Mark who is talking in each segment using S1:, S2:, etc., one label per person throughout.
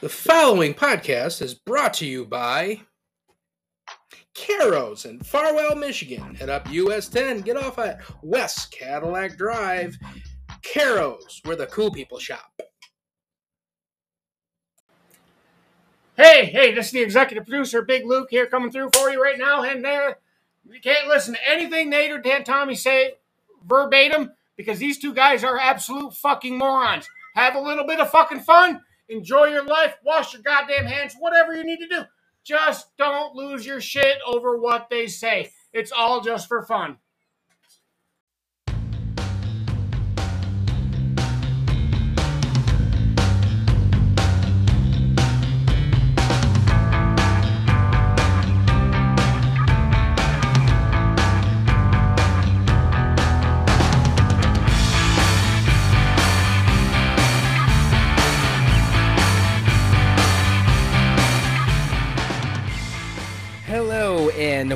S1: The following podcast is brought to you by Caro's in Farwell, Michigan. Head up US 10, get off at West Cadillac Drive. Caro's, where the cool people shop.
S2: Hey, hey, this is the executive producer, Big Luke, here coming through for you right now. And there, you can't listen to anything Nate or Dan Tommy say verbatim because these two guys are absolute fucking morons. Have a little bit of fucking fun, enjoy your life, wash your goddamn hands, whatever you need to do. Just don't lose your shit over what they say. It's all just for fun.
S3: Hello and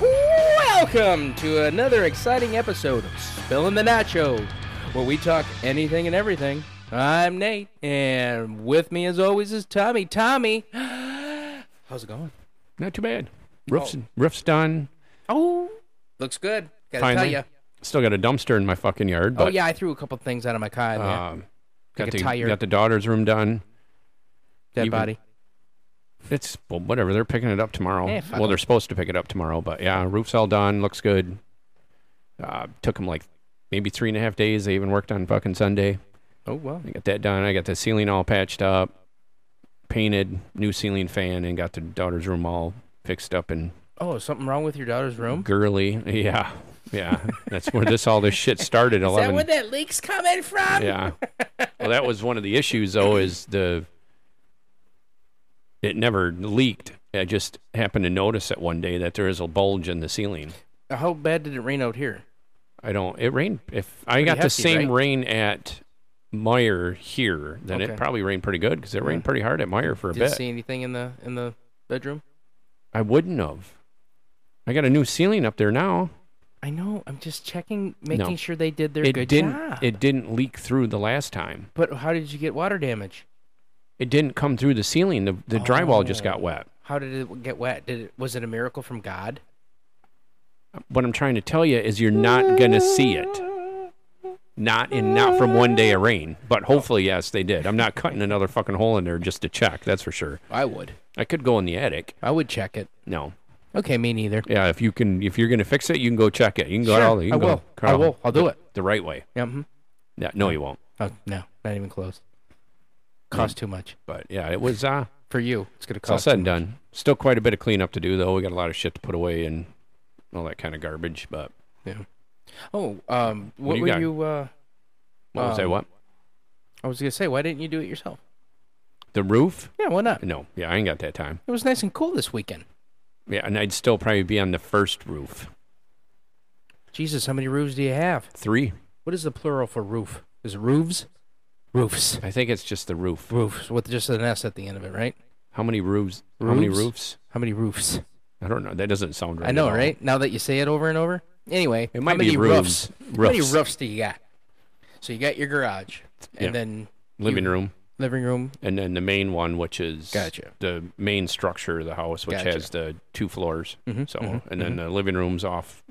S3: welcome to another exciting episode of Spilling the Nacho, where we talk anything and everything. I'm Nate, and with me, as always, is Tommy. Tommy, how's it going?
S4: Not too bad. Roof's roof's done.
S3: Oh, looks good. Gotta
S4: Finally,
S3: tell you.
S4: still got a dumpster in my fucking yard. But,
S3: Oh yeah, I threw a couple things out of my car. in there.
S4: um, got
S3: a
S4: the
S3: tire.
S4: got the daughter's room done.
S3: Dead
S4: even-
S3: body.
S4: It's well, whatever. They're picking it up tomorrow.
S3: Eh, fuck
S4: well,
S3: 'em.
S4: they're supposed to pick it up tomorrow, but yeah, roof's all done. Looks good. Uh, took them like maybe three and a half days. They even worked on fucking Sunday.
S3: Oh well.
S4: I got that done. I got the ceiling all patched up, painted, new ceiling fan, and got the daughter's room all fixed up and
S3: Oh, is something wrong with your daughter's room?
S4: girly. Yeah, yeah. That's where this all this shit started.
S3: Is that
S4: Eleven.
S3: where that leak's coming from?
S4: yeah. Well, that was one of the issues, though, is the it never leaked. I just happened to notice it one day that there is a bulge in the ceiling.
S3: How bad did it rain out here?
S4: I don't. It rained. If I got the
S3: hefty,
S4: same
S3: right?
S4: rain at Meyer here, then
S3: Okay.
S4: it probably rained pretty good because it rained pretty hard at Meyer for a
S3: Did you
S4: bit.
S3: see anything in the in the bedroom?
S4: I wouldn't have. I got a new ceiling up there now.
S3: I know. I'm just checking, making sure they did their
S4: it
S3: good
S4: didn't.
S3: job.
S4: It didn't leak through the last time.
S3: but how did you get water damage?
S4: It didn't come through the ceiling. The, the drywall
S3: Oh.
S4: just got wet.
S3: How did it get wet? Did it was it a miracle from God?
S4: what I'm trying to tell you is you're not gonna see it. Not in not from one day of rain, but hopefully yes they did. I'm not cutting another fucking hole in there just to check. That's for sure.
S3: I would.
S4: I could go in the attic.
S3: I would check it.
S4: No,
S3: Okay, me neither.
S4: yeah. If you can, if you're gonna fix it, you can go check it. You can go
S3: Sure,
S4: all. You
S3: I
S4: can go,
S3: will. I
S4: Carl,
S3: will. I'll do it.
S4: the right way.
S3: Yeah. mhm.
S4: Yeah, no, you won't.
S3: Oh no, not even close.
S4: Mm.
S3: Cost too much
S4: But yeah, it was. Uh,
S3: for you. It's gonna
S4: it's all
S3: cost.
S4: said and done. Still quite a bit of cleanup to do though. We got a lot of shit to put away and all that kind of garbage. But
S3: Oh, um, what,
S4: do you
S3: were
S4: got?
S3: you? Uh,
S4: what was I?
S3: Um,
S4: What
S3: I was gonna say, why didn't you do it yourself?
S4: the roof?
S3: Yeah, why not?
S4: No, yeah, I ain't got that time.
S3: It was nice and cool this weekend.
S4: Yeah, and I'd still probably be on the first roof.
S3: Jesus, how many roofs do you have?
S4: Three.
S3: What is the plural for roof? Is it roofs? Roofs.
S4: I think it's just the roof.
S3: Roofs with just an S at the end of it, right?
S4: How many roofs? How many
S3: Roofs?
S4: roofs?
S3: How many roofs?
S4: I don't know. That doesn't sound right.
S3: I know,
S4: at all.
S3: right? Now that you say it over and over. Anyway,
S4: It might
S3: how
S4: be
S3: many roofs?
S4: roofs.
S3: How many
S4: Roofs.
S3: roofs do you got? So you got your garage, and
S4: Yeah.
S3: then
S4: Living room,
S3: living room.
S4: and then the main one, which is
S3: Gotcha.
S4: the main structure of the house, which
S3: Gotcha. Mm-hmm,
S4: has the two floors. so, and then the living room's off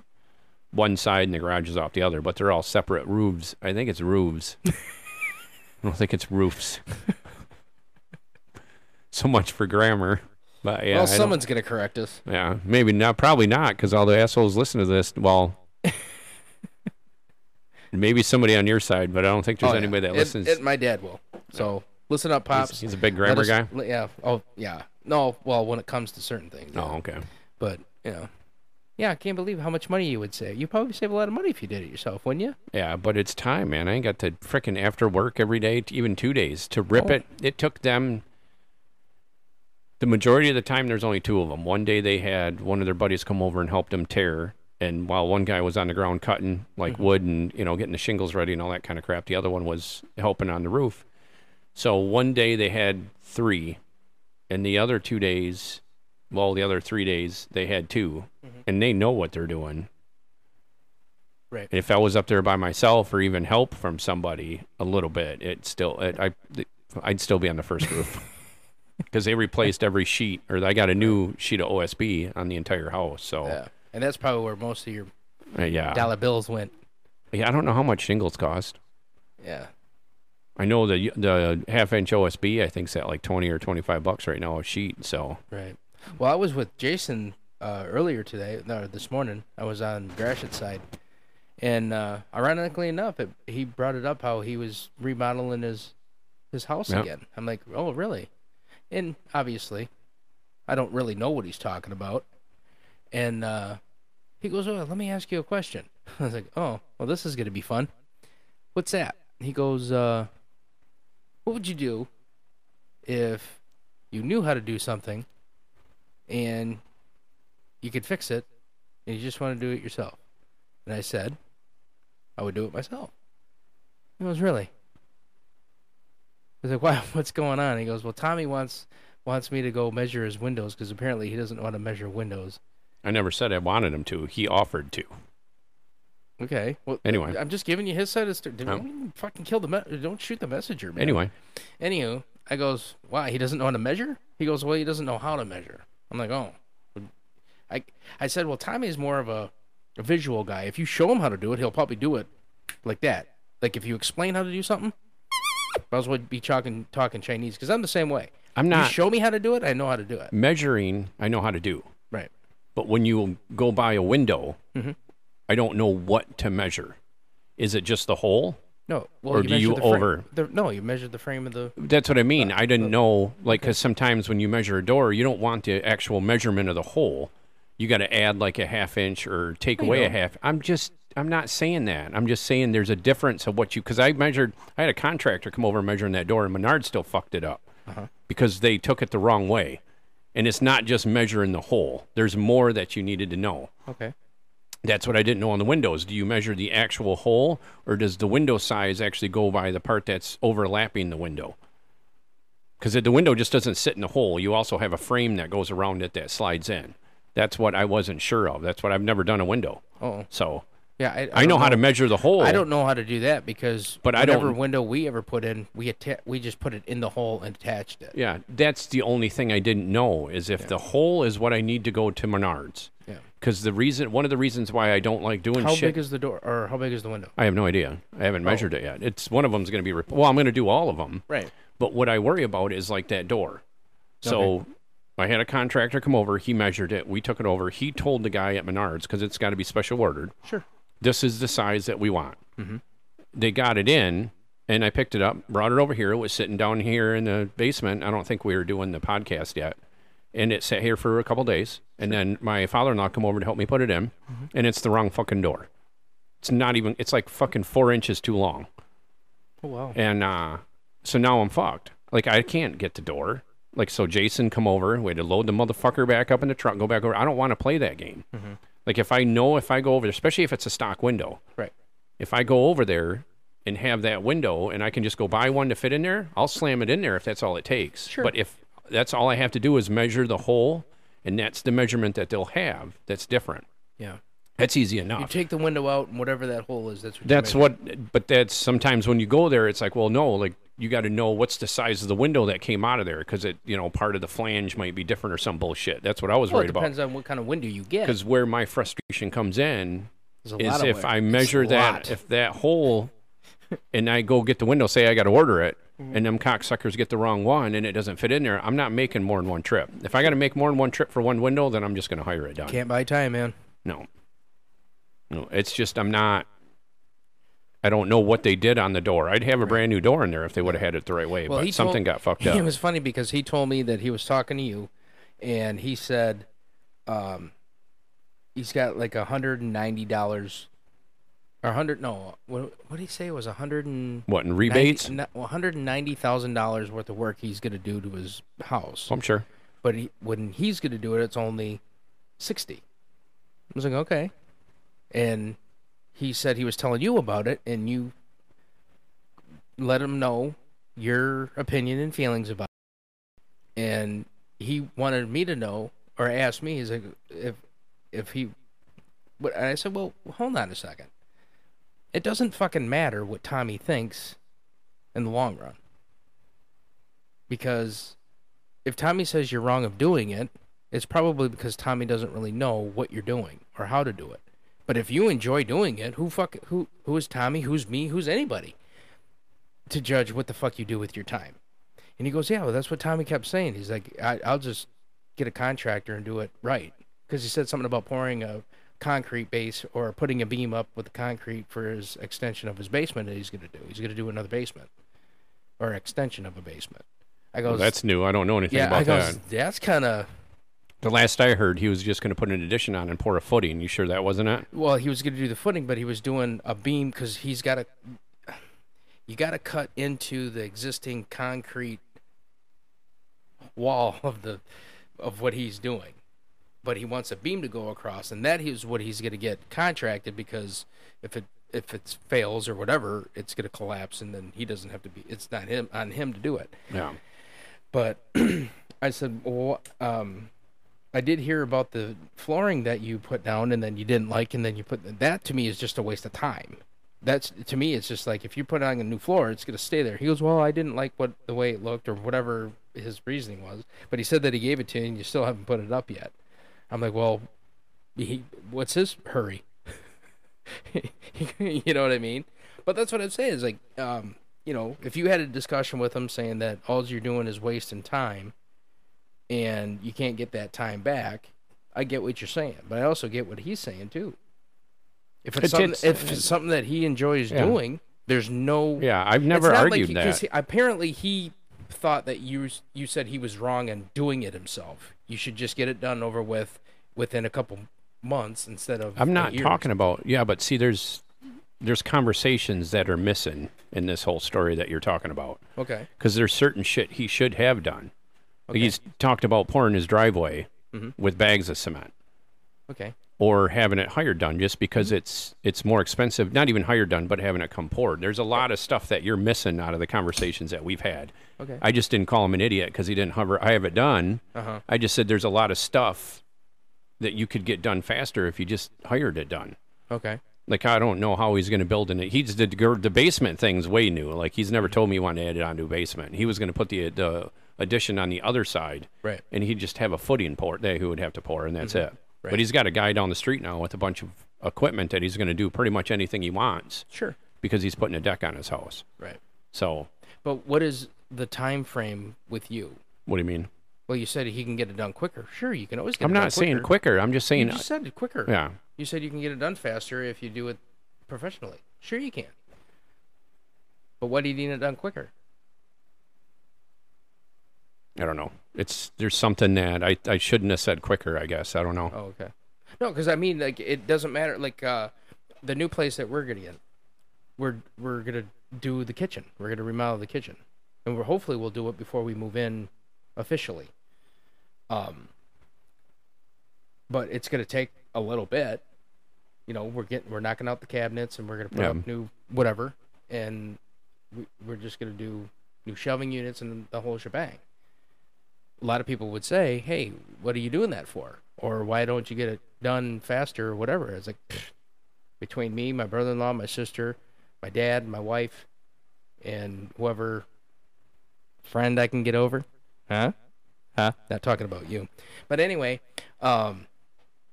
S4: one side, and the garage is off the other. But they're all separate roofs. I think it's roofs. I don't think it's roofs. so much for grammar. But yeah,
S3: well,
S4: I don't-
S3: someone's gonna correct us.
S4: Yeah, maybe not. Probably not, because all the assholes listen to this. Well, maybe somebody on your side, but I don't think there's
S3: Oh, yeah.
S4: anybody that
S3: It-
S4: listens.
S3: it- my dad will. So listen up, pops.
S4: he's, he's a big
S3: Let
S4: grammar
S3: us-
S4: guy.
S3: le- Yeah. Oh, yeah. No. Well, when it comes to certain things. yeah.
S4: Oh, okay.
S3: But you know, yeah, I can't believe how much money you would save. You probably save a lot of money if you did it yourself, wouldn't you?
S4: Yeah, but it's time, man. I ain't got to frickin' after work every day, t- even two days to rip
S3: Oh.
S4: it. It took them. The majority of the time, there's only two of them. One day they had one of their buddies come over and help them tear, and while one guy was on the ground cutting like
S3: Mm-hmm.
S4: wood and you know getting the shingles ready and all that kind of crap, the other one was helping on the roof. So one day they had three, and the other two days, well, the other three days they had 2
S3: Mm-hmm.
S4: and they know what they're doing.
S3: Right.
S4: If I was up there by myself or even help from somebody a little bit, it still it, I the- I'd still be on the first roof because they replaced every sheet, or I got a new sheet of OSB on the entire house. So
S3: Yeah. And that's probably where most of your
S4: uh, yeah,
S3: dollar bills went.
S4: yeah. I don't know how much shingles cost.
S3: Yeah.
S4: I know the the half inch OSB I think's at like twenty or twenty five bucks right now a sheet. So
S3: Right. Well, I was with Jason uh, earlier today, no, this morning. I was on Gratiot's side, and uh, ironically enough, it, he brought it up how he was remodeling his his house
S4: Yep.
S3: again. I'm like, oh, really? And obviously, I don't really know what he's talking about. And uh, he goes, oh, let me ask you a question. I was like, oh, well, this is gonna be fun. What's that? He goes, uh, what would you do if you knew how to do something and you could fix it and you just want to do it yourself. And I said, I would do it myself. He goes, Really? I was like, Wow, what's going on? He goes, Well, Tommy wants wants me to go measure his windows because apparently he doesn't want to measure windows.
S4: I never said I wanted him to. He offered to.
S3: Okay. Well,
S4: Anyway.
S3: I'm just giving you his side of the story. Don't
S4: Oh.
S3: even fucking kill the me- don't shoot the messenger, man.
S4: Anyway,
S3: Anywho, I goes, wow, he doesn't know how to measure? He goes, well, he doesn't know how to measure. I'm like, oh. I, I said, well, Tommy's more of a, a visual guy. If you show him how to do it, he'll probably do it like that. Like if you explain how to do something, I was would be talking talking Chinese because I'm the same way.
S4: I'm
S3: You
S4: not
S3: show me how to do it, I know how to do it.
S4: measuring. I know how to do,
S3: Right.
S4: but when you go by a window,
S3: Mm-hmm.
S4: I don't know what to measure. Is it just the hole?
S3: No. Well,
S4: Or
S3: you
S4: do you
S3: measured the frame-
S4: over-
S3: the- no, you measured the frame of the.
S4: That's what I mean. I didn't know, like, because sometimes when you measure a door, you don't want the actual measurement of the hole. You got to add like a half inch or take away a half. I'm just, I'm not saying that. I'm just saying there's a difference of what you, because I measured, I had a contractor come over measuring that door, and Menard still fucked it up because they took it the wrong way. And it's not just measuring the hole, there's more that you needed to know.
S3: Okay.
S4: That's what I didn't know on the windows. Do you measure the actual hole, or does the window size actually go by the part that's overlapping the window? Because the window just doesn't sit in the hole. You also have a frame that goes around it that slides in. That's what I wasn't sure of. That's what I've never done a window.
S3: Oh.
S4: So
S3: Yeah. I,
S4: I,
S3: don't
S4: know, how to measure the hole.
S3: I don't know how to do that because
S4: But I don't-
S3: whatever window we ever put in, we atta- we just put it in the hole and attached it.
S4: Yeah, that's the only thing I didn't know is if the hole is what I need to go to Menards.
S3: Yeah.
S4: Because the reason, one of the reasons why I don't like doing
S3: How
S4: shit.
S3: big is Oh. the door, or how big is the window?
S4: I have no idea. I haven't measured it yet. It's one of them's going to be. Rep- well, I'm going to do all of them.
S3: Right.
S4: But what I worry about is like that door. So I had a contractor come over. He measured it. We took it over. He told the guy at Menards because it's got to be special ordered.
S3: Sure.
S4: This is the size that we want. They got it in, and I picked it up, brought it over here. It was sitting down here in the basement. I don't think we were doing the podcast yet. And it sat here for a couple days. And then my father in law come over to help me put it in. And it's the wrong fucking door. It's not even, it's like fucking four inches too long
S3: Oh wow.
S4: and uh, so now I'm fucked. Like I can't get the door. Like so, Jason come over. We had to load the motherfucker back up in the truck, go back over. I don't want to play that game. Like if I know if I go over there, especially if it's a stock window,
S3: Right.
S4: if I go over there and have that window and I can just go buy one to fit in there, I'll slam it in there if that's all it takes.
S3: Sure.
S4: But if that's all I have to do is measure the hole, and that's the measurement that they'll have. That's different.
S3: Yeah.
S4: That's easy
S3: You
S4: enough.
S3: take the window out, and whatever that hole is, that's what.
S4: That's
S3: you
S4: what, but that's sometimes when you go there, it's like, well, no, like you got to know what's the size of the window that came out of there because it, you know, part of the flange might be different or some bullshit. That's what I was
S3: Well, it
S4: worried about.
S3: depends on what kind of window you get.
S4: Because where my frustration comes in
S3: There's a
S4: is
S3: lot of
S4: if
S3: wear.
S4: I
S3: It's a
S4: measure
S3: lot.
S4: that, if that hole, and I go get the window, say I got to order it,
S3: Mm-hmm.
S4: and them cocksuckers get the wrong one and it doesn't fit in there, I'm not making more than one trip. If I got to make more than one trip for one window, then I'm just going to hire it done.
S3: Can't buy time, man.
S4: No. No, it's just I'm not. I don't know what they did on the door. I'd have a brand new door in there if they would have had it the right way,
S3: Well, he
S4: but
S3: told-
S4: something got fucked up.
S3: It was funny because he told me that he was talking to you, and he said, um, he's got like a hundred and ninety dollars, or hundred no, what what did he say it was a hundred and
S4: what in rebates?
S3: one hundred and ninety thousand dollars worth of work he's gonna do to his house.
S4: I'm sure.
S3: but he, when he's going to do it, it's only 60. I was like, okay. And he said he was telling you about it, and you let him know your opinion and feelings about it. And he wanted me to know, or asked me, he's like, if, if he, but and I said, well, hold on a second. It doesn't fucking matter what Tommy thinks in the long run. because if Tommy says you're wrong of doing it, it's probably because Tommy doesn't really know what you're doing or how to do it. But if you enjoy doing it, who fuck who who is Tommy? Who's me? Who's anybody to judge what the fuck you do with your time? And he goes, yeah, well, that's what Tommy kept saying. He's like, I, I'll just get a contractor and do it right because he said something about pouring a concrete base or putting a beam up with the concrete for his extension of his basement that he's going to do. He's going to do another basement or extension of a basement. I goes,
S4: That's new. I don't know anything
S3: yeah.
S4: about
S3: I goes,
S4: that.
S3: that's kind of
S4: The last I heard, he was just going to put an addition on and pour a footing. You sure that wasn't it?
S3: well. He was going to do the footing, but he was doing a beam because he's got to. You got to cut into the existing concrete wall of the of what he's doing, but he wants a beam to go across, and that is what he's going to get contracted because if it if it fails or whatever, it's going to collapse, and then he doesn't have to be. It's not him on him to do it.
S4: Yeah.
S3: But I said, well, um, I did hear about the flooring that you put down and then you didn't like, and then you put that to me is just a waste of time. That's to me, it's just like if you put on a new floor, it's gonna stay there. He goes, well, I didn't like what the way it looked or whatever his reasoning was, but he said that he gave it to you and you still haven't put it up yet. I'm like, well, he, what's his hurry? you know what I mean? But that's what I'm saying is like, um, you know, if you had a discussion with him saying that all you're doing is wasting time and you can't get that time back, I get what you're saying, but I also get what he's saying too. If it's,
S4: It's-
S3: something,
S4: it's-
S3: if it's something that he enjoys
S4: Yeah.
S3: doing, there's no
S4: Yeah. I've
S3: It's
S4: never
S3: not like
S4: argued
S3: he- 'cause
S4: that.
S3: he- apparently, he thought that you s- you said he was wrong in doing it himself. You should just get it done over with within a couple months instead of.
S4: I'm
S3: a
S4: not
S3: year.
S4: talking about yeah, but see, there's there's conversations that are missing in this whole story that you're talking about
S3: Okay.
S4: because there's certain shit he should have done. Like He's talked about pouring his driveway
S3: Mm-hmm.
S4: with bags of cement
S3: Okay.
S4: or having it hired done just because
S3: Mm-hmm.
S4: it's it's more expensive. Not even hired done, but having it come poured. There's a lot of stuff that you're missing out of the conversations that we've had.
S3: Okay.
S4: I just didn't call him an idiot because he didn't hover. I have it done.
S3: Uh-huh.
S4: I just said there's a lot of stuff that you could get done faster if you just hired it done.
S3: Okay.
S4: Like I don't know how he's going to build in it. He's the the basement thing's way new. Like he's never told me he wanted to add it onto a basement. He was going to put the the addition on the other side,
S3: Right.
S4: and he'd just have a footing pour that he would have to pour, and that's it.
S3: Mm-hmm. Right.
S4: But he's got a guy down the street now with a bunch of equipment that he's going to do pretty much anything he wants
S3: Sure.
S4: because he's putting a deck on his house.
S3: Right.
S4: So
S3: But what is the time frame with you?
S4: what do you mean?
S3: Well, you said he can get it done quicker. Sure, you can always get
S4: I'm
S3: it done
S4: not saying
S3: quicker.
S4: quicker. I'm just saying uh,
S3: You just said it quicker.
S4: yeah.
S3: You said you can get it done faster if you do it professionally. Sure, you can. But why do you need it done quicker?
S4: I don't know. It's there's something that I I shouldn't have said quicker. I guess I don't know.
S3: Oh, okay. No, because I mean, like, it doesn't matter. Like, uh, the new place that we're gonna get, we're we're gonna do the kitchen. We're gonna remodel the kitchen, and we're hopefully we'll do it before we move in officially. Um, but it's gonna take a little bit. You know, we're getting we're knocking out the cabinets, and we're gonna put
S4: Yeah.
S3: up new whatever, and we, we're just gonna do new shelving units and the whole shebang a lot of people would say, "Hey, what are you doing that for?" Or "Why don't you get it done faster?" or whatever. It's like pfft, between me, my brother-in-law, my sister, my dad, my wife, and whoever friend I can get over, huh? Huh? Not talking about you, but anyway, um,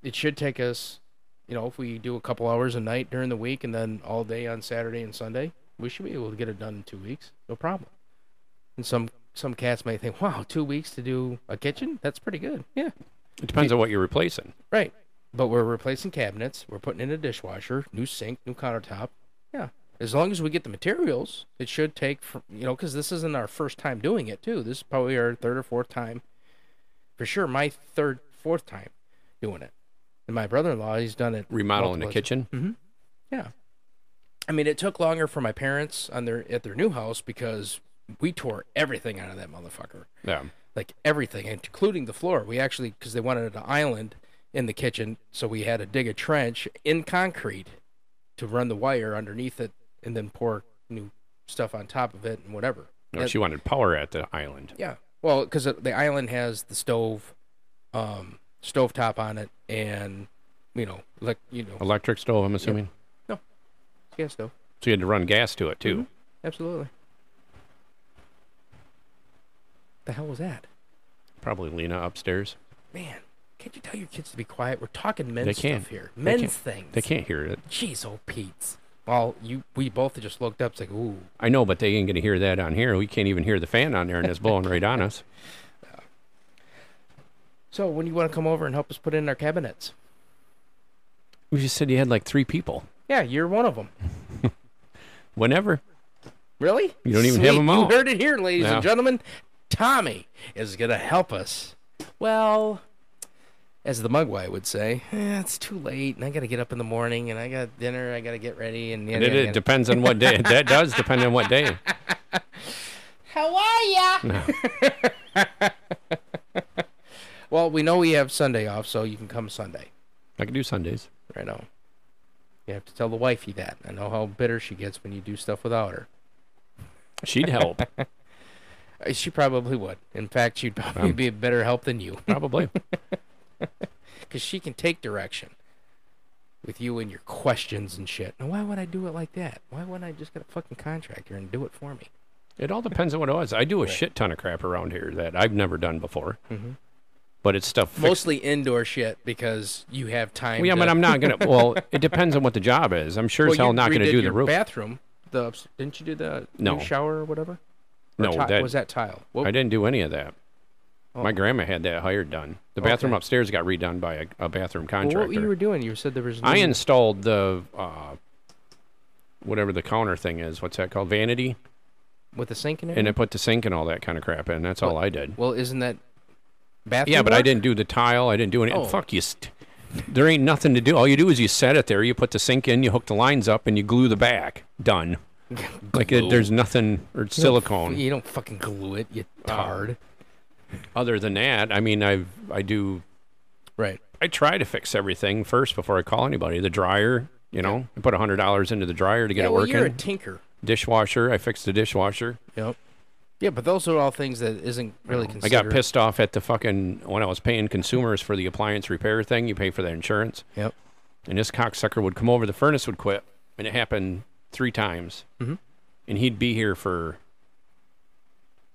S3: it should take us, you know, if we do a couple hours a night during the week and then all day on Saturday and Sunday, we should be able to get it done in two weeks, no problem. And some some cats may think, "Wow, two weeks to do a kitchen? That's pretty good." Yeah,
S4: It depends on what you're replacing.
S3: right. But we're replacing cabinets. We're putting in a dishwasher, new sink, new countertop. Yeah, as long as we get the materials, it should take fr you know because this isn't our first time doing it too. This is probably our third or fourth time, for sure. My third, fourth time doing it. And my brother-in-law, he's done it
S4: Remodeling the
S3: multiple-
S4: kitchen.
S3: yeah. I mean, it took longer for my parents on their at their new house because we tore everything out of that motherfucker.
S4: Yeah.
S3: Like everything, including the floor. We actually because they wanted an island in the kitchen, so we had to dig a trench in concrete to run the wire underneath it and then pour new stuff on top of it and whatever.
S4: No,
S3: That-
S4: she wanted power at the island.
S3: yeah. Well, because the island has the stove, um, stove top on it, and you know, like you know,
S4: Electric stove, I'm assuming.
S3: gas stove.
S4: Mm-hmm. So you had to run gas to it too.
S3: Absolutely. the hell was that?
S4: Probably Lena upstairs.
S3: Man, can't you tell your kids to be quiet? We're talking men's
S4: They can't.
S3: stuff here.
S4: They
S3: men's
S4: can't.
S3: things.
S4: They can't hear it.
S3: Jeez, old Pete's. Well, you we both just looked up. It's like, ooh,
S4: I know, but they ain't gonna hear that on here. We can't even hear the fan on there, and it's blowing right on us.
S3: So when you want to come over and help us put in our cabinets?
S4: We just said you had like three people.
S3: Yeah, you're one of them.
S4: Whenever
S3: Really?
S4: You don't even have 'em
S3: You
S4: all.
S3: heard it here, ladies
S4: Yeah.
S3: and gentlemen. Tommy is gonna help us. Well, as the mugwai would say, eh, it's too late, and I gotta get up in the morning, and I got dinner, I gotta get ready, and
S4: it, it depends on what day. that does depend on what day.
S3: How are ya? well, we know we have Sunday off, so you can come Sunday.
S4: I can do Sundays.
S3: Right on. You have to tell the wifey that. I know how bitter she gets when you do stuff without her.
S4: She'd help
S3: Uh, She probably would. In fact, she'd probably
S4: Um.
S3: be a better help than you
S4: probably.
S3: because she can take direction with you and your questions and shit. Now, why would I do it like that? Why wouldn't I just get a fucking contractor and do it for me?
S4: It all depends on what it was. I do a shit ton of crap around here that I've never done before, but it's stuff. fix-
S3: Mostly indoor shit because you have time.
S4: Well, yeah,
S3: to,
S4: but I'm not gonna. Well, it depends on what the job is. I'm sure
S3: well,
S4: as hell
S3: you
S4: not gonna
S3: redid
S4: do the
S3: your
S4: roof.
S3: bathroom. The ups- didn't you do the new
S4: No.
S3: shower or whatever? Or
S4: no,
S3: ti-
S4: that,
S3: was that tile? What,
S4: I didn't do any of that. My
S3: Oh.
S4: grandma had that hired done. The bathroom upstairs got redone by a, a bathroom
S3: well,
S4: contractor.
S3: what you were doing? You said there was.
S4: I
S3: no-
S4: installed the uh, whatever the counter thing is. What's that called? Vanity,
S3: with the sink in it.
S4: and I put the sink and all that kind of crap in. That's all I did.
S3: Well, isn't that bathroom?
S4: Yeah, but I
S3: work?
S4: didn't do the tile. I didn't do any.
S3: Oh.
S4: Fuck you. St- there ain't nothing to do. All you do is you set it there. You put the sink in. You hook the lines up, and you glue the back. Done. Like it, there's nothing or silicone.
S3: You don't fucking glue it, you
S4: Oh.
S3: tard.
S4: Other than that, I mean, I I do.
S3: right.
S4: I try to fix everything first before I call anybody. The dryer, you know, I put hundred dollars into the dryer to get
S3: yeah,
S4: it
S3: well,
S4: working.
S3: you're a tinker.
S4: dishwasher. I fixed the dishwasher.
S3: Yep. Yeah, but those are all things that isn't really
S4: I
S3: considered.
S4: got pissed off at the fucking when I was paying consumers for the appliance repair thing. You pay for their insurance,
S3: Yep.
S4: and this cocksucker would come over. The furnace would quit, and it happened three times. Mm-hmm. And he'd be here for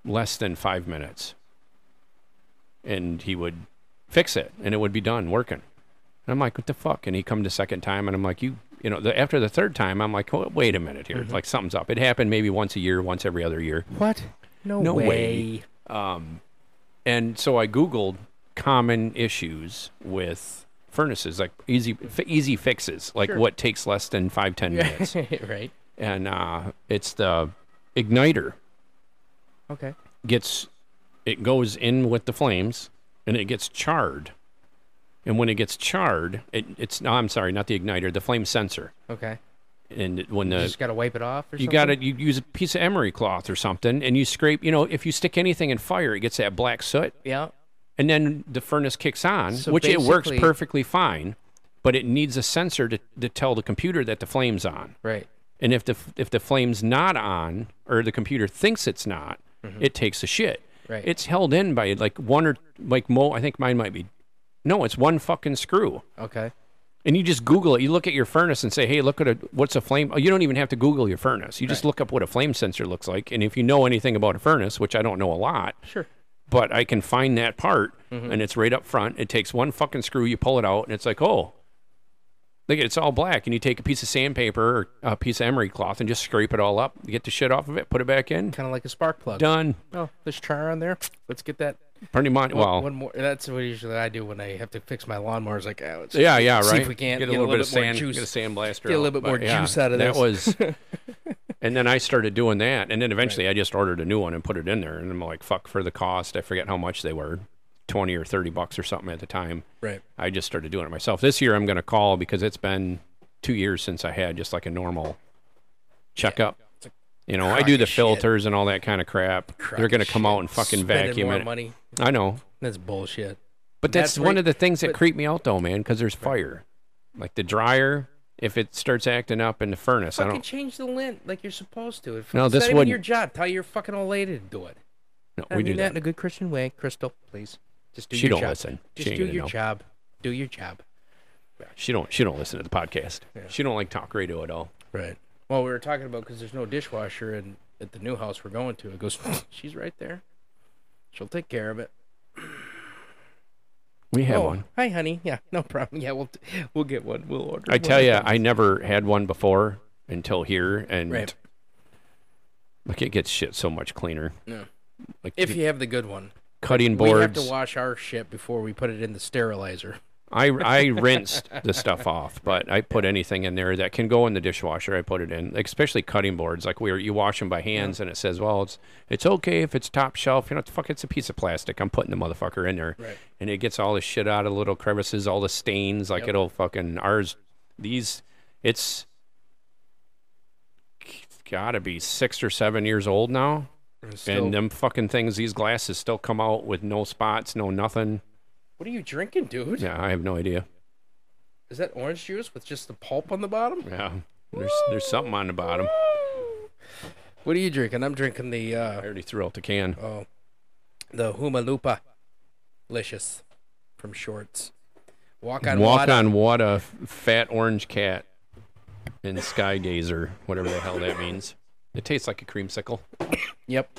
S4: less than five minutes, and he would fix it, and it would be done working. And I'm like, what the fuck? And he come the second time, and I'm like, you, you know, the, after the third time, I'm like, "Wa- wait a minute here, like something's up. It happened maybe once a year, once every other year.
S3: What? No,
S4: No way.
S3: way.
S4: And so I Googled common issues with furnaces, like easy f- easy fixes, like what takes less than five ten minutes.
S3: right.
S4: and uh, it's the igniter
S3: Okay.
S4: gets it goes in with the flames and it gets charred. And when it gets charred, it, it's no, I'm sorry, not the igniter, the flame sensor.
S3: Okay.
S4: And it- when
S3: You
S4: the
S3: just got to wipe it off or
S4: Uh, you
S3: something?
S4: got to you use a piece of emery cloth or something, and you scrape. You know, if you stick anything in fire, it gets that black soot.
S3: Yeah.
S4: and then the furnace kicks on,
S3: So
S4: which it works
S3: basically-
S4: perfectly fine, but it needs a sensor to, to tell the computer that the flame's on.
S3: Right.
S4: And if the f- if the flame's not on, or the computer thinks it's not, it takes a shit.
S3: Right.
S4: It's held in by like one or like mo. I think mine might be, no, it's one fucking screw.
S3: Okay.
S4: And you just Google it. You look at your furnace and say, "Hey, look at a what's a flame." Oh, you don't even have to Google your furnace. You just look up what a flame sensor looks like. And if you know anything about a furnace, which I don't know a lot,
S3: Sure.
S4: but I can find that part
S3: Mm-hmm.
S4: and it's right up front. It takes one fucking screw, you pull it out, and it's like, oh, look, it's all black. And you take a piece of sandpaper or a piece of emery cloth and just scrape it all up, get the shit off of it, put it back in.
S3: Kind of like a spark plug.
S4: Done.
S3: Oh, there's char on there. Let's get that.
S4: Pretty much. Well,
S3: one more. That's what usually I do when I have to fix my lawnmower. It's like, ah, let's
S4: yeah, yeah, right.
S3: See if we can't
S4: get a
S3: get a
S4: little,
S3: little
S4: bit,
S3: bit more
S4: of sand,
S3: juice.
S4: get a sand blaster,
S3: Get a
S4: out.
S3: little bit more
S4: But, yeah,
S3: juice out of
S4: that
S3: this.
S4: was. And then I started doing that, and then eventually I just ordered a new one and put it in there, and I'm like, "Fuck for the cost." I forget how much they were, twenty or thirty bucks or something at the time.
S3: Right.
S4: I just started doing it myself. This year I'm going to call because it's been two years since I had just like a normal checkup. You know, I do
S3: crock
S4: the
S3: of shit.
S4: filters and all that kind of crap. They're
S3: of
S4: going to come out and fucking
S3: Spending
S4: vacuum
S3: more
S4: it.
S3: money.
S4: I know,
S3: That's bullshit.
S4: but that's,
S3: That's
S4: one
S3: right.
S4: of the things that creep me out though, man, because there's fire, like the dryer. If it starts acting up in the furnace, I
S3: Fucking
S4: don't.
S3: change the lint like you're supposed to. If
S4: No,
S3: it's
S4: this
S3: not even
S4: wouldn't-
S3: your job. Tell your fucking old lady to do it.
S4: No,
S3: I
S4: we
S3: mean
S4: do
S3: that,
S4: that.
S3: in a good Christian way, Crystal. Please, just do
S4: She
S3: your
S4: don't
S3: job.
S4: listen. She
S3: Just
S4: ain't
S3: do
S4: gonna
S3: your
S4: know.
S3: job. Do your job.
S4: She don't. She don't listen to the podcast. She don't like talk radio at all.
S3: Right. Well, we were talking about because there's no dishwasher and at the new house we're going to. It goes. She's right there. She'll take care of it.
S4: We have
S3: oh,
S4: one.
S3: hi, honey. Yeah, no problem. Yeah, we'll we'll get one. We'll order.
S4: I
S3: one
S4: tell
S3: of
S4: you,
S3: those.
S4: I never had one before until here, and
S3: Right.
S4: like it gets shit so much cleaner.
S3: No.
S4: Like
S3: if
S4: the
S3: you have the good one,
S4: cutting
S3: we have to
S4: boards,
S3: wash our shit before we put it in the sterilizer.
S4: I I rinsed the stuff off, but I put anything in there that can go in the dishwasher. I put it in, like, especially cutting boards. Like we were, you wash them by hands, and it says, well, it's it's okay if it's top shelf. You know, fuck, it's a piece of plastic. I'm putting the motherfucker in there,
S3: Right.
S4: and it gets all the shit out of the little crevices, all the stains. Like it'll fucking ours. These, it's gotta be six or seven years old now.
S3: So,
S4: and them fucking things, these glasses still come out with no spots, no nothing.
S3: what are you drinking, dude?
S4: Yeah, I have no idea.
S3: Is that orange juice with just the pulp on the bottom?
S4: Yeah, there's there's something on the bottom.
S3: What are you drinking? I'm drinking the uh,
S4: I already threw out the can.
S3: Oh, the Huma Lupa, licious, from Shorts. Walk on
S4: Walk
S3: water.
S4: on water, fat orange cat, and skygazer, whatever the hell that means. It tastes like a creamsicle.
S3: Yep,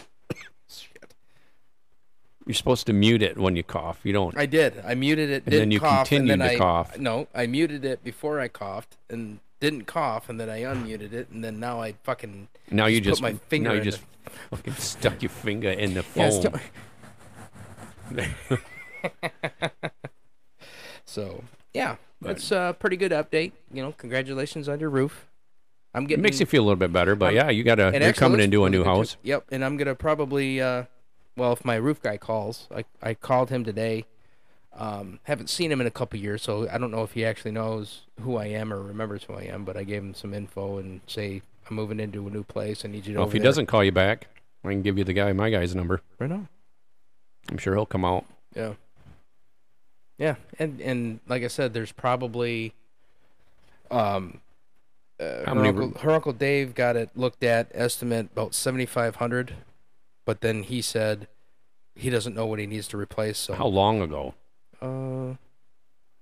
S4: You're supposed to mute it when you cough. You don't.
S3: I did. I muted it.
S4: then
S3: Didn't
S4: you
S3: cough,
S4: continued
S3: and then
S4: to
S3: I,
S4: cough.
S3: No, I muted it before I coughed, and didn't cough, and then I unmuted it, and then now I fucking
S4: now you just
S3: put my finger.
S4: now you
S3: in
S4: just
S3: the-
S4: fucking stuck your finger in the
S3: Yeah,
S4: foam.
S3: it's still- so yeah, that's a pretty good update. You know, congratulations on your roof. I'm
S4: it
S3: getting
S4: makes you feel a little bit better, but yeah, you gotta.
S3: And
S4: you're
S3: Um, actually,
S4: coming
S3: let's-
S4: into a
S3: let's
S4: new
S3: get to-
S4: house.
S3: Yep, and I'm gonna probably, uh, well, if my roof guy calls, I I called him today. Um, haven't seen him in a couple years, so I don't know if he actually knows who I am or remembers who I am. But I gave him some info and say I'm moving into a new place. I need you to.
S4: Well, if
S3: over
S4: he
S3: there."
S4: doesn't call you back, I can give you the guy, my guy's number.
S3: right now,
S4: I'm sure he'll come out.
S3: yeah, yeah, and and like I said, there's probably, um, uh, her,
S4: How many
S3: uncle, her uncle Dave got it looked at, estimate about seventy five hundred, but then he said he doesn't know what he needs to replace. So
S4: How long ago?
S3: uh,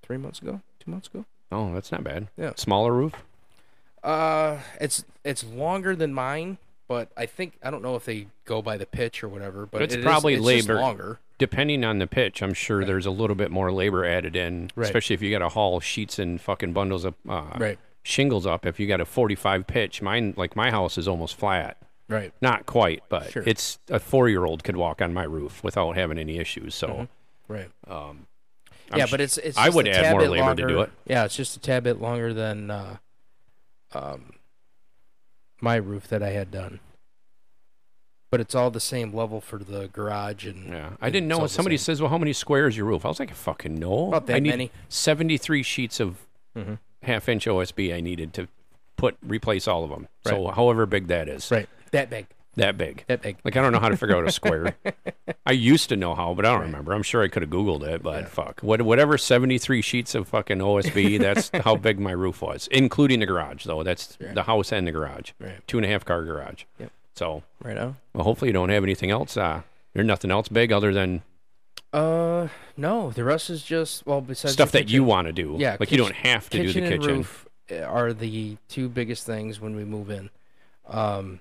S3: three months ago, two months ago.
S4: Oh, that's not bad.
S3: Yeah.
S4: Smaller roof.
S3: Uh, it's it's longer than mine, but I think I don't know if they go by the pitch or whatever. But
S4: It's
S3: it is-
S4: probably
S3: it's just
S4: labor.
S3: longer.
S4: Depending on the pitch, I'm sure there's a little bit more labor added in,
S3: Right.
S4: especially if you got to haul sheets and fucking bundles of uh,
S3: Right.
S4: shingles up. If you got a 45 pitch, mine like my house is almost flat.
S3: Right.
S4: Not quite, but
S3: Sure.
S4: it's a four year old could walk on my roof without having any issues. So um,
S3: Right.
S4: I'm
S3: Mm-hmm. yeah,
S4: sh-
S3: but it's it's.
S4: I
S3: just
S4: would
S3: a
S4: add
S3: tad
S4: more
S3: bit
S4: labor to do
S3: longer-
S4: it.
S3: Yeah, it's just a tad bit longer than, uh, um, my roof that I had done. But it's all the same level for the garage and.
S4: Yeah, I
S3: and
S4: didn't know.
S3: it's all
S4: When
S3: the
S4: somebody
S3: same.
S4: says, "Well, how many squares your roof?" I was like, "Fucking no."
S3: About that
S4: I need
S3: many. Mm-hmm.
S4: Seventy-three sheets of half-inch OSB I needed to put replace all of them. So however big that is,
S3: Right. That big.
S4: that big.
S3: That big.
S4: Like I don't know how to figure out a square. I used to know how, but I don't remember. I'm sure I could have googled it, but fuck, what, whatever. Seventy-three sheets of fucking OSB. that's how big my roof was, including the garage though. That's the house and the garage.
S3: Right.
S4: Two and a half car garage.
S3: Yep.
S4: So
S3: Right now.
S4: well, hopefully you don't have anything else. Uh, there's nothing else big other than
S3: Uh, no. The rest is just well besides
S4: stuff
S3: the
S4: that you
S3: kitchen-
S4: want to do.
S3: Yeah,
S4: like you don't have to do the kitchen.
S3: and roof uh, are the two biggest things when we move in, um,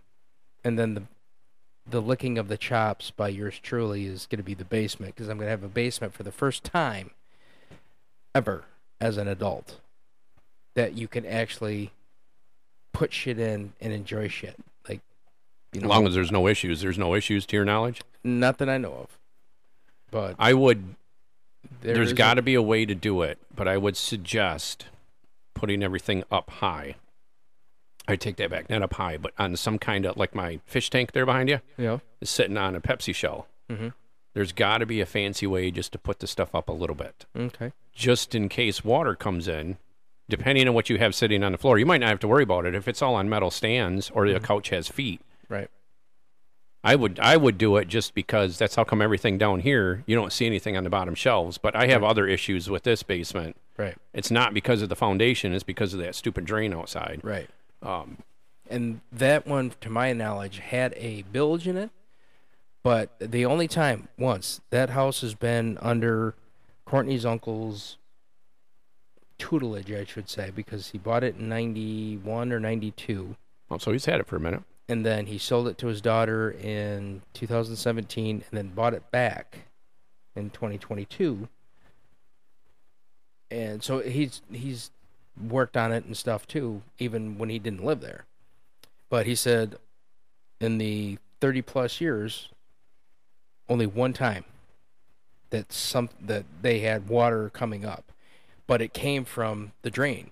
S3: and then the the licking of the chops by yours truly is going to be the basement because I'm going to have a basement for the first time ever as an adult that you can actually put shit in and enjoy shit like you
S4: As
S3: know
S4: long as there's no issues, there's no issues to your knowledge.
S3: not that I know of, but
S4: I would.
S3: there
S4: Uh, there's
S3: is a-
S4: got to be a way to do it, but I would suggest putting everything up high. I take that back, not up high, but on some kind of like my fish tank there behind you
S3: you know
S4: is sitting on a Pepsi shell.
S3: Mm-hmm.
S4: There's got to be a fancy way just to put the stuff up a little bit,
S3: okay
S4: just in case water comes in. Depending on what you have sitting on the floor, you might not have to worry about it if it's all on metal stands or
S3: Mm-hmm.
S4: the couch has feet.
S3: right
S4: I would I would do it just because that's how come everything down here you don't see anything on the bottom shelves. But I have other issues with this basement.
S3: right
S4: It's not because of the foundation; it's because of that stupid drain outside.
S3: right
S4: Um,
S3: and that one, to my knowledge, had a bilge in it. But the only time, once, that house has been under Courtney's uncle's tutelage, I should say, because he bought it in 91 or 92.
S4: well, so he's had it for a minute.
S3: and then he sold it to his daughter in 2017 and then bought it back in 2022 and so he's he's worked on it and stuff too even when he didn't live there but he said in the 30 plus years only one time that some that they had water coming up but it came from the drain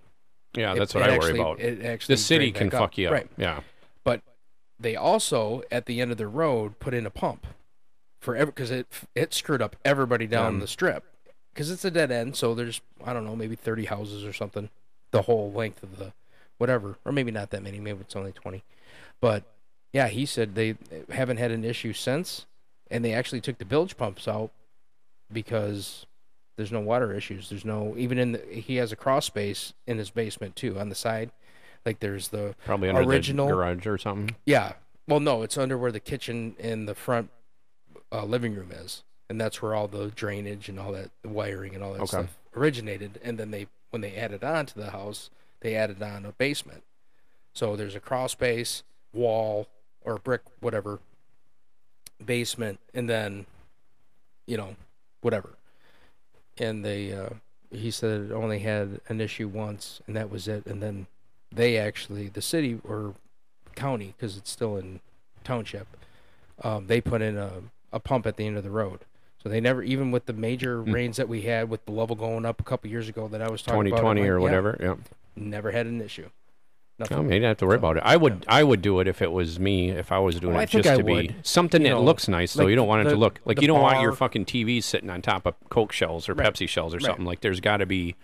S4: Yeah,
S3: It-
S4: Oh, that's what
S3: it
S4: I
S3: actually-
S4: worry about.
S3: it actually
S4: the city
S3: drained
S4: can
S3: back
S4: fuck you up.
S3: right
S4: Yeah.
S3: but they also at the end of the road put in a pump for every because it it screwed up everybody down
S4: Um,
S3: the strip because it's a dead end so there's i don't know maybe 30 houses or something the whole length of the whatever or maybe not that many maybe it's only 20 but yeah he said they eh, haven't had an issue since and they actually took the bilge pumps out because there's no water issues there's no even in the, he has a cross space in his basement too on the side like there's the
S4: Probably under
S3: Original-
S4: the garage or something.
S3: yeah. Well, no, it's under where the kitchen and the front uh, living room is, and that's where all the drainage and all that the wiring and all that
S4: Okay.
S3: stuff originated. And then they, when they added on to the house, they added on a basement. So there's a crawl space, wall or brick, whatever, basement, and then, you know, whatever. And they, uh, he said, it only had an issue once, and that was it. And then they actually, the city or county because it's still in township. Um, they put in a, a pump at the end of the road. So they never, even with the major
S4: Hmm.
S3: rains that we had with the level going up a couple years ago that I was talking about,
S4: 2020
S3: I'm like,
S4: or
S3: yeah,
S4: whatever. Yeah.
S3: never had an issue.
S4: I mean, you don't have to worry about it. I would, I would do it if it was me. If I was doing
S3: Oh, I
S4: it,
S3: think
S4: just
S3: I
S4: to be
S3: would.
S4: something
S3: You
S4: that
S3: know,
S4: looks nice, though.
S3: like
S4: You don't want it
S3: the-
S4: to look like
S3: the
S4: you don't want your
S3: bar-
S4: fucking TV sitting on top of Coke shells or Pepsi shells or something. Like there's got to be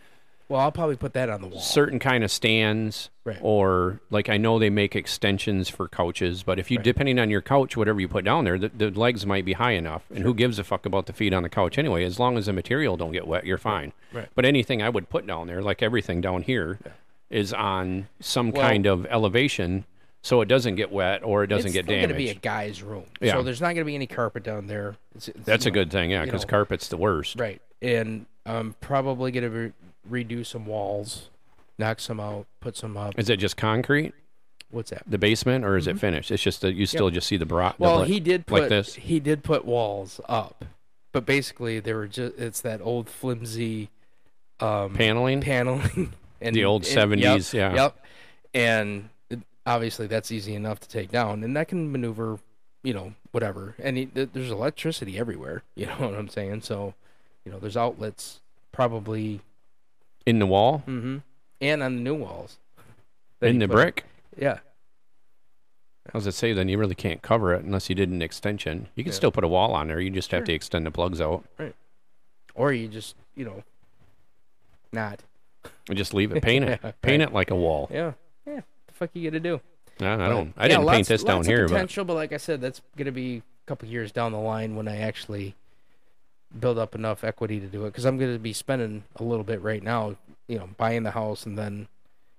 S3: Well, I'll probably put that on the wall.
S4: certain kind of stands,
S3: Right.
S4: or like I know they make extensions for couches, but if you depending on your couch, whatever you put down there, the, the legs might be high enough, and who gives a fuck about the feet on the couch anyway? As long as the material don't get wet, you're fine.
S3: Right.
S4: But anything I would put down there, like everything down here, is on some
S3: Well-
S4: kind of elevation, so it doesn't get wet or it doesn't
S3: it's
S4: get
S3: still
S4: damaged.
S3: gonna be a guy's room.
S4: Yeah.
S3: So there's not gonna be any carpet down there. It's, it's
S4: That's a
S3: not-
S4: good thing, yeah,
S3: you
S4: because
S3: know.
S4: carpet's the worst.
S3: Right. And I'm probably gonna re- redo some walls, knock some out, put some up.
S4: Is it just concrete,
S3: What's that?
S4: the basement, or is it finished? It's just that you still just see the bra. the
S3: Mm-hmm. Well,
S4: bl-
S3: he did put
S4: like this.
S3: he did put walls up, but basically they were just it's that old flimsy um,
S4: Paneling.
S3: paneling and
S4: The old
S3: and-
S4: 70s,
S3: yep,
S4: yeah.
S3: Yep. And it- obviously that's easy enough to take down, and that can maneuver, you know, whatever. And it, th- there's electricity everywhere. You know what I'm saying? So, you know, there's outlets probably,
S4: in the wall,
S3: Mm-hmm. and on the new walls. that
S4: in
S3: he
S4: the
S3: put up.
S4: brick.
S3: Yeah.
S4: As I say, then you really can't cover it unless you did an extension. You can still put a wall on there. You just have to extend the plugs out
S3: Or you just, you know, not.
S4: and just leave it. Paint it.
S3: Yeah,
S4: paint it like a wall.
S3: Yeah. Yeah. What the fuck you gonna do?
S4: I, I don't. I
S3: Yeah,
S4: didn't paint
S3: lots-
S4: this down
S3: lots of
S4: here, but
S3: potential, but like I said, that's gonna be a couple years down the line when I actually build up enough equity to do it. Because I'm gonna be spending a little bit right now, you know, buying the house and then,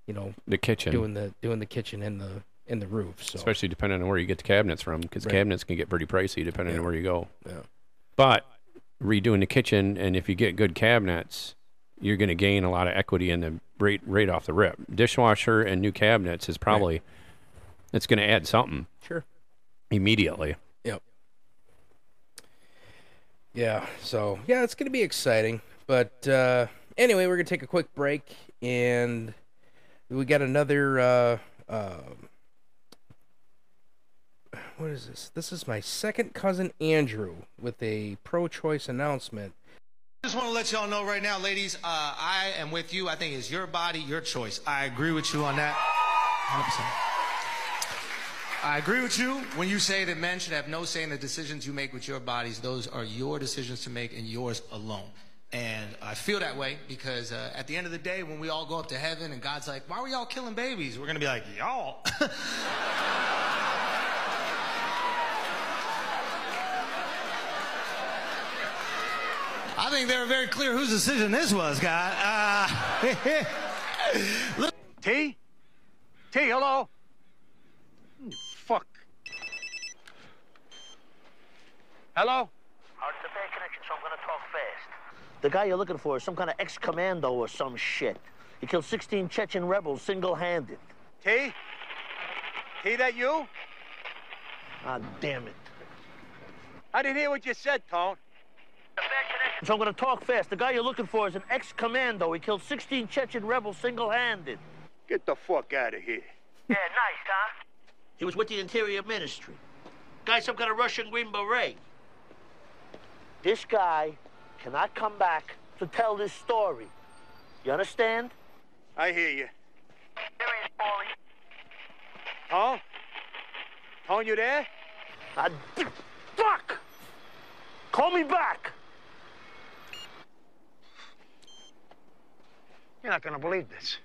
S3: you know,
S4: the kitchen,
S3: doing the doing the kitchen and the and the roof. So
S4: especially depending on where you get the cabinets from, because
S3: Right.
S4: cabinets can get pretty pricey depending on where you go.
S3: Yeah.
S4: But redoing the kitchen, and if you get good cabinets, you're going to gain a lot of equity in the rate right off the rip. Dishwasher and new cabinets is probably it's going to add something
S3: sure.
S4: immediately.
S3: Yep. Yeah, so yeah, it's gonna be exciting. But uh anyway, we're gonna take a quick break and we got another uh um what is this? This is my second cousin Andrew with a pro choice announcement.
S5: just want to let y'all know right now, ladies, uh, I am with you. I think it's your body, your choice. I agree with you on that. 100%. I agree with you when you say that men should have no say in the decisions you make with your bodies. Those are your decisions to make and yours alone. And I feel that way because uh, at the end of the day, when we all go up to heaven and God's like, why were y'all killing babies? We're going to be like, y'all. I think they were very clear whose decision this was, God. Uh,
S6: T? T, hello? Mm, Fuck. Hello?
S7: Our bad connection, so I'm gonna talk fast. The guy you're looking for is some kind of ex-commando or some shit. He killed 16 Chechen rebels single-handed.
S6: T? T, that you?
S7: Ah, damn it.
S6: I didn't hear what you said, Tone.
S7: So I'm gonna talk fast. The guy you're looking for is an ex-commando. He killed 16 Chechen rebels single-handed.
S6: Get the fuck out of here.
S7: Yeah, nice, huh? He was with the Interior Ministry. Guy, some kind of Russian Green Beret. This guy cannot come back to tell this story. You understand?
S6: I hear you. Tone? Tone, you there?
S7: I d- fuck! Call me back!
S6: You're not gonna believe this.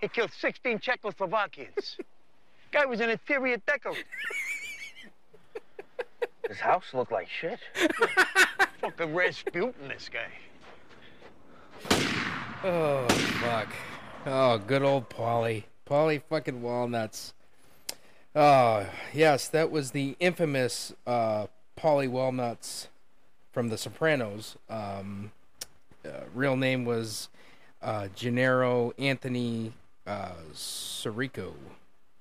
S6: He killed 16 Czechoslovakians. Guy was an interior deco. His house looked like shit. Fucking Rasputin, this guy.
S3: Oh fuck. Oh, good old Polly. Polly fucking walnuts. Oh, yes, that was the infamous uh Polly Walnuts from The Sopranos. Um uh, real name was uh Gennaro Anthony uh Sirico.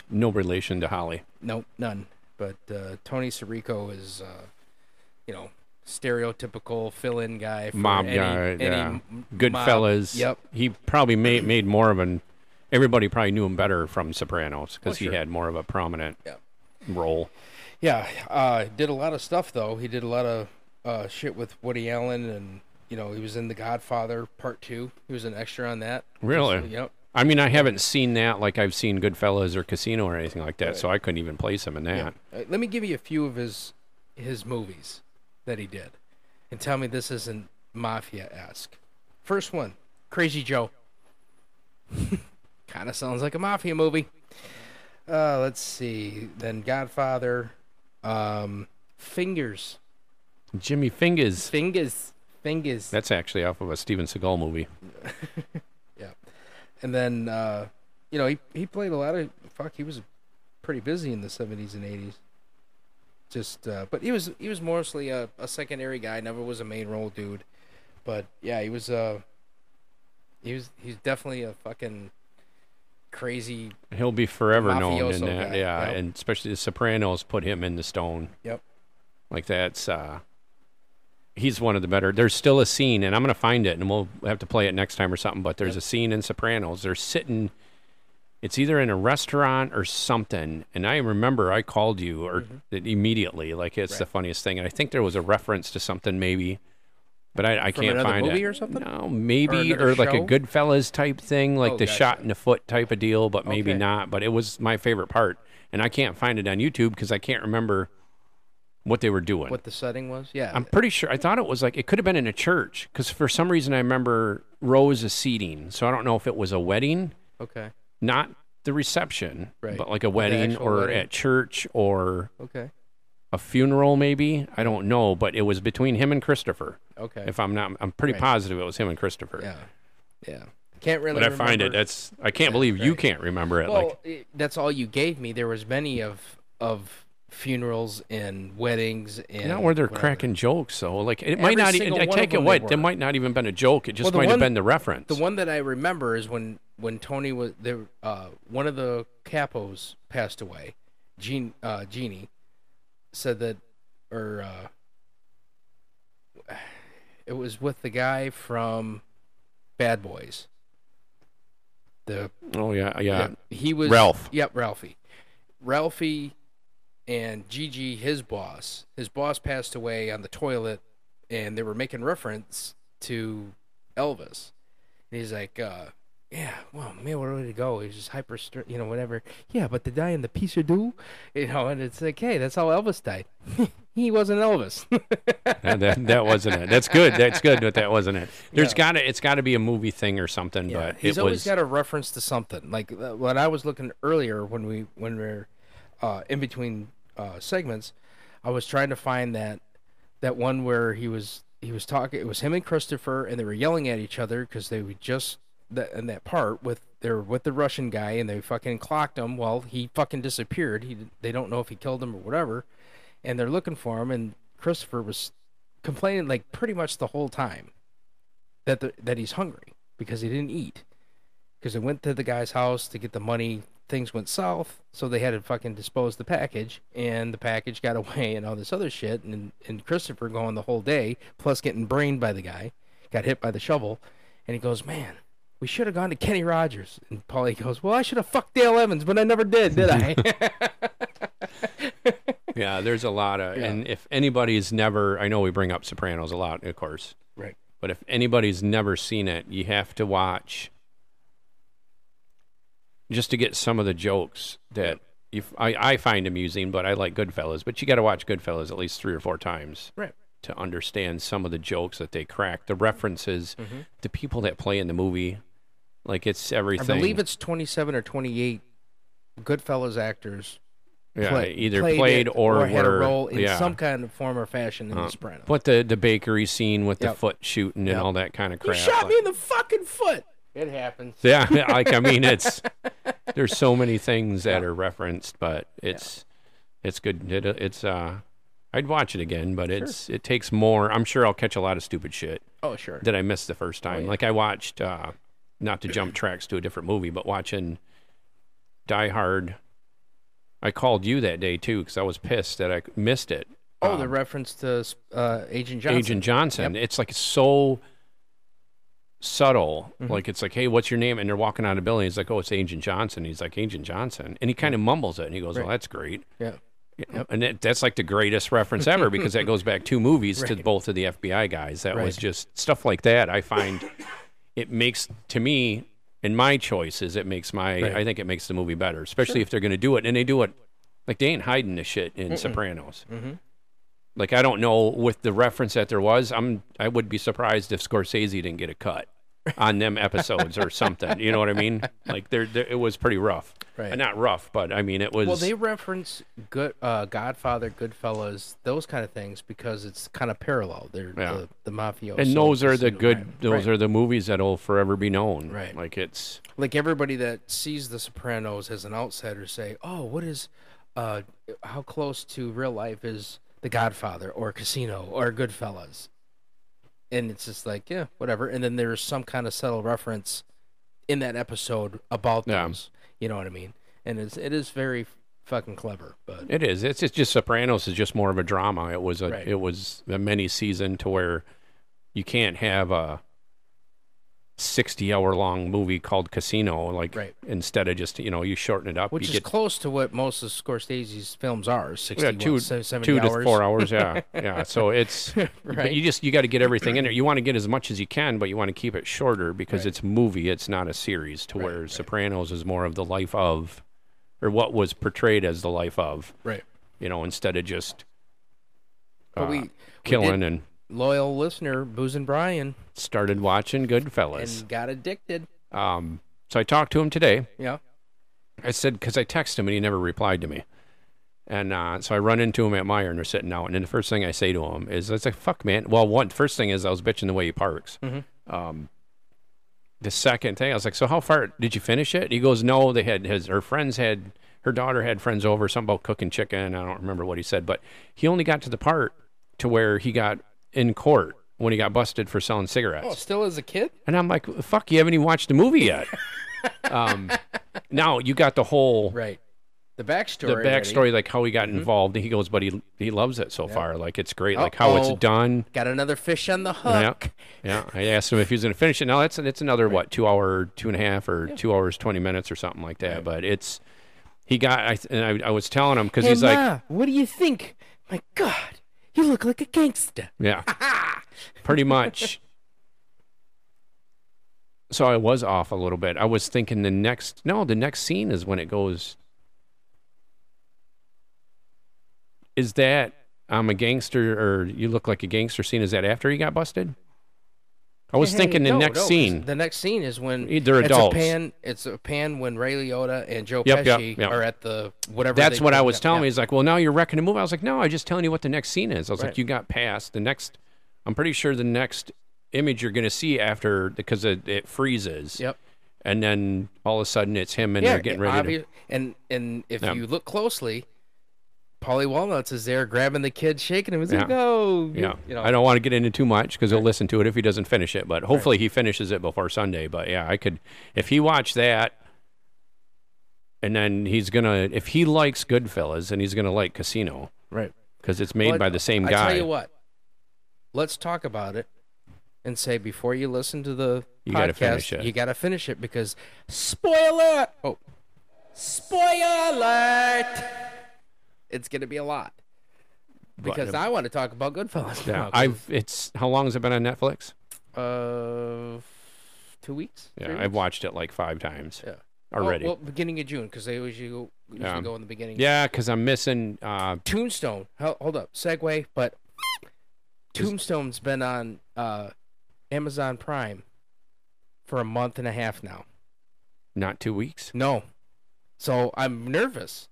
S4: No relation to Holly.
S3: Nope, none. But uh Tony Sirico is uh you know, stereotypical fill-in guy for
S4: Mob
S3: any,
S4: guy,
S3: any
S4: yeah.
S3: m-
S4: Good
S3: mob.
S4: fellas.
S3: Yep.
S4: He probably made made more of an. Everybody probably knew him better from Sopranos
S3: Oh,
S4: because
S3: sure.
S4: he had more of a prominent
S3: Yep.
S4: role.
S3: Yeah, uh, did a lot of stuff though. He did a lot of uh, shit with Woody Allen, and you know he was in The Godfather Part Two. He was an extra on that.
S4: Really?
S3: Just- yep.
S4: I mean, I haven't seen that like I've seen Goodfellas or Casino or anything like that, so I couldn't even place him in that.
S3: Uh, let me give you a few of his his movies that he did, and tell me this isn't mafia esque. First one, Crazy Joe. kind of sounds like a mafia movie. Uh, let's see. Then Godfather, um, Fingers,
S4: Jimmy Fingers.
S3: Fingers, Fingers.
S4: That's actually off of a Steven Seagal movie.
S3: and then uh, you know he he played a lot of fuck. He was pretty busy in the seventies and eighties. Just uh, but he was he was mostly a, a secondary guy. Never was a main role dude. But yeah, he was uh he was he's definitely a fucking crazy.
S4: He'll be forever known in
S3: Mafioso
S4: that.
S3: guy,
S4: yeah,
S3: yep.
S4: and especially the Sopranos put him in the stone.
S3: Yep.
S4: Like that's uh he's one of the better. There's still a scene and I'm going to find it and we'll have to play it next time or something, but there's a scene in Sopranos. They're sitting it's either in a restaurant or something and I remember I called you or
S3: Mm-hmm.
S4: immediately like it's the funniest thing and I think there was a reference to something maybe but I, I
S3: From
S4: can't
S3: another
S4: find
S3: movie
S4: it.
S3: or something?
S4: No, maybe
S3: another
S4: or, like a
S3: show?
S4: Goodfellas type thing, like
S3: Oh,
S4: the
S3: gotcha.
S4: shot in the foot type of deal, but maybe
S3: Okay.
S4: not. But it was my favorite part, and I can't find it on YouTube because I can't remember what they were doing.
S3: What the setting was? Yeah.
S4: I'm pretty sure. I thought it was like it could have been in a church because for some reason I remember rows of seating. So I don't know if it was a wedding,
S3: okay.
S4: not the reception,
S3: Right.
S4: but like a
S3: The
S4: wedding
S3: actual
S4: or
S3: wedding.
S4: at church or
S3: Okay.
S4: a funeral, maybe. I don't know, but it was between him and Christopher.
S3: Okay.
S4: If I'm not, I'm pretty
S3: Right.
S4: positive it was him and Christopher.
S3: yeah. Yeah. Can't really.
S4: But I find it.
S3: remember-
S4: That's I can't believe you can't remember it.
S3: Well,
S4: like
S3: i- that's all you gave me. There was many of of funerals and weddings and
S4: not where they're
S3: whatever.
S4: cracking jokes though. Like it might
S3: Every
S4: not. e-
S3: single
S4: I
S3: one of
S4: take it
S3: them they
S4: what there
S3: were.
S4: might not even been a joke. It just
S3: Well, the
S4: might have
S3: one-
S4: been the reference.
S3: The one that I remember is when when Tony was there. Uh, one of the capos passed away. Gene uh, Genie said that, or uh, it was with the guy from Bad Boys. The
S4: oh yeah, yeah.
S3: yeah, he was
S4: Ralph.
S3: Yep, Ralphie. Ralphie and Gigi, his boss. His boss passed away on the toilet, and they were making reference to Elvis. And he's like, uh, "Yeah, well, man, where did he go? He's just hyper, str- you know, whatever. Yeah, but the guy in the piece of do, you know, and it's like, hey, that's how Elvis died. he wasn't Elvis.
S4: And that, that wasn't it. That's good. That's good. But that wasn't it. There's got to. It's got to be a movie thing or something.
S3: Yeah,
S4: but
S3: he's
S4: it
S3: always
S4: was.
S3: got a reference to something. Like uh, when I was looking earlier when we when we were uh, in between uh, segments, I was trying to find that that one where he was he was talking. It was him and Christopher, and they were yelling at each other because they were just that in that part with they were with the Russian guy, and they fucking clocked him. Well, he fucking disappeared. He they don't know if he killed him or whatever, and they're looking for him. And Christopher was complaining like pretty much the whole time that the, that he's hungry because he didn't eat because they went to the guy's house to get the money things went south, so they had to fucking dispose the package, and the package got away and all this other shit, and and Christopher going the whole day, plus getting brained by the guy, got hit by the shovel, and he goes, man. We should have gone to Kenny Rogers. And Paulie goes, Well, I should have fucked Dale Evans, but I never did, did I?
S4: Yeah, there's a lot of, and if anybody's never, I know we bring up Sopranos a lot, of course,
S3: right.
S4: but if anybody's never seen it, you have to watch just to get some of the jokes that you, f- I, I find amusing, but I like Goodfellas. But you got to watch Goodfellas at least three or four times
S3: Right.
S4: to understand some of the jokes that they crack, the references,
S3: Mm-hmm.
S4: the people that play in the movie. Like it's
S3: I
S4: everything.
S3: believe it's 27 or 28 Goodfellas actors
S4: yeah,
S3: play-
S4: either
S3: played,
S4: played,
S3: it
S4: or,
S3: had a
S4: were-
S3: role in
S4: yeah. Uh,
S3: some kind of form or fashion in The Sopranos.
S4: But the the bakery scene with
S3: Yep.
S4: the foot shooting and
S3: Yep.
S4: all that kind of
S3: You
S4: crap.
S3: shot
S4: like-
S3: me in the fucking foot. It happens.
S4: yeah, like I mean, it's there's so many things that are referenced, but it's it's good. It, it's uh, I'd watch it again, but it's it takes more. I'm sure I'll catch a lot of stupid shit
S3: Oh sure.
S4: that I missed the first time. Like I watched, uh, not to jump tracks to a different movie, but watching Die Hard. I called you that day too because I was pissed that I missed it.
S3: oh, the reference to uh, Agent Johnson.
S4: um, Agent Johnson. It's like so subtle. Like it's like, hey, what's your name? And they're walking out of the building. He's like, oh, it's Agent Johnson. He's like, Agent Johnson, and he kind of mumbles it, and he goes, well, that's great.
S3: Yeah.
S4: You know, And that, that's like the greatest reference ever because that goes back two movies to both of the FBI guys. That was
S3: Right.
S4: just stuff like that. I find it makes to me in my choices, it makes my I think it makes the movie better, especially if they're going to do it and they do it like they ain't hiding this shit in Sopranos.
S3: Mm-hmm.
S4: Like I don't know with the reference that there was, I'm I would be surprised if Scorsese didn't get a cut on them episodes or something. You know what I mean? Like there, there- it was pretty rough.
S3: Right.
S4: Uh, Not rough, but I mean it was.
S3: Well, they reference good uh, Godfather, Goodfellas, those kind of things because it's kind of parallel. They're
S4: Yeah.
S3: the, the mafioso.
S4: and those are the
S3: casino
S4: good
S3: guy.
S4: those
S3: Right.
S4: are the movies that'll forever be known
S3: Right.
S4: like it's
S3: like everybody that sees The Sopranos as an outsider say, "Oh, what is, uh, how close to real life is The Godfather or Casino or Goodfellas?" And it's just like, yeah, whatever. And then there's some kind of subtle reference in that episode about
S4: Yeah.
S3: those. You know what I mean? And it's it is very fucking clever, but
S4: it is it's just, just sopranos is just more of a drama it was a
S3: Right.
S4: it was a mini season to where you can't have a 60 hour long movie called casino like
S3: Right.
S4: instead of just you know you shorten it up
S3: which
S4: you
S3: is
S4: get
S3: close to what most of Scorsese's films are 60
S4: yeah,
S3: what,
S4: two,
S3: se- 70
S4: two
S3: hours.
S4: to four hours yeah yeah so it's but
S3: Right.
S4: you just you got to get everything in there you want to get as much as you can but you want to keep it shorter because it's movie it's not a series to where sopranos is more of the life of or what was portrayed as the life of
S3: Right.
S4: you know instead of just
S3: But
S4: uh,
S3: we- we did-
S4: killing and
S3: Loyal listener, Booze and Brian,
S4: started watching goodfellas
S3: and got addicted.
S4: um so i talked to him today
S3: Yeah.
S4: I said because I texted him and he never replied to me, and uh, so I run into him at Meyer and they're sitting out. And then the first thing I say to him is, "I was like, fuck, man." Well, one first thing is I was bitching the way he parks. Um, the second thing I was like, "So how far did you finish it?" He goes, "No, they had his her friends had her daughter had friends over, something about cooking chicken. I don't remember what he said, but he only got to the part to where he got in court when he got busted for selling cigarettes."
S3: Oh, still as a kid?
S4: And I'm like, "Fuck, you haven't even watched the movie yet." um, now you got the whole
S3: Right. The backstory.
S4: the
S3: already.
S4: backstory, like how he got
S3: Mm-hmm.
S4: involved. And he goes, but he he loves it so far. Like it's great, like how
S3: Uh-oh.
S4: it's done.
S3: Got another fish on the
S4: Yeah,
S3: hook.
S4: yeah. I asked him if he was going to finish it. Now that's it's another what two hour, two and a half, or two hours twenty minutes or something like that. But it's he got. I and I, I was telling him because
S3: Hey,
S4: he's
S3: Ma,
S4: like,
S3: what do you think? My God, you look like a gangster.
S4: yeah, pretty much. So I was off a little bit. I was thinking the next no, the next scene is when it goes. Is that I'm a gangster or you look like a gangster scene? Is that after he got busted? I was thinking the
S3: No,
S4: next
S3: no, 'cause
S4: scene.
S3: The next scene is when
S4: They're adults.
S3: It's a pan. It's a pan when Ray Liotta and Joe
S4: Yep, yep,
S3: Pesci
S4: yep.
S3: are at the whatever.
S4: That's
S3: they
S4: what I
S3: call
S4: was
S3: it.
S4: telling him.
S3: Yeah.
S4: He's like, well, now you're wrecking the movie. I was like, no, I was just telling you what the next scene is. I was
S3: Right.
S4: like, you got past the next. I'm pretty sure the next image you're going to see after because it, it freezes.
S3: Yep.
S4: And then all of a sudden it's him and
S3: Yeah,
S4: they're getting
S3: yeah,
S4: ready
S3: obvi- and and if
S4: Yeah.
S3: you look closely, Polly Walnuts is there grabbing the kid, shaking him. He's
S4: Yeah.
S3: like, "Go!"
S4: to. Yeah.
S3: You know,
S4: I don't want to get into too much because he'll listen to it if he doesn't finish it. But hopefully he finishes it before Sunday. But yeah, I could. If he watched that and then he's gonna if he likes Goodfellas, and he's gonna like Casino
S3: Right.
S4: because it's made
S3: But
S4: by the same
S3: I
S4: guy.
S3: tell you what. Let's talk about it and say before you listen to the
S4: You gotta finish
S3: podcast,
S4: it.
S3: you got to finish it because spoiler. Oh. Spoiler alert. It's going to be a lot. Because I want to talk about Goodfellas.
S4: Yeah,
S3: now, 'cause,
S4: I've it's how long has it been on Netflix?
S3: uh 2 weeks?
S4: Yeah,
S3: three
S4: I've
S3: weeks?
S4: watched it like five times
S3: Yeah. Well-
S4: already.
S3: Well, beginning of June cuz they always go, usually
S4: Yeah.
S3: go in the beginning.
S4: yeah, because I'm missing. Uh,
S3: Tombstone. Hel- Hold up, segue. But Tombstone's been on uh, Amazon Prime for a month and a half now.
S4: not two weeks.
S3: No, so I'm nervous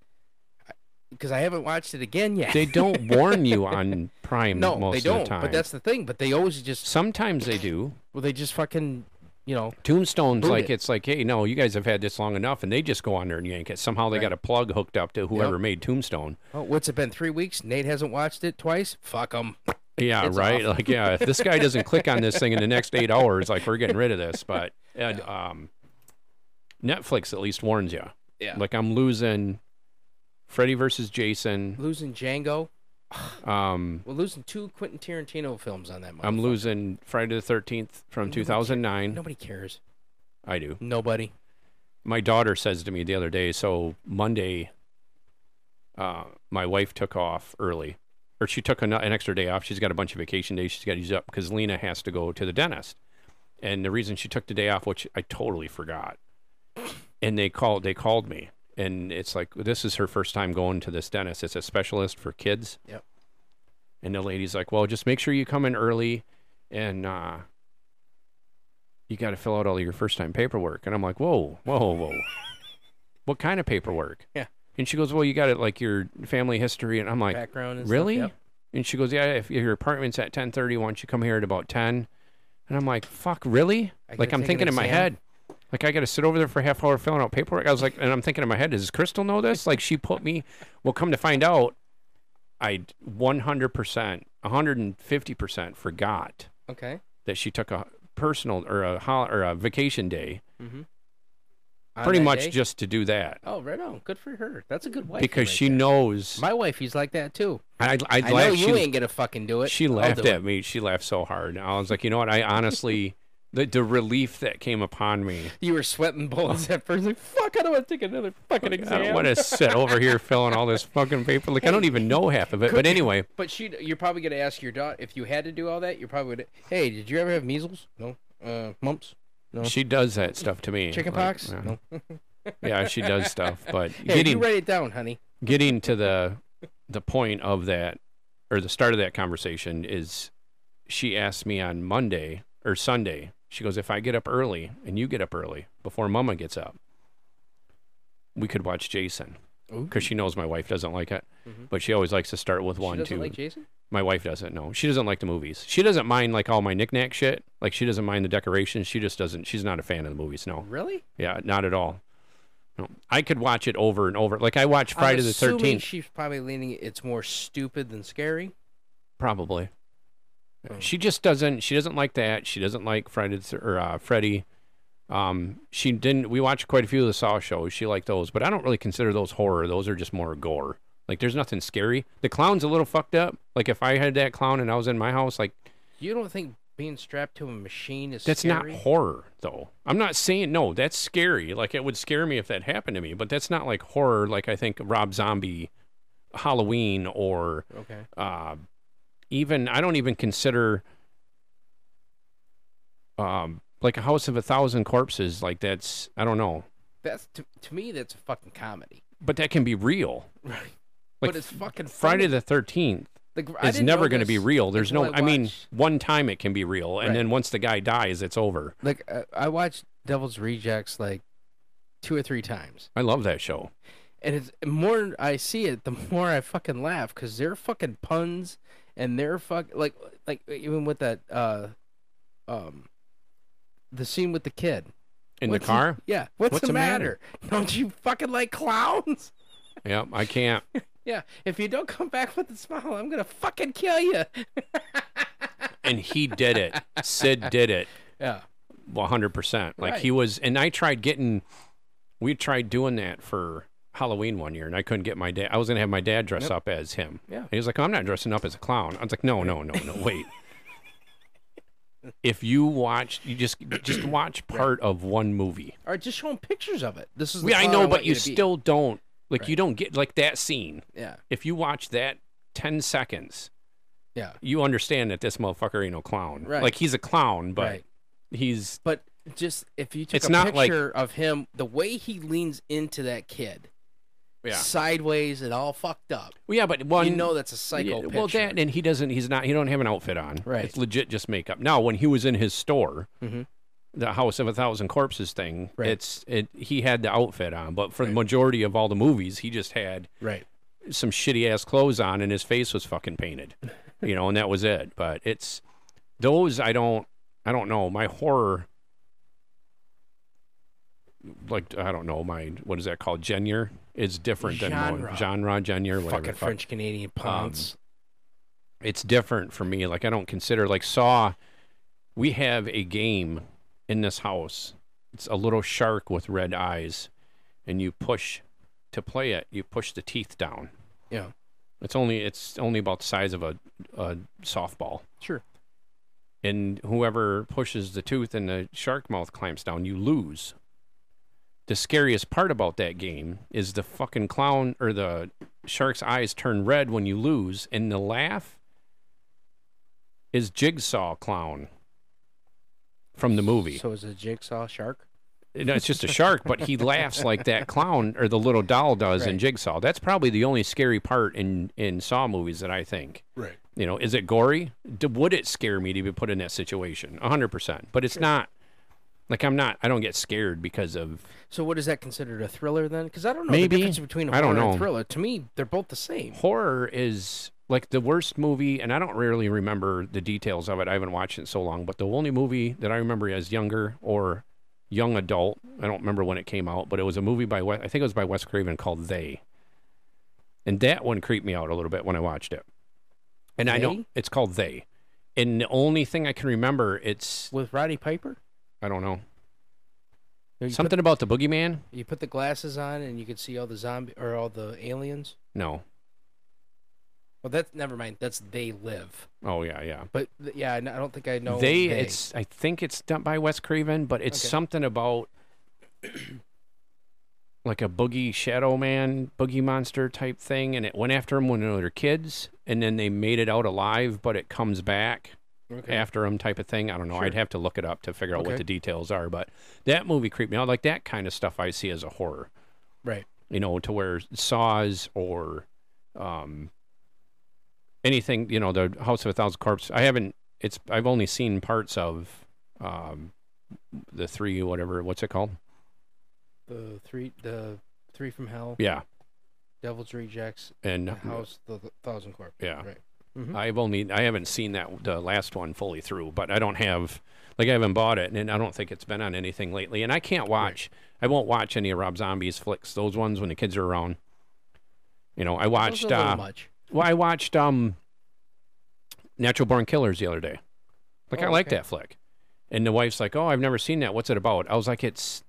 S3: because I haven't watched it again yet.
S4: They don't warn you on Prime
S3: no,
S4: most
S3: they don't.
S4: of the time.
S3: But that's the thing. But they always just
S4: sometimes they do.
S3: well, they just fucking you know
S4: Tombstone's
S3: Boot
S4: like
S3: it.
S4: it's like, hey, no, you guys have had this long enough, and they just go on there and yank it. Somehow they got a plug hooked up to whoever
S3: Yep.
S4: made Tombstone.
S3: oh, what's it been three weeks? Nate hasn't watched it twice. Fuck him.
S4: Yeah,
S3: It's
S4: right.
S3: awful.
S4: Like, yeah, if this guy doesn't click on this thing in the next eight hours, like we're getting rid of this. But and, um, Netflix at least warns you.
S3: Yeah.
S4: Like I'm losing Freddy versus Jason.
S3: Losing Django.
S4: Um,
S3: We're losing two Quentin Tarantino films on that.
S4: I'm
S3: motherfucker.
S4: losing Friday the Thirteenth from 2009.
S3: Nobody cares.
S4: I do.
S3: Nobody.
S4: my daughter says to me the other day so monday uh, my wife took off early or she took an, an extra day off she's got a bunch of vacation days she's got to use up because lena has to go to the dentist and the reason she took the day off which i totally forgot and they called they called me and it's like this is her first time going to this dentist it's a specialist for kids
S3: Yep.
S4: and the lady's like well just make sure you come in early and uh you got to fill out all your first time paperwork. And I'm like, whoa, whoa, whoa. what kind of paperwork?
S3: Yeah.
S4: And she goes, well, you got it like your family history. And I'm like,
S3: Background and stuff,
S4: really?
S3: yep.
S4: And she goes, yeah, if your apartment's at 1030, why don't you come here at about 10? And I'm like, fuck, really?
S3: I
S4: Like
S3: gotta
S4: I'm
S3: take an
S4: thinking in my
S3: exam?
S4: head, like I got to sit over there for a half hour filling out paperwork. I was like, and I'm thinking in my head, does Crystal know this? Like she put me, well, come to find out, I 100%, 150% forgot
S3: Okay.
S4: that she took a personal or a hol- or a vacation day,
S3: On
S4: pretty
S3: that
S4: much
S3: day?
S4: just to do that
S3: Oh, right on. Good for her. That's a good wife.
S4: because
S3: right
S4: she
S3: there.
S4: knows.
S3: My wife, he's like that too.
S4: I, I,
S3: I know
S4: laughed-
S3: you
S4: she,
S3: ain't gonna fucking do it.
S4: she
S3: I'll
S4: laughed
S3: do
S4: at
S3: it.
S4: me. She laughed so hard. I was like, you know what? I honestly, the the relief that came upon me.
S3: You were sweating bullets at first. Like, fuck, I don't want to take another fucking
S4: I
S3: exam.
S4: don't want to sit over here filling all this fucking paper. Like I don't even know half of it. But anyway,
S3: But she, you're probably gonna ask your daughter if you had to do all that. You're probably would. Hey, did you ever have measles? No. Uh, mumps.
S4: she does that stuff to me.
S3: Chicken
S4: Like,
S3: pox.
S4: yeah.
S3: No.
S4: Yeah, she does stuff. But
S3: Hey,
S4: getting
S3: you write it down, honey.
S4: getting to the the point of that or the start of that conversation is she asked me on Monday or Sunday. She goes, "If I get up early and you get up early before Mama gets up, we could watch Jason because she knows my wife doesn't like it, but she always likes to start with
S3: Mm-hmm. She
S4: one,
S3: doesn't
S4: two.
S3: like Jason.
S4: my wife doesn't know. She doesn't like the movies. She doesn't mind like all my knickknack shit. Like she doesn't mind the decorations. She just doesn't. She's not a fan of the movies. No,
S3: Really?
S4: yeah, not at all. No, I could watch it over and over. Like I watch Friday
S3: I'm
S4: the
S3: assuming
S4: Thirteenth.
S3: She's probably leaning. It's more stupid than scary.
S4: Probably. She just doesn't. She doesn't like that. She doesn't like Friday the thir- or uh, Freddy. Um, she didn't. We watched quite a few of the Saw shows. She liked those, but I don't really consider those horror. Those are just more gore. Like there's nothing scary. The clown's a little fucked up. Like if I had that clown and I was in my house, like
S3: You don't think being strapped to a machine is
S4: that's
S3: scary?
S4: not horror though. I'm not saying no. That's scary. Like it would scare me if that happened to me, but that's not like horror. Like I think Rob Zombie, Halloween, or
S3: okay.
S4: uh, even I don't even consider um, like a house of a thousand corpses like that's I don't know,
S3: That's to, to me. That's a fucking comedy.
S4: but that can be real.
S3: Right.
S4: Like
S3: but it's fucking
S4: Friday
S3: funny.
S4: the Thirteenth
S3: The gr- I
S4: is
S3: didn't
S4: never
S3: know
S4: going to
S3: this
S4: be real. There's no,
S3: until
S4: I, mean,
S3: watched-
S4: one time it can be real, and
S3: Right.
S4: then once the guy dies, it's over.
S3: like uh, I watched Devil's Rejects like two or three times,
S4: I love that show.
S3: and it's the more I see it, the more I fucking laugh because they're fucking puns and they're fuck like like even with that uh um the scene with the kid
S4: In
S3: What's
S4: the
S3: the-
S4: car,
S3: yeah what's,
S4: What's
S3: the
S4: the
S3: matter?
S4: matter?
S3: don't you fucking like clowns
S4: yep, I can't.
S3: yeah if you don't come back with a smile I'm gonna fucking kill you
S4: and he did it. Sid did it.
S3: yeah
S4: 100%. Like
S3: Right.
S4: he was, and I tried getting, we tried doing that for Halloween one year, and I couldn't get my dad. I was gonna have my dad dress up as him.
S3: Yeah.
S4: and he was like, "I'm not dressing up as a clown." I was like, "No, no, no, no, wait." if you watch, you just just watch part of one movie.
S3: Or just show them pictures of it. This is the
S4: Yeah, I
S3: clown
S4: know,
S3: want
S4: but you
S3: to be.
S4: still don't like. You
S3: Right.
S4: don't get like that scene.
S3: yeah
S4: If you watch that ten seconds,
S3: yeah
S4: you understand that this motherfucker ain't no clown.
S3: Right.
S4: Like he's a clown, but
S3: right.
S4: he's
S3: But just if you took
S4: It's
S3: a
S4: not like-
S3: picture of him, the way he leans into that kid,
S4: yeah.
S3: sideways and all fucked up,
S4: Well, yeah, but one
S3: you know that's a psycho
S4: Yeah,
S3: picture.
S4: well, that and he doesn't. He's not. He don't have an outfit on.
S3: Right.
S4: It's legit just makeup. Now, when he was in his store,
S3: Mhm.
S4: the House of a Thousand Corpses thing,
S3: Right.
S4: it's it. He had the outfit on, but for the majority of all the movies, he just had
S3: right.
S4: some shitty ass clothes on, and his face was fucking painted, you know, and that was it. But it's those I don't. I don't know. My horror. Like I don't know my what is that called genre is different than
S3: Genre.
S4: mo- genre genre whatever
S3: Fucking
S4: the fuck
S3: French Canadian
S4: Um,
S3: punks.
S4: it's different for me. Like I don't consider like Saw. We have a game in this house. It's a little shark with red eyes, and you push to play it. You push the teeth down.
S3: yeah.
S4: It's only it's only about the size of a, a softball.
S3: Sure.
S4: And whoever pushes the tooth and the shark mouth clamps down, you lose. The scariest part about that game is the fucking clown or the shark's eyes turn red when you lose, and the laugh is Jigsaw Clown from the movie.
S3: So is a jigsaw shark.
S4: No, it's just a shark, but he laughs like that clown or the little doll does in
S3: Right.
S4: Jigsaw. That's probably the only scary part in in Saw movies that I think.
S1: Right.
S4: You know, is it gory? D- would it scare me to be put in that situation? A hundred percent. But it's not. Like I'm not. I don't get scared because of.
S3: So what is that considered a thriller then? Because I don't know the
S4: Maybe.
S3: difference between a
S4: I
S3: horror
S4: don't
S3: and
S4: know.
S3: thriller. To me, they're both the same.
S4: horror is like the worst movie and i don't really remember the details of it i haven't watched it in so long but the only movie that i remember as younger or young adult i don't remember when it came out but it was a movie by Wes- i think it was by wes craven called they and that one creeped me out a little bit when i watched it and i
S3: They?
S4: don't it's called they and the only thing i can remember it's
S3: With Roddy Piper,
S4: i don't know
S3: You put-
S4: something about the boogeyman
S3: you put the glasses on and you can see all the zombie or all the aliens.
S4: no
S3: Well, that's never mind. That's they live.
S4: oh yeah yeah
S3: But th- yeah, I n- I don't think I know.
S4: they, it's I think it's done by Wes Craven, but it's
S3: Okay.
S4: something about like a boogie shadow man, boogie monster type thing, and it went after him when they were kids, and then they made it out alive, but it comes back
S3: okay.
S4: after him type of thing. I don't know. I'd have to look it up to figure out what
S3: Okay.
S4: the details are, but that movie creeped me out. Like that kind of stuff I see as a horror
S3: right.
S4: you know, to where saws or um, anything, you know, the House of a Thousand Corpses. I haven't. It's I've only seen parts of um, the three, whatever. What's it called?
S3: The three, the three from hell,
S4: Yeah,
S3: Devil's Rejects,
S4: and
S3: the House, the the Thousand Corp.
S4: Yeah.
S3: Right.
S4: I've only I haven't seen that the last one fully through, but I don't have like I haven't bought it, and I don't think it's been on anything lately. And I can't watch. I won't watch any of Rob Zombie's flicks. Those ones when the kids are around. You know, I
S3: That was
S4: watched.
S3: a little
S4: uh,
S3: much.
S4: Well, I watched um Natural Born Killers the other day. Like I
S3: Oh,
S4: like
S3: okay.
S4: that flick. And the wife's like, "Oh, I've never seen that. What's it about?" I was like, "It's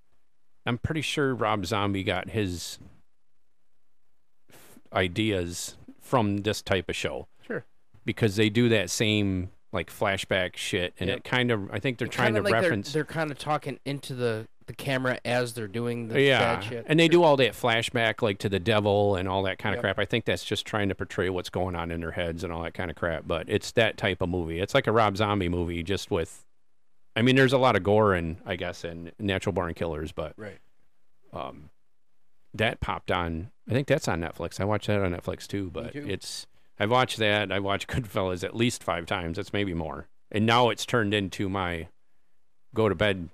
S4: I'm pretty sure Rob Zombie got his f- ideas from this type of show
S3: Sure.
S4: because they do that same like flashback shit and
S3: Yep.
S4: it kind of I think they're trying
S3: Kinda
S4: to
S3: like they're-
S4: reference
S3: They're, kind of talking into the the camera as they're doing the
S4: yeah,
S3: bad shit.
S4: and they do all that flashback, like to the devil and all that kind of
S3: Yep.
S4: crap. I think that's just trying to portray what's going on in their heads and all that kind of crap. But it's that type of movie. It's like a Rob Zombie movie, just with. I mean, there's a lot of gore and I guess in Natural Born Killers, but
S3: Right.
S4: um, that popped on. I think that's on Netflix. I watched that on Netflix too. But
S3: too.
S4: it's I've watched that. I watched Goodfellas at least five times. It's maybe more. And now it's turned into my go to bed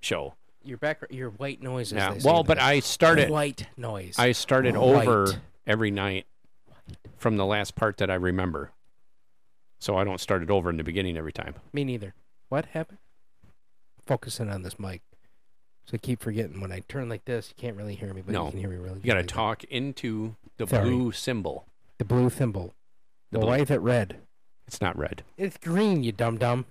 S4: show.
S3: Your background, your white noise. as
S4: Yeah.
S3: they say
S4: Well,
S3: in
S4: but
S3: the-
S4: I started.
S3: white noise.
S4: I started
S3: Right.
S4: over every night from the last part that I remember. So I don't start it over in the beginning every time.
S3: Me neither. What happened? Focusing on this mic. So I keep forgetting when I turn like this, you can't really hear me, but
S4: No.
S3: you can hear me really.
S4: You got to
S3: good.
S4: talk into the
S3: Sorry.
S4: blue symbol.
S3: The blue thimble.
S4: The
S3: Well,
S4: blue-
S3: why is it red?
S4: It's not red.
S3: It's green, you dum dum.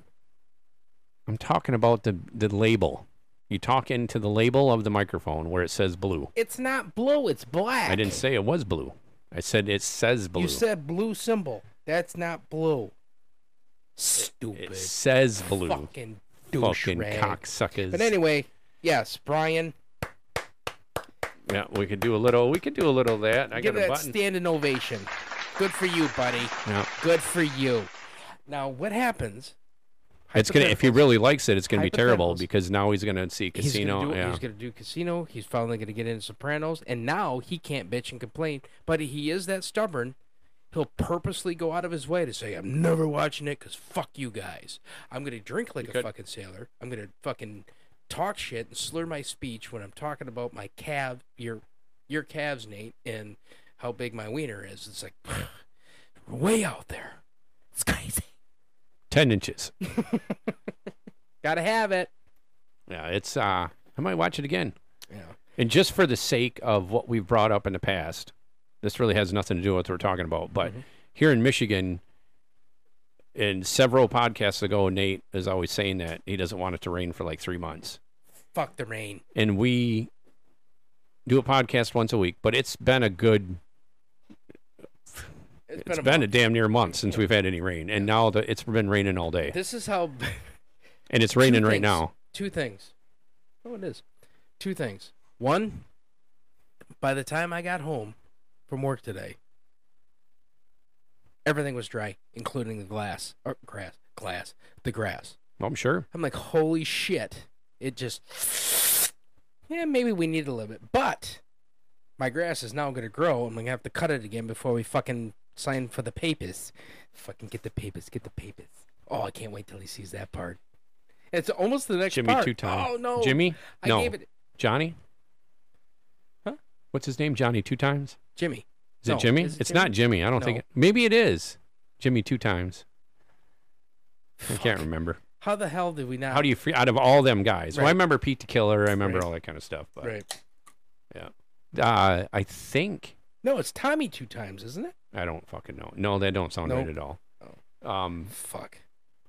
S4: I'm talking about the the label. You talk into the label of the microphone where it says blue.
S3: It's not blue, it's black.
S4: I didn't say it was blue. I said it says blue.
S3: You said blue symbol. That's not blue. Stupid.
S4: it says blue.
S3: Fucking
S4: Fucking
S3: douchebag.
S4: cocksuckers.
S3: But anyway, yes, Brian,
S4: Yeah, we could do a little. We could do a little of that. I
S3: give
S4: got a
S3: that
S4: button.
S3: standing ovation. Good for you, buddy.
S4: yeah.
S3: Good for you. Now, what happens?
S4: It's gonna. If he really likes it, it's gonna be terrible
S3: Hypotheticals.
S4: because now he's gonna see
S3: He's
S4: casino.
S3: Gonna do,
S4: yeah.
S3: He's going to do Casino. He's finally going to get into Sopranos, and now he can't bitch and complain. But he is that stubborn. He'll purposely go out of his way to say, "I'm never watching it because fuck you guys. I'm going to drink like a
S4: could-
S3: fucking sailor. I'm going to fucking talk shit and slur my speech when I'm talking about my calf, your your calves, Nate, and how big my wiener is. It's like way out there. It's crazy.
S4: Ten inches.
S3: Gotta have it.
S4: Yeah, it's. uh I might watch it again.
S3: Yeah.
S4: And just for the sake of what we've brought up in the past, this really has nothing to do with what we're talking about. But
S3: Mm-hmm.
S4: here in Michigan, in several podcasts ago, Nate is always saying that he doesn't want it to rain for like three months.
S3: Fuck the rain.
S4: and we do a podcast once a week, but it's been a good it's been a
S3: month.
S4: damn near month since we've had any rain. And now the, it's been raining all day.
S3: This is how.
S4: And it's raining
S3: two
S4: right
S3: things.
S4: now.
S3: Two things. Oh, it is. Two things. One, by the time I got home from work today, everything was dry, including the glass or grass, glass, the grass.
S4: Oh, I'm sure.
S3: I'm like, holy shit! It just, yeah, maybe we need a little bit, but my grass is now gonna grow. I'm gonna have to cut it again before we fucking sign for the papers. Fucking get the papers, get the papers. Oh, I can't wait till he sees that part. It's almost the next
S4: Jimmy
S3: part.
S4: two time.
S3: Oh no,
S4: Jimmy?
S3: I
S4: no.
S3: gave it
S4: Johnny?
S3: Huh?
S4: What's his name? Johnny two times?
S3: Jimmy.
S4: Is
S3: No,
S4: it Jimmy?
S3: is it
S4: it's not Jimmy. I don't think
S3: No.
S4: it, maybe it is. Jimmy two times. I can't remember.
S3: How the hell did we not?
S4: How do you free out of all them guys? Well, I
S3: Right.
S4: remember Pete the Killer. I remember
S3: Right.
S4: all that kind of stuff. But
S3: Right.
S4: Uh, I think
S3: No, it's Tommy two times, isn't it?
S4: I don't fucking know. No, that don't sound right
S3: Nope.
S4: at all. Um,
S3: Fuck.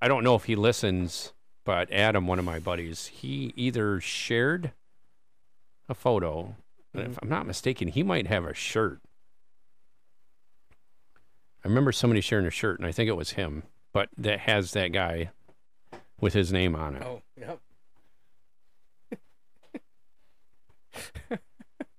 S4: I don't know if he listens, but Adam, one of my buddies, he either shared a photo. and
S3: Mm-hmm.
S4: If I'm not mistaken, he might have a shirt. I remember somebody sharing a shirt, and I think it was him, but that has that guy with his name on it.
S3: Oh, yep.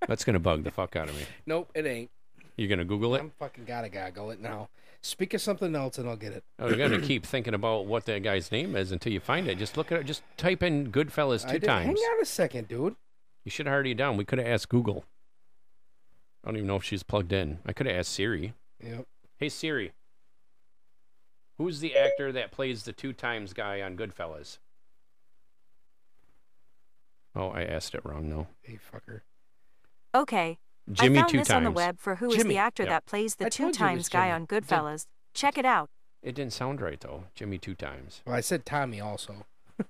S4: That's gonna bug the fuck out of me.
S3: Nope, it ain't.
S4: You gonna Google it?
S3: I'm fucking gotta goggle it now. Speak of something else, and I'll get it.
S4: Oh, you're gonna keep thinking about what that guy's name is until you find it. Just look at it. Just type in "Goodfellas"
S3: I
S4: two
S3: did- Hang
S4: times.
S3: on a second, dude.
S4: You should have already done. We could have asked Google. I don't even know if she's plugged in. I could have asked Siri.
S3: Yep.
S4: Hey Siri, who's the actor that plays the two times guy on Goodfellas? Oh, I asked it wrong. No,
S3: Hey, fucker.
S8: Okay.
S4: Jimmy
S8: I found
S4: two
S8: this
S4: times.
S8: on the web for who is
S3: Jimmy.
S8: the actor
S4: Yep.
S8: that plays the
S3: I told you
S8: two
S3: it was
S8: times guy
S3: Jimmy.
S8: on
S3: Did-
S8: Goodfellas. Check it out.
S4: It didn't sound right though. Jimmy two times.
S3: Well, I said Tommy also.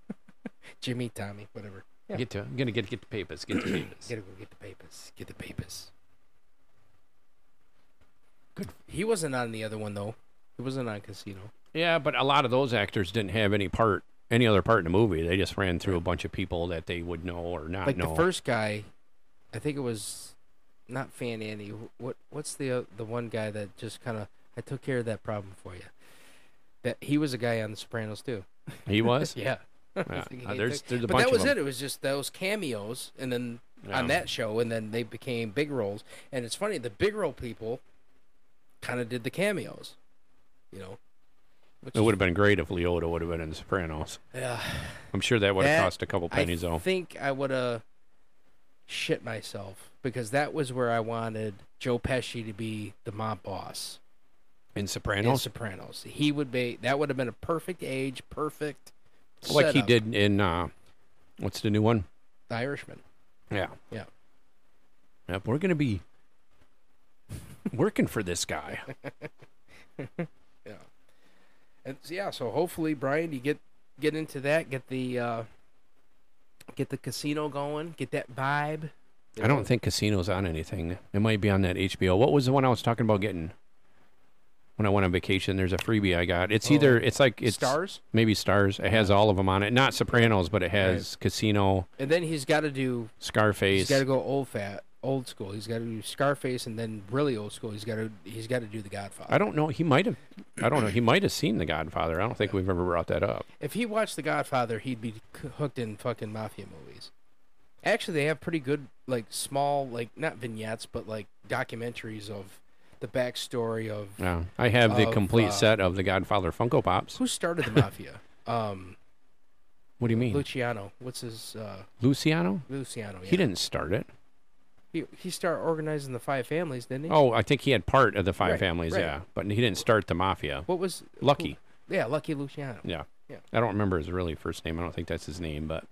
S3: Jimmy, Tommy, whatever. Yeah.
S4: Get to. I'm gonna get get the papers. Get the papers.
S3: Gotta go get the papers. Get the papers. Good. He wasn't on the other one though. He wasn't on Casino.
S4: yeah, but a lot of those actors didn't have any part, any other part in the movie. They just ran through a bunch of people that they would know or not
S3: like
S4: know.
S3: the first guy, I think it was not Fan Andy. wh- What what's the uh, the one guy that just kind of I took care of that problem for you. That he was a guy on The Sopranos too.
S4: he was.
S3: Yeah.
S4: Yeah,
S3: Thinking
S4: uh,
S3: he
S4: there's-
S3: took-
S4: there's a
S3: but
S4: bunch
S3: that
S4: of
S3: was it.
S4: 'em.
S3: It was just those cameos, and then
S4: Yeah.
S3: on that show, and then they became big roles. And it's funny, the big role people kind of did the cameos, you know. Which
S4: It would have been great if Leota would have been in Sopranos.
S3: yeah,
S4: I'm sure that would
S3: That-
S4: have cost a couple pennies,
S3: I
S4: though.
S3: think I would have shit myself because that was where I wanted Joe Pesci to be the mob boss
S4: in
S3: in
S4: Sopranos,
S3: Sopranos. He would be. That would have been a perfect age, perfect.
S4: like he
S3: setup.
S4: did in uh, what's the new one?
S3: The Irishman.
S4: Yeah,
S3: Yeah.
S4: yep. We're gonna be working for this guy.
S3: And so, yeah, so hopefully, Brian, you get get into that, get the uh, get the casino going, get that vibe.
S4: I don't think Casino's on anything. It might be on that HBO. What was the one I was talking about getting? when I went on vacation. There's a freebie I got. It's either it's like it's
S3: Oh. Stars?
S4: maybe stars. It has all of them on it. Not Sopranos, but it has Casino,
S3: And then he's got to do. He's
S4: Scarface.
S3: got to go old fat, old school. He's got to do Scarface, and then really old school. He's got to. He's got to do The Godfather.
S4: I don't know. He might have. I don't know. He might have seen The Godfather. I don't think we've ever brought that up.
S3: If he watched The Godfather, he'd be c- hooked in fucking mafia movies. Actually, they have pretty good, like small, like not vignettes, but like documentaries of the backstory of
S4: Yeah. I have the
S3: Of,
S4: complete
S3: uh,
S4: set of The Godfather Funko Pops.
S3: who started the mafia. um,
S4: What do you mean,
S3: Luciano, what's his uh,
S4: Luciano?
S3: Luciano? Yeah.
S4: He didn't start it.
S3: He, he started organizing the five families, didn't he?
S4: Oh, I think he had part of the five
S3: Right,
S4: families.
S3: right.
S4: Yeah, but he didn't start the mafia.
S3: What was
S4: Lucky.
S3: who- yeah, Lucky Luciano.
S4: Yeah.
S3: Yeah.
S4: I don't remember his really first name. I don't think that's his name, but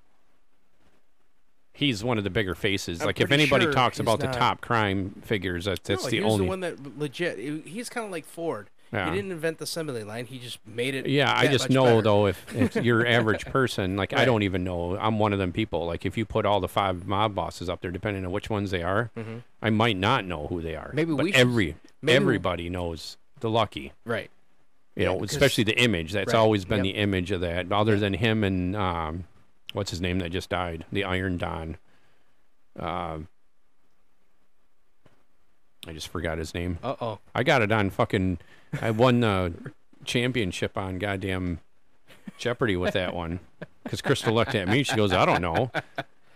S4: he's one of the bigger faces.
S3: I'm
S4: like if
S3: pretty
S4: anybody
S3: sure
S4: talks
S3: he's
S4: about
S3: not-
S4: the top crime figures, that, that's
S3: no,
S4: the
S3: he was
S4: only.
S3: the one that legit. He's kind of like Ford.
S4: Yeah.
S3: He didn't invent the assembly line. He just made it.
S4: yeah, I
S3: that
S4: just
S3: much
S4: know
S3: better.
S4: though if, if your average person, like I
S3: Right.
S4: don't even know, I'm one of them people. Like if you put all the five mob bosses up there, depending on which ones they are, I might not know who they are.
S3: Mm-hmm. Maybe
S4: but
S3: we should-
S4: every
S3: maybe we-
S4: everybody knows the lucky.
S3: Right.
S4: you
S3: Yeah,
S4: know,
S3: 'cause-
S4: especially the image. That's
S3: right,
S4: always been
S3: yep.
S4: the image of that. Other than him and um, what's his name that just died, the Iron Don. Um, I just forgot his name.
S3: Uh oh.
S4: I got it on fucking. I won the championship on goddamn Jeopardy with that one because Crystal looked at me. She goes, "I don't know,"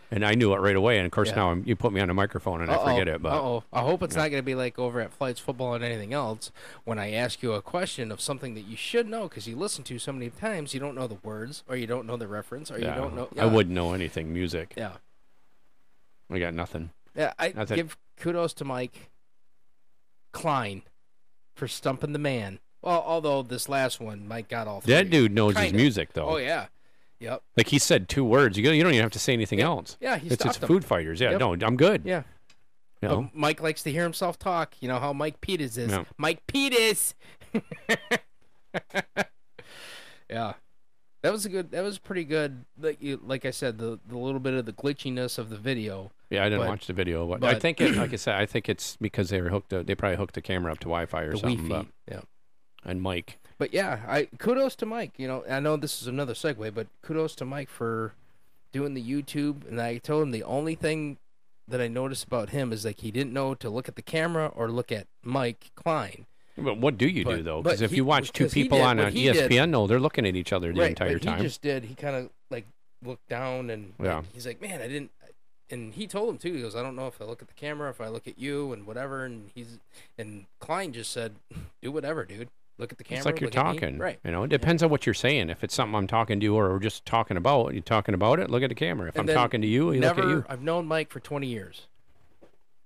S4: and I knew it right away. And of course,
S3: Yeah.
S4: now I'm, you put me on a microphone and
S3: Uh-oh.
S4: I forget it. But
S3: Uh-oh. I hope it's not going to be like over at Flights Football and anything else when I ask you a question of something that you should know because you listen to so many times you don't know the words or you don't know the reference or
S4: yeah,
S3: you don't know.
S4: I
S3: yeah,
S4: wouldn't know anything music.
S3: Yeah.
S4: I got nothing.
S3: Yeah. I
S4: Not that-
S3: give kudos to Mike Klein for stumping the man. Well, although this last one, Mike got all three.
S4: That dude knows his
S3: Kinda.
S4: music though.
S3: Oh yeah. Yep.
S4: Like he said two words. You go- you don't even have to say anything else.
S3: Yeah, he
S4: it's it's
S3: stopped him.
S4: food fighters. Yeah,
S3: Yep.
S4: no, I'm good.
S3: Yeah. But
S4: You know?
S3: Mike likes to hear himself talk. You know how Mike Peters is.
S4: Yeah.
S3: Mike Peters. yeah, that was a good. That was pretty good. Like you, like I said, the the little bit of the glitchiness of the video.
S4: yeah, I didn't
S3: but-
S4: watch the video, but, I
S3: but-
S4: think it, like I said, I think it's because they were hooked. Up, they probably hooked the camera up to Wi-Fi or
S3: The
S4: something.
S3: Wi-Fi.
S4: but-
S3: Yeah.
S4: and Mike,
S3: But yeah, I kudos to Mike. You know, I know this is another segue, but kudos to Mike for doing the YouTube. And I told him the only thing that I noticed about him is like he didn't know to look at the camera or look at Mike Klein.
S4: but what do you do
S3: But-
S4: though?
S3: but
S4: Because if
S3: he-
S4: you watch two
S3: because he
S4: people
S3: did
S4: on E
S3: what
S4: an
S3: he did.
S4: ESPN, no, they're looking at each other the entire
S3: but
S4: time.
S3: He just did. He kind of like looked down and like,
S4: Yeah.
S3: he's like, man, I didn't. And he told him too. He goes, I don't know if I look at the camera, if I look at you, and whatever. And he's and Klein just said, do whatever, dude. Look at the camera.
S4: it's like you're
S3: look at me."
S4: talking,
S3: right?
S4: You know, it depends on what you're saying. If it's something I'm talking to you or just talking about, you're talking about it. Look at the camera. If
S3: And
S4: I'm
S3: then
S4: talking to you, you
S3: never.
S4: look at you.
S3: I've known Mike for 20 years.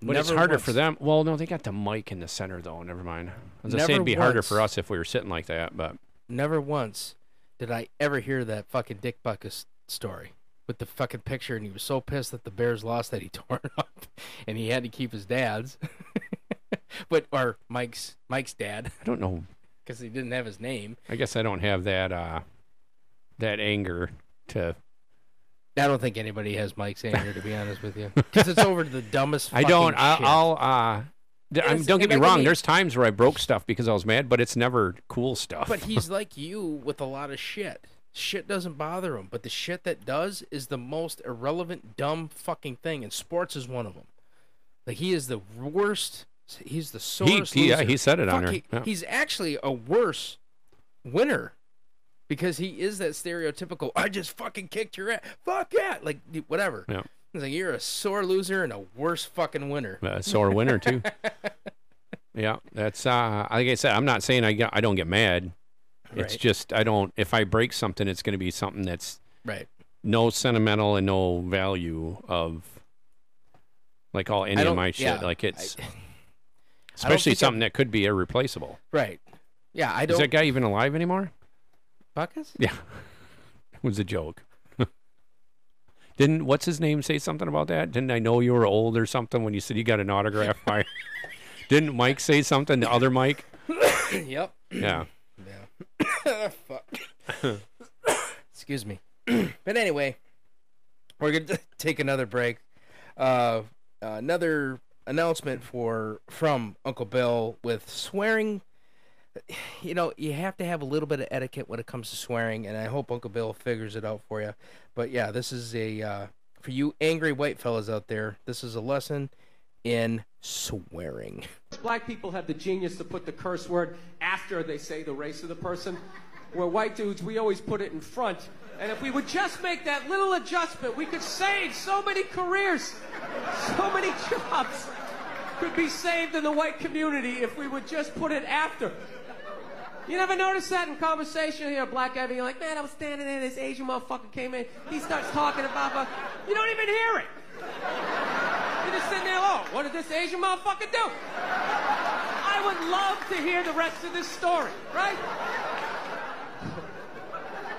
S4: But it's
S3: Never
S4: harder for
S3: once-
S4: them. Well, no, they got the mic in the center though. Never mind. I was gonna
S3: Never
S4: say it'd be harder for
S3: once.
S4: us if we were sitting like that, but
S3: Never once did I ever hear that fucking Dick Buckus story with the fucking picture, and he was so pissed that the Bears lost that he tore it up, and he had to keep his dad's, but or Mike's Mike's dad.
S4: I don't know.
S3: because he didn't have his name.
S4: I guess I don't have that uh that anger to
S3: I don't think anybody has Mike's anger, to be honest with you, because it's over to the dumbest.
S4: I don't
S3: fucking
S4: I,
S3: shit.
S4: I'll uh d- I'm,
S3: Yes,
S4: don't get
S3: and
S4: me
S3: I
S4: wrong.
S3: believe-
S4: There's times where I broke stuff because I was mad, but it's never cool stuff.
S3: But he's like you with a lot of shit. Shit doesn't bother him, but the shit that does is the most irrelevant, dumb fucking thing, and sports is one of them. Like he is the worst. He's the sorest.
S4: he- yeah,
S3: loser.
S4: he said it
S3: Fuck,
S4: on her,
S3: he-
S4: yeah.
S3: He's actually a worse winner because he is that stereotypical. I just fucking kicked your ass. Fuck yeah, like whatever.
S4: Yeah.
S3: It's like you're a sore loser and a worse fucking winner.
S4: uh, sore winner too. yeah, that's uh like I said. I'm not saying I got, I don't get mad. It's
S3: Right.
S4: just I don't. If I break something, it's going to be something that's
S3: Right.
S4: no sentimental and no value of like all any
S3: I
S4: of
S3: don't-
S4: my shit.
S3: yeah,
S4: like it's
S3: I-
S4: especially
S3: think I-
S4: something that could be irreplaceable.
S3: Right. Yeah, I
S4: Is
S3: don't.
S4: that guy even alive anymore?
S3: Buckus?
S4: Yeah, it was a joke. Didn't what's his name say something about that? Didn't I know you were old or something when you said you got an autograph? by Didn't Mike say something? The other Mike?
S3: yep.
S4: Yeah.
S3: Excuse me. but anyway, we're gonna take another break. Uh, another announcement for from Uncle Bill with swearing you know, you have to have a little bit of etiquette when it comes to swearing, and I hope Uncle Bill figures it out for you. But yeah, this is a uh, for you angry white fellas out there. This is a lesson in swearing.
S9: Black people have the genius to put the curse word after they say the race of the person. Where white dudes, we always put it in front. And if we would just make that little adjustment, we could save so many careers, so many jobs could be saved in the white community if we would just put it after. You never notice that in conversation here, black guy being like, man, I was standing there, this Asian motherfucker came in, he starts talking about, but you don't even hear it. You're just sitting there, oh, what did this Asian motherfucker do? I would love to hear the rest of this story, right?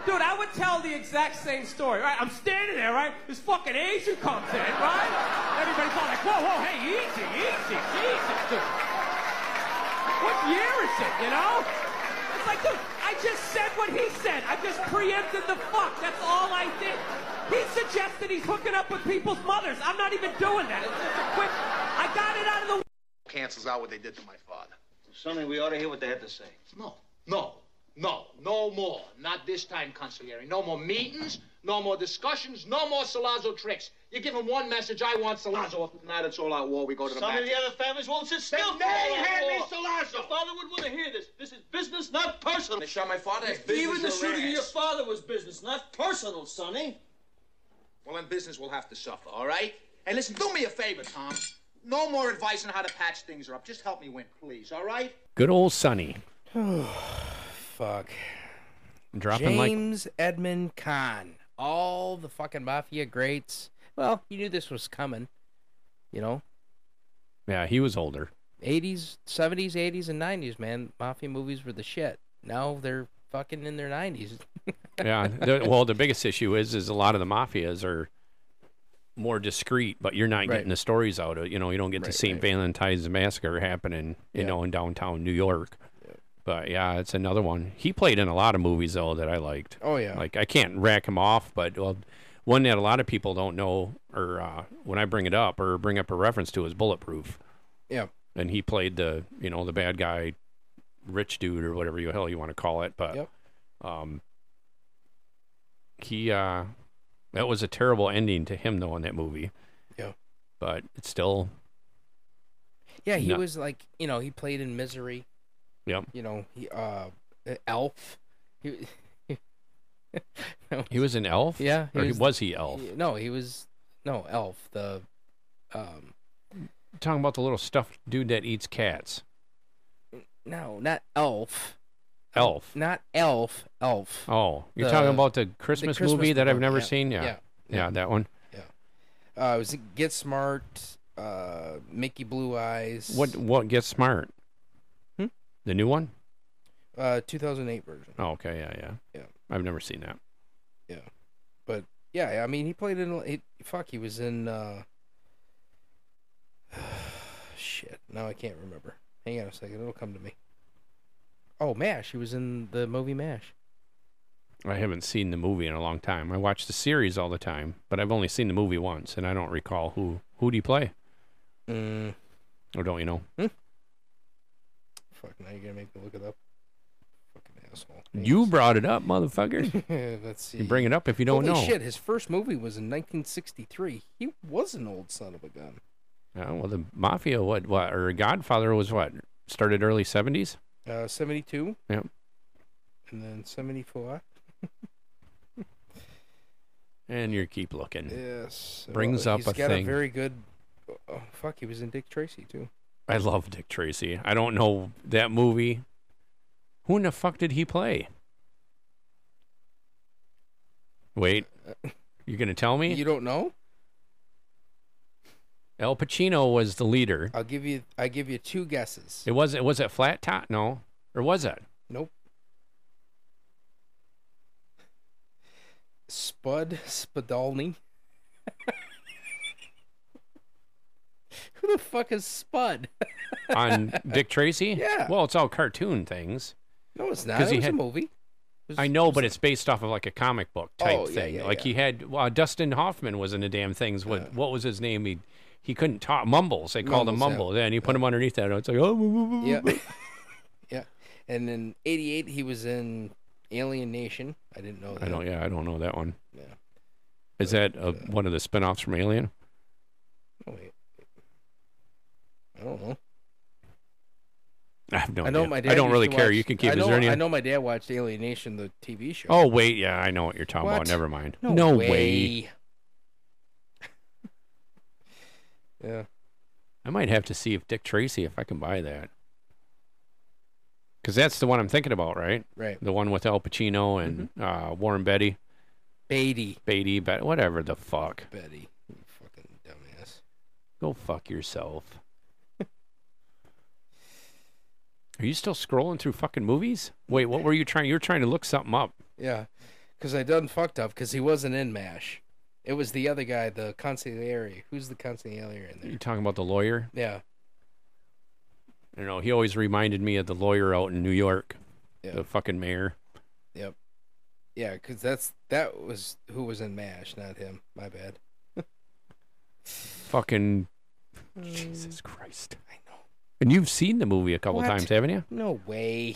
S9: Dude, I would tell the exact same story, right? I'm standing there, right? This fucking Asian comes in, right? Everybody's all like, whoa, whoa, hey, easy, easy, Jesus, dude. What year is it, you know? It's like, dude, I just said what he said. I just preempted the fuck. That's all I did. He suggested he's hooking up with people's mothers. I'm not even doing that. It's just a quick, I got it out of the
S5: Cancels out what they did to my father.
S10: Sonny, we ought to hear what they have to say.
S5: No, no, no, no more. Not this time, Consigliere. No more meetings, no more discussions, no more Salazzo tricks. You give him one message, I want Salazzo. If not, it's all out war. We go to the
S10: Some
S5: match.
S10: of the other families won't sit
S5: They
S10: still. for
S5: may
S10: all that
S5: hand me
S10: war.
S5: Salazzo.
S10: Your father would want to hear this. This is business, not personal.
S5: They shot my father. That's business
S10: Even the
S5: or
S10: shooting of your
S5: rest.
S10: father was business, not personal, Sonny.
S5: Well, in business, we'll have to suffer, all right? Hey, listen, do me a favor, Tom. No more advice on how to patch things up. Just help me win, please, all right?
S4: Good old Sonny.
S3: Fuck.
S4: Dropping like
S3: James Edmund Kahn. All the fucking mafia greats. Well, you knew this was coming. You know,
S4: Yeah, he was older.
S3: 80s, 70s, 80s, and 90s, man. Mafia movies were the shit. Now they're fucking in their 90s.
S4: Yeah. the- well, the biggest issue is is a lot of the mafias are more discreet, but you're not getting the stories out of you know, you don't get the St. Valentine's massacre happening, you know, in downtown New York. But yeah, it's another one. He played in a lot of movies though that I liked.
S3: Oh, yeah.
S4: Like I can't rack him off, but well, one that a lot of people don't know or uh, when I bring it up or bring up a reference to is Bulletproof.
S3: yeah.
S4: and he played the you know the bad guy, rich dude or whatever you hell you want to call it. But
S3: Yep.
S4: um, he uh, that was a terrible ending to him though in that movie.
S3: Yeah.
S4: But it's still
S3: Yeah, he
S4: No.
S3: was like, you know, he played in Misery.
S4: yep.
S3: You know, he, uh, Elf. He,
S4: He was an elf.
S3: Yeah, he
S4: or he-
S3: was-
S4: was, he elf?
S3: no, he was, no, Elf, the, um,
S4: Talking about the little stuffed dude that eats cats.
S3: no, not Elf.
S4: Elf.
S3: Not Elf, Elf.
S4: Oh, you're
S3: The-
S4: talking about the Christmas,
S3: Christmas
S4: movie that I've
S3: one,
S4: never
S3: yeah,
S4: seen. Yeah.
S3: yeah,
S4: yeah, that one.
S3: Uh, it was Get Smart, uh, Mickey Blue Eyes.
S4: What what gets smart?
S3: Hmm?
S4: The new one?
S3: Uh, 2008 version.
S4: Oh, okay, yeah, yeah,
S3: Yeah.
S4: I've never seen that.
S3: But yeah, I mean, he played in. He, fuck, he was in. uh Shit, now I can't remember. Hang on a second, it'll come to me. Oh, Mash. He was in the movie Mash.
S4: I haven't seen the movie in a long time. I watch the series all the time, but I've only seen the movie once, and I don't recall who who do you play
S3: Mm,
S4: or don't you know?
S3: fuck, now you're gonna make me look it up. Fucking asshole.
S4: You brought it up, motherfucker.
S3: Let's see.
S4: you bring it up if you don't
S3: Holy
S4: know.
S3: shit! His first movie was in 1963. He was an old son of a gun.
S4: Yeah, well, the mafia, what, what, or Godfather was what started early seventies.
S3: Uh, 72.
S4: Yep.
S3: And then 74.
S4: And you keep looking.
S3: Yes.
S4: Hmm. Brings up
S3: he's
S4: a
S3: got
S4: thing.
S3: a very good. Oh fuck! He was in Dick Tracy too.
S4: I love Dick Tracy. I don't know that movie. Who in the fuck did he play? Wait, you're gonna tell me?
S3: You don't know?
S4: El Pacino was the leader.
S3: I'll give you. I give you two guesses.
S4: It wasn't. Was it flat top? No, or was it?
S3: Nope. Spud Spadalny. Who the fuck is Spud?
S4: On Dick Tracy?
S3: Yeah.
S4: Well, it's all cartoon things.
S3: No, it's not.
S4: 'Cause
S3: It
S4: he
S3: was
S4: had-
S3: a movie. It was-
S4: I know, but it's based off of like a comic book type
S3: Oh, yeah,
S4: thing.
S3: yeah,
S4: like
S3: yeah.
S4: he had uh, Dustin Hoffman was in the damn things. What what was his name? He he couldn't talk. Mumbles. They called him
S3: Mumbles, yeah.
S4: Mumbles. Yeah. and you put him underneath that. And it's like oh.
S3: Yeah. yeah. And in '88, he was in Alien Nation. I didn't know that.
S4: I don't. Yeah, I don't know that one.
S3: Yeah.
S4: Is that a, one of the spin-offs from Alien?
S3: Oh, wait. I don't know.
S4: I have no.
S3: I know
S4: idea.
S3: my dad.
S4: I don't
S3: used
S4: really
S3: to
S4: care.
S3: watch-
S4: You can keep.
S3: I
S4: it.
S3: know,
S4: Is there any?
S3: I know my dad watched Alienation, the TV show.
S4: Oh wait, yeah, I know what you're talking
S3: What?
S4: about. Never mind.
S3: No
S4: way.
S3: way. yeah.
S4: I might have to see if Dick Tracy if I can buy that. Cause that's the one I'm thinking about, right?
S3: Right.
S4: The one with Al Pacino and
S3: Mm-hmm.
S4: uh, Warren Betty,
S3: Beatty.
S4: Beatty, Bet, whatever the fuck.
S3: Betty. You fucking dumbass.
S4: Go fuck yourself. Are you still scrolling through fucking movies? Wait, what were you trying? You were trying to look something up.
S3: Yeah. Because I done fucked up because he wasn't in MASH. It was the other guy, the consigliere. Who's the consigliere in there?
S4: You talking about the lawyer?
S3: Yeah.
S4: I don't know. He always reminded me of the lawyer out in New York,
S3: Yeah.
S4: the fucking mayor.
S3: Yep. Yeah, because that's that was who was in MASH, not him. My bad.
S4: Fucking
S3: Mm.
S4: Jesus Christ! I know. And you've seen the movie a couple
S3: What?
S4: times, haven't you?
S3: No way.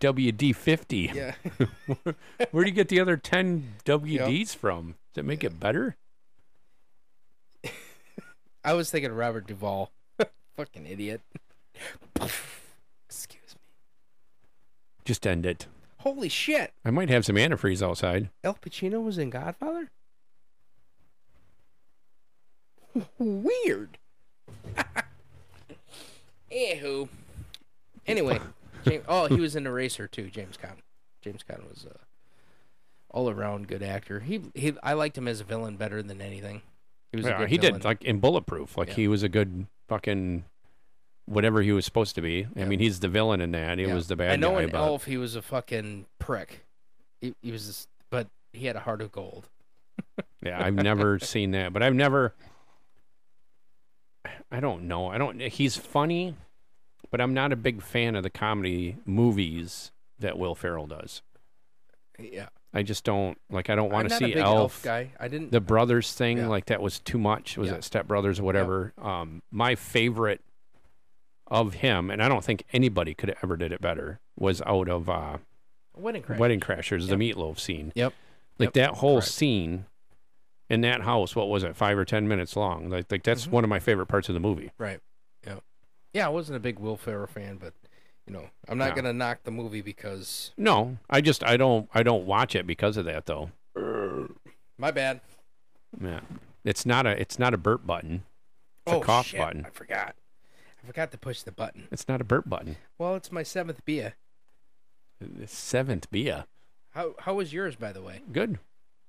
S4: WD fifty.
S3: Yeah.
S4: Where do you get the other ten WDs from? Does it make it better?
S3: I was thinking of Robert Duvall. Fucking idiot. Excuse me.
S4: Just end it.
S3: Holy shit.
S4: I might have some antifreeze outside.
S3: El Pacino was in Godfather? Weird. Anywho. Anyway, James, oh, he was in Eraser too. James Caan. James Caan was uh, all around good actor. He he. I liked him as a villain better than anything. He was. a
S4: Yeah,
S3: good
S4: he
S3: villain.
S4: did like in Bulletproof. Like
S3: Yeah.
S4: he was a good fucking whatever he was supposed to be. I mean, he's the villain in that. He
S3: Yeah.
S4: was the bad
S3: I know
S4: guy.
S3: in
S4: but
S3: Elf oh, he was a fucking prick. He, he was, this, but he had a heart of gold.
S4: yeah, I've never seen that. But I've never. I don't know. I don't. He's funny, but I'm not a big fan of the comedy movies that Will Ferrell does.
S3: Yeah.
S4: I just don't like. I don't
S3: I'm
S4: want to
S3: not a
S4: see
S3: big Elf guy. I didn't-
S4: The brothers thing,
S3: Yeah.
S4: like that was too much. Was
S3: Yeah.
S4: it Step Brothers or whatever? Um, my favorite of him, and I don't think anybody could have ever did it better, was out of uh,
S3: Wedding crash.
S4: Wedding Crashers, the meatloaf scene.
S3: Yep.
S4: Like that whole scene in that house. What was it? Five or ten minutes long. Like, like
S3: Mm-hmm.
S4: that's one of my favorite parts of the movie.
S3: Right. Yeah. Yeah, I wasn't a big Will Ferrell fan, but you know, I'm not
S4: No.
S3: gonna knock the movie because
S4: No, I just I don't I don't watch it because of that though.
S3: my bad.
S4: Yeah, it's not a it's not a burp button. It's
S3: oh,
S4: a cough
S3: shit,
S4: button.
S3: I forgot. I forgot to push the button.
S4: It's not a burp button.
S3: Well, it's my seventh beer.
S4: The seventh beer.
S3: How how was yours, by the way?
S4: Good.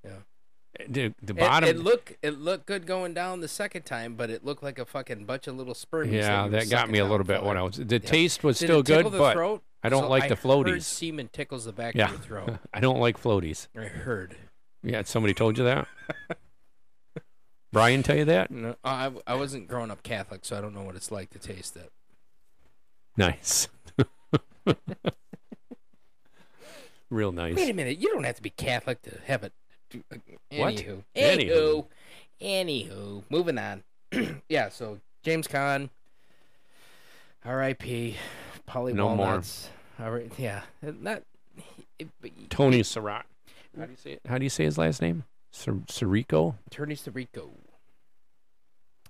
S3: Yeah.
S4: The, the
S3: It-
S4: bottom.
S3: It, looked it looked good going down the second time, but it looked like a fucking bunch of little sperms.
S4: yeah,
S3: you were
S4: that got
S3: sucking
S4: me a
S3: down
S4: little bit
S3: further.
S4: when I was. The
S3: Yeah.
S4: taste was
S3: Did
S4: still
S3: it tickle
S4: good,
S3: the
S4: but
S3: throat?
S4: I don't
S3: So
S4: like the
S3: heard
S4: floaties.
S3: semen tickles the back
S4: Yeah.
S3: of your throat.
S4: I don't like floaties.
S3: I heard.
S4: Yeah, somebody told you that. Brian tell you that?
S3: No, I I wasn't growing up Catholic, so I don't know what it's like to taste it.
S4: Nice. Real nice.
S3: Wait a minute, you don't have to be Catholic to have it.
S4: What?
S3: Anywho, anywho,
S4: Anywho.
S3: anywho. Moving on. yeah, so James Caan, R.I.P. Polly
S4: No more.
S3: Walnuts. All right, yeah, not. It, but
S4: Tony Surratt. How do you say it? How do you say his last name? Sir, Sirico?
S3: Attorney Rico.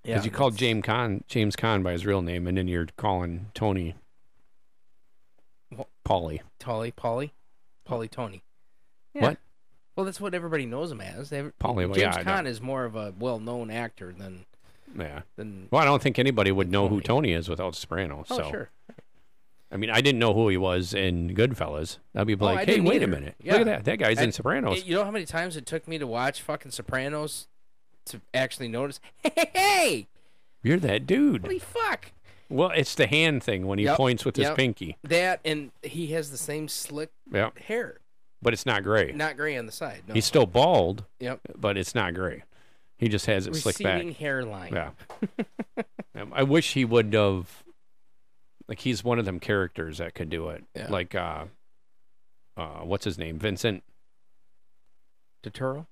S4: Because you called James Con James Con by his real name, and then you're calling Tony
S3: Wha-
S4: Polly.
S3: Tolly, Polly, Polly Tony. Yeah.
S4: What?
S3: Well, that's what everybody knows him as. They-
S4: Polly, well,
S3: James
S4: yeah, I
S3: Caan is more of a well-known actor than
S4: Yeah.
S3: than.
S4: Well, I don't think anybody would know who Tony is without Soprano.
S3: Oh,
S4: Oh, so
S3: sure.
S4: I mean, I didn't know who he was in Goodfellas. I'd be
S3: Oh, I
S4: like, hey,
S3: didn't
S4: wait a
S3: either.
S4: minute,
S3: Yeah.
S4: look at that, that guy's
S3: I-
S4: in Sopranos.
S3: You know how many times it took me to watch fucking Sopranos to actually notice? Hey, hey, hey!
S4: You're that dude.
S3: holy fuck!
S4: Well, it's the hand thing when he
S3: Yep,
S4: points with
S3: yep.
S4: his pinky.
S3: That and he has the same slick
S4: Yeah,
S3: hair,
S4: but it's not gray.
S3: not gray on the side. No.
S4: He's still bald,
S3: yep.
S4: but it's not gray. He just has it slicked back.
S3: Receding hairline.
S4: Yeah. Um, I wish he would have. Like he's one of them characters that could do it.
S3: Yeah.
S4: Like, uh, uh, what's his name? Vincent?
S3: Totoro?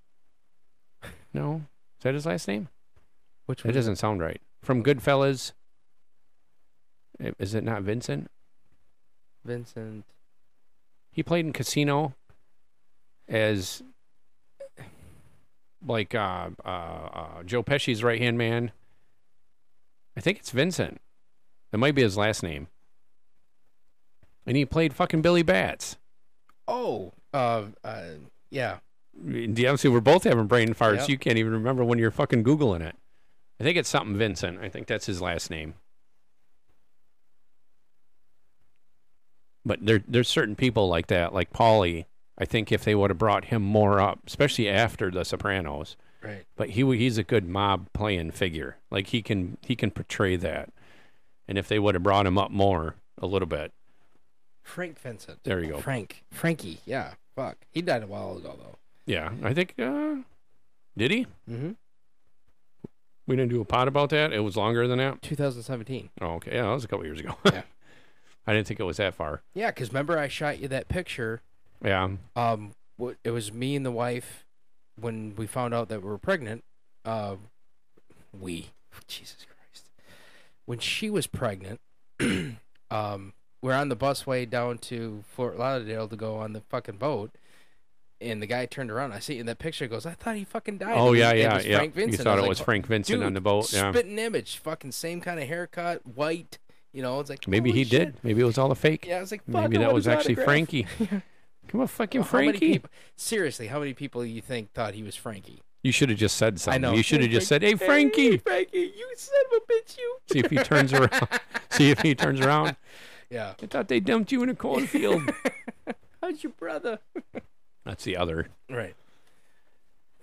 S4: No, is that his last name?
S3: Which
S4: That
S3: one?
S4: eh, doesn't sound right. From Goodfellas. i- Is it not Vincent?
S3: Vincent.
S4: He played in Casino as like uh, uh, uh, Joe Pesci's right hand man. I think it's Vincent. That might be his last name. And he played fucking Billy Bats.
S3: Oh, uh, uh, yeah.
S4: Yeah, Obviously, we're both having brain farts.
S3: Yep.
S4: You can't even remember when you're fucking googling it. I think it's something Vincent. I think that's his last name. But there, there's certain people like that, like Paulie. I think if they would have brought him more up, especially after The Sopranos,
S3: Right.
S4: but he w- he's a good mob playing figure. Like he can he can portray that. And if they would have brought him up more a little bit,
S3: Frank Vincent.
S4: There you go.
S3: Frank. Frankie. Yeah. Fuck. He died a while ago though.
S4: yeah, I think uh, did he?
S3: Mm-hmm.
S4: We didn't do a pod about that. It was longer than that.
S3: 2017.
S4: Oh, okay. Yeah, that was a couple years ago.
S3: Yeah.
S4: I didn't think it was that far.
S3: Yeah, because remember I shot you that picture.
S4: Yeah.
S3: Um, wh- it was me and the wife when we found out that we were pregnant. Uh, we, Jesus Christ, when she was pregnant, um, we're on the busway down to Fort Lauderdale to go on the fucking boat. And the guy turned around. I see in that picture. Goes, I thought he fucking died.
S4: Oh,
S3: It was-
S4: yeah,
S3: it
S4: yeah,
S3: was
S4: yeah.
S3: Frank
S4: You
S3: Vincent. I
S4: thought it
S3: like,
S4: was Frank Vincent on
S3: "Dude,
S4: the boat," yeah.
S3: Spitting image, fucking same kind of haircut, white. You know, it's like
S4: Maybe
S3: holy
S4: he
S3: shit.
S4: did. Maybe it was all a fake.
S3: Yeah, I was like, fuck,
S4: maybe
S3: I
S4: that
S3: want
S4: was
S3: his
S4: actually
S3: autograph.
S4: Frankie. Come on, fucking
S3: How many
S4: Frankie.
S3: people- seriously, how many people do you think thought he was Frankie?
S4: You should have just said something.
S3: know.
S4: You should have just said, "Hey,
S3: Hey,
S4: Frankie."
S3: Frankie, you son of a bitch, you.
S4: See if he turns around. See if he turns around.
S3: Yeah.
S4: I thought they dumped you in a cornfield.
S3: How's your brother?
S4: That's the other.
S3: Right.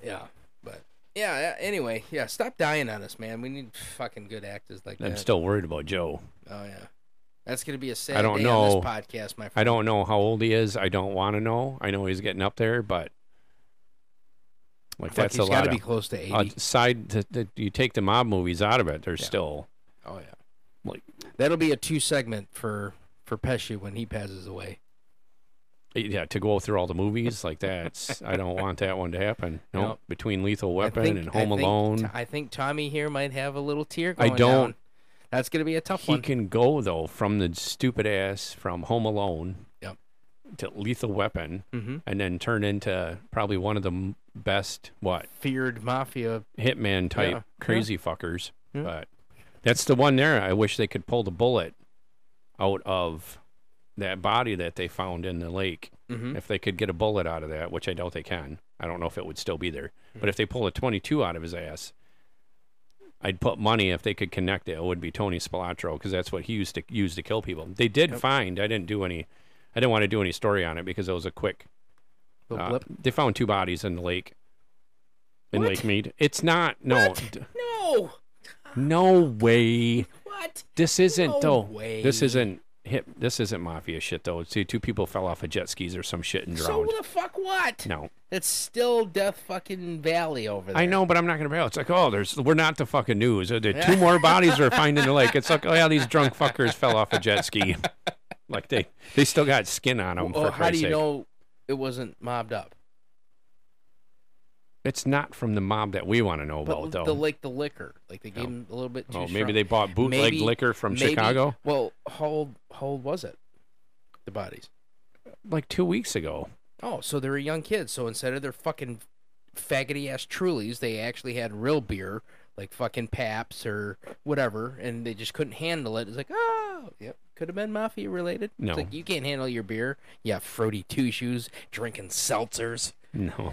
S3: Yeah, but yeah. a- Anyway, yeah. Stop dying on us, man. We need fucking good actors like
S4: I'm
S3: that.
S4: still worried about Joe.
S3: Oh yeah, that's gonna be a sad
S4: I don't
S3: day
S4: know.
S3: on this podcast, my
S4: I
S3: friend.
S4: don't know how old he is. I don't want to know. I know he's getting up there, but like
S3: Fuck,
S4: that's
S3: he's
S4: a lot.
S3: gotta be
S4: of-
S3: close to eighty.
S4: Outside, the, the, you take the mob movies out of it. There's still
S3: oh yeah.
S4: like
S3: That'll be a two segment for for Pesci when he passes away.
S4: yeah to go through all the movies like that's. I don't want that one to happen. No,
S3: Nope.
S4: between Lethal
S3: I
S4: Weapon
S3: think-
S4: and
S3: I
S4: Home
S3: think-
S4: Alone,
S3: I think Tommy here might have a little tear.
S4: I
S3: Going
S4: don't.
S3: down. That's gonna be a tough
S4: he
S3: one.
S4: can go though from the stupid ass from Home Alone
S3: Yep.
S4: to Lethal Weapon,
S3: Mm-hmm.
S4: and then turn into probably one of the m- best what
S3: Feared mafia.
S4: hitman type
S3: Yeah, yeah.
S4: crazy fuckers.
S3: Yeah.
S4: But that's the one there. I wish they could pull the bullet out of that body that they found in the lake.
S3: Mhm.
S4: If they could get a bullet out of that, which I doubt they can. I don't know if it would still be there. But
S3: Mm.
S4: if they pull a 22 out of his ass, I'd put money if they could connect it. It would be Tony Spilatro because that's what he used to use to kill people. They did find. I didn't do any. I didn't want to do any story on it because it was a quick
S3: Little
S4: uh,
S3: blip.
S4: They found two bodies in the lake. In
S3: What?
S4: Lake Mead. It's not. No. d-
S3: No.
S4: No way.
S3: What?
S4: This isn't
S3: No
S4: though.
S3: way.
S4: This isn't hip. This isn't mafia shit though. See, two people fell off of jet skis or some shit and
S3: So
S4: drowned.
S3: the fuck what?
S4: no.
S3: It's still Death fucking Valley over there.
S4: I know, but I'm not gonna bail. It's like, oh, there's we're not the fucking news. Uh, The two more bodies are found in the lake. It's like, oh yeah, these drunk fuckers fell off a jet ski. Like they they still got skin on them.
S3: Well,
S4: for
S3: how do
S4: Christ's
S3: you
S4: sake.
S3: know it wasn't mobbed up?
S4: It's not from the mob that we want to know about
S3: But
S4: Oh, though.
S3: the like the liquor, like they gave him a little bit too.
S4: Oh, maybe
S3: strong.
S4: they bought bootleg
S3: Maybe-
S4: liquor from
S3: maybe-
S4: Chicago?
S3: Well, how old, how old was it? The bodies.
S4: like two weeks ago.
S3: Oh, so they were young kids. So instead of their fucking faggoty ass Trulies, they actually had real beer, like fucking Paps or whatever, and they just couldn't handle it. It's like, oh, yep, could have been mafia related.
S4: No.
S3: It's like, you can't handle your beer. Yeah, Frody Two Shoes drinking seltzers.
S4: No.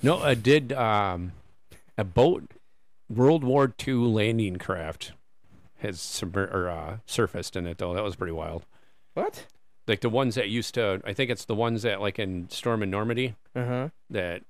S4: No, I did um, a boat World War II landing craft has submer- or, uh, surfaced in it though. That was pretty wild.
S3: What?
S4: Like the ones that used to, I think it's the ones that like in Storm in Normandy
S3: Uh huh.
S4: that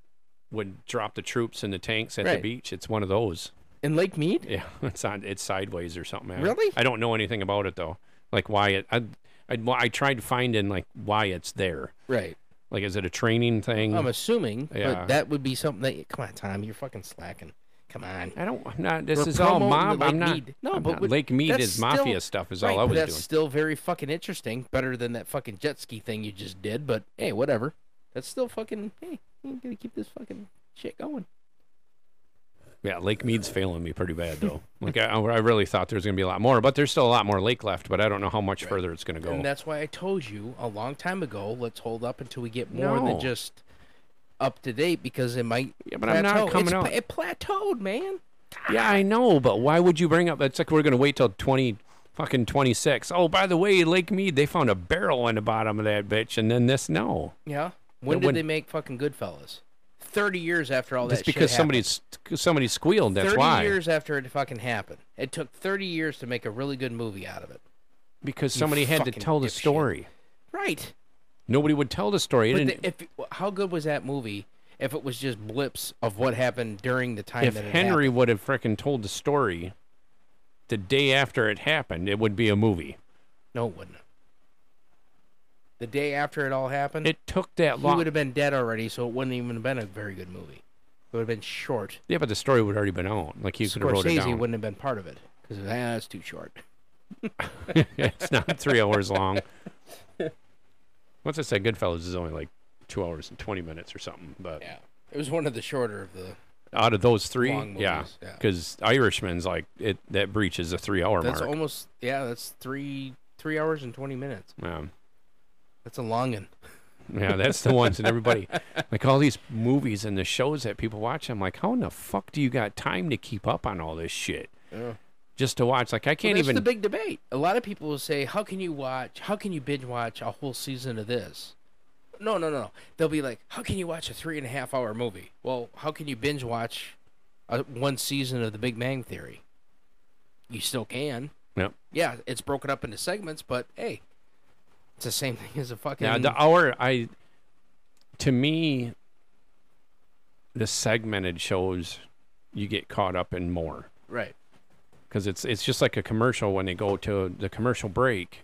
S4: would drop the troops in the tanks at the
S3: Right.
S4: beach. It's one of those.
S3: In Lake Mead?
S4: Yeah, it's on it's sideways or something. I-
S3: Really?
S4: I don't know anything about it though. Like why it, I, I, I tried finding like why it's there.
S3: Right.
S4: Like is it a training thing?
S3: I'm assuming,
S4: Yeah.
S3: but that would be something that. Come on, Tom, you're fucking slacking. Come on.
S4: I don't. I'm not. This
S3: We're
S4: is all
S3: promoting
S4: mob.
S3: the Lake
S4: I'm not.
S3: Mead. No,
S4: I'm
S3: but
S4: not-
S3: what-
S4: Lake Mead
S3: that's
S4: is
S3: still-
S4: mafia stuff. Is
S3: right,
S4: all I
S3: but
S4: was
S3: that's
S4: doing.
S3: still very fucking interesting. Better than that fucking jet ski thing you just did. But hey, whatever. That's still fucking. Hey, you gotta keep this fucking shit going.
S4: Yeah, Lake Mead's failing me pretty bad though. like I, I really thought there was gonna be a lot more, but there's still a lot more lake left. But I don't know how much further it's gonna go.
S3: And that's why I told you a long time ago, let's hold up until we get more
S4: No.
S3: than just up to date because it might. Yeah,
S4: but I'm not coming out-
S3: It plateaued, man.
S4: Yeah, I know, but why would you bring up? It's like we're gonna wait till twenty, fucking twenty six. Oh, by the way, Lake Mead, they found a barrel in the bottom of that bitch, and then this. No,
S3: Yeah. When
S4: It
S3: did
S4: wouldn't-
S3: they make fucking Goodfellas? Thirty years after all
S4: that's
S3: that. shit
S4: because
S3: happened.
S4: somebody's somebody squealed. That's
S3: 30
S4: why.
S3: years after it fucking happened. It took 30 years to make a really good movie out of it.
S4: Because
S3: You
S4: somebody had to
S3: fucking
S4: tell the
S3: dipshit.
S4: story.
S3: Right.
S4: Nobody would tell the story. It
S3: But
S4: didn't-
S3: the, if how good was that movie if it was just blips of what happened during the time
S4: if
S3: that it
S4: Henry
S3: happened?
S4: would have frickin' told the story the day after it happened, it would be a movie.
S3: No, it wouldn't. The day after it all happened,
S4: It took that
S3: he
S4: long.
S3: would have been dead already, so it wouldn't even have been a very good movie. It would have been short.
S4: Yeah, but the story would already been out. Like he could have wrote it
S3: Scorsese
S4: down.
S3: wouldn't have been part of it because that's too short.
S4: it's not three hours long. Once I said Goodfellas is only like two hours and twenty minutes or something, but
S3: Yeah, it was one of the shorter of the.
S4: out of those three,
S3: Long
S4: yeah,
S3: movies, yeah.
S4: because Irishman's like it that breaches a three-hour
S3: that's
S4: mark.
S3: almost yeah. That's three three hours and twenty minutes.
S4: yeah.
S3: That's a longin.
S4: Yeah, that's the ones that everybody like all these movies and the shows that people watch. I'm like, how in the fuck do you got time to keep up on all this shit?
S3: Yeah.
S4: Just to watch, like I can't
S3: that's
S4: even.
S3: the big debate. A lot of people will say, "How can you watch? How can you binge watch a whole season of this?" No, no, no. They'll be like, "How can you watch a three and a half hour movie?" Well, how can you binge watch a, one season of The Big Bang Theory? You still can.
S4: Yep.
S3: Yeah, it's broken up into segments, but hey, it's the same thing as a fucking.
S4: Yeah, the hour I to me the segmented shows you get caught up in more
S3: right.
S4: cuz it's it's just like a commercial when they go to the commercial break.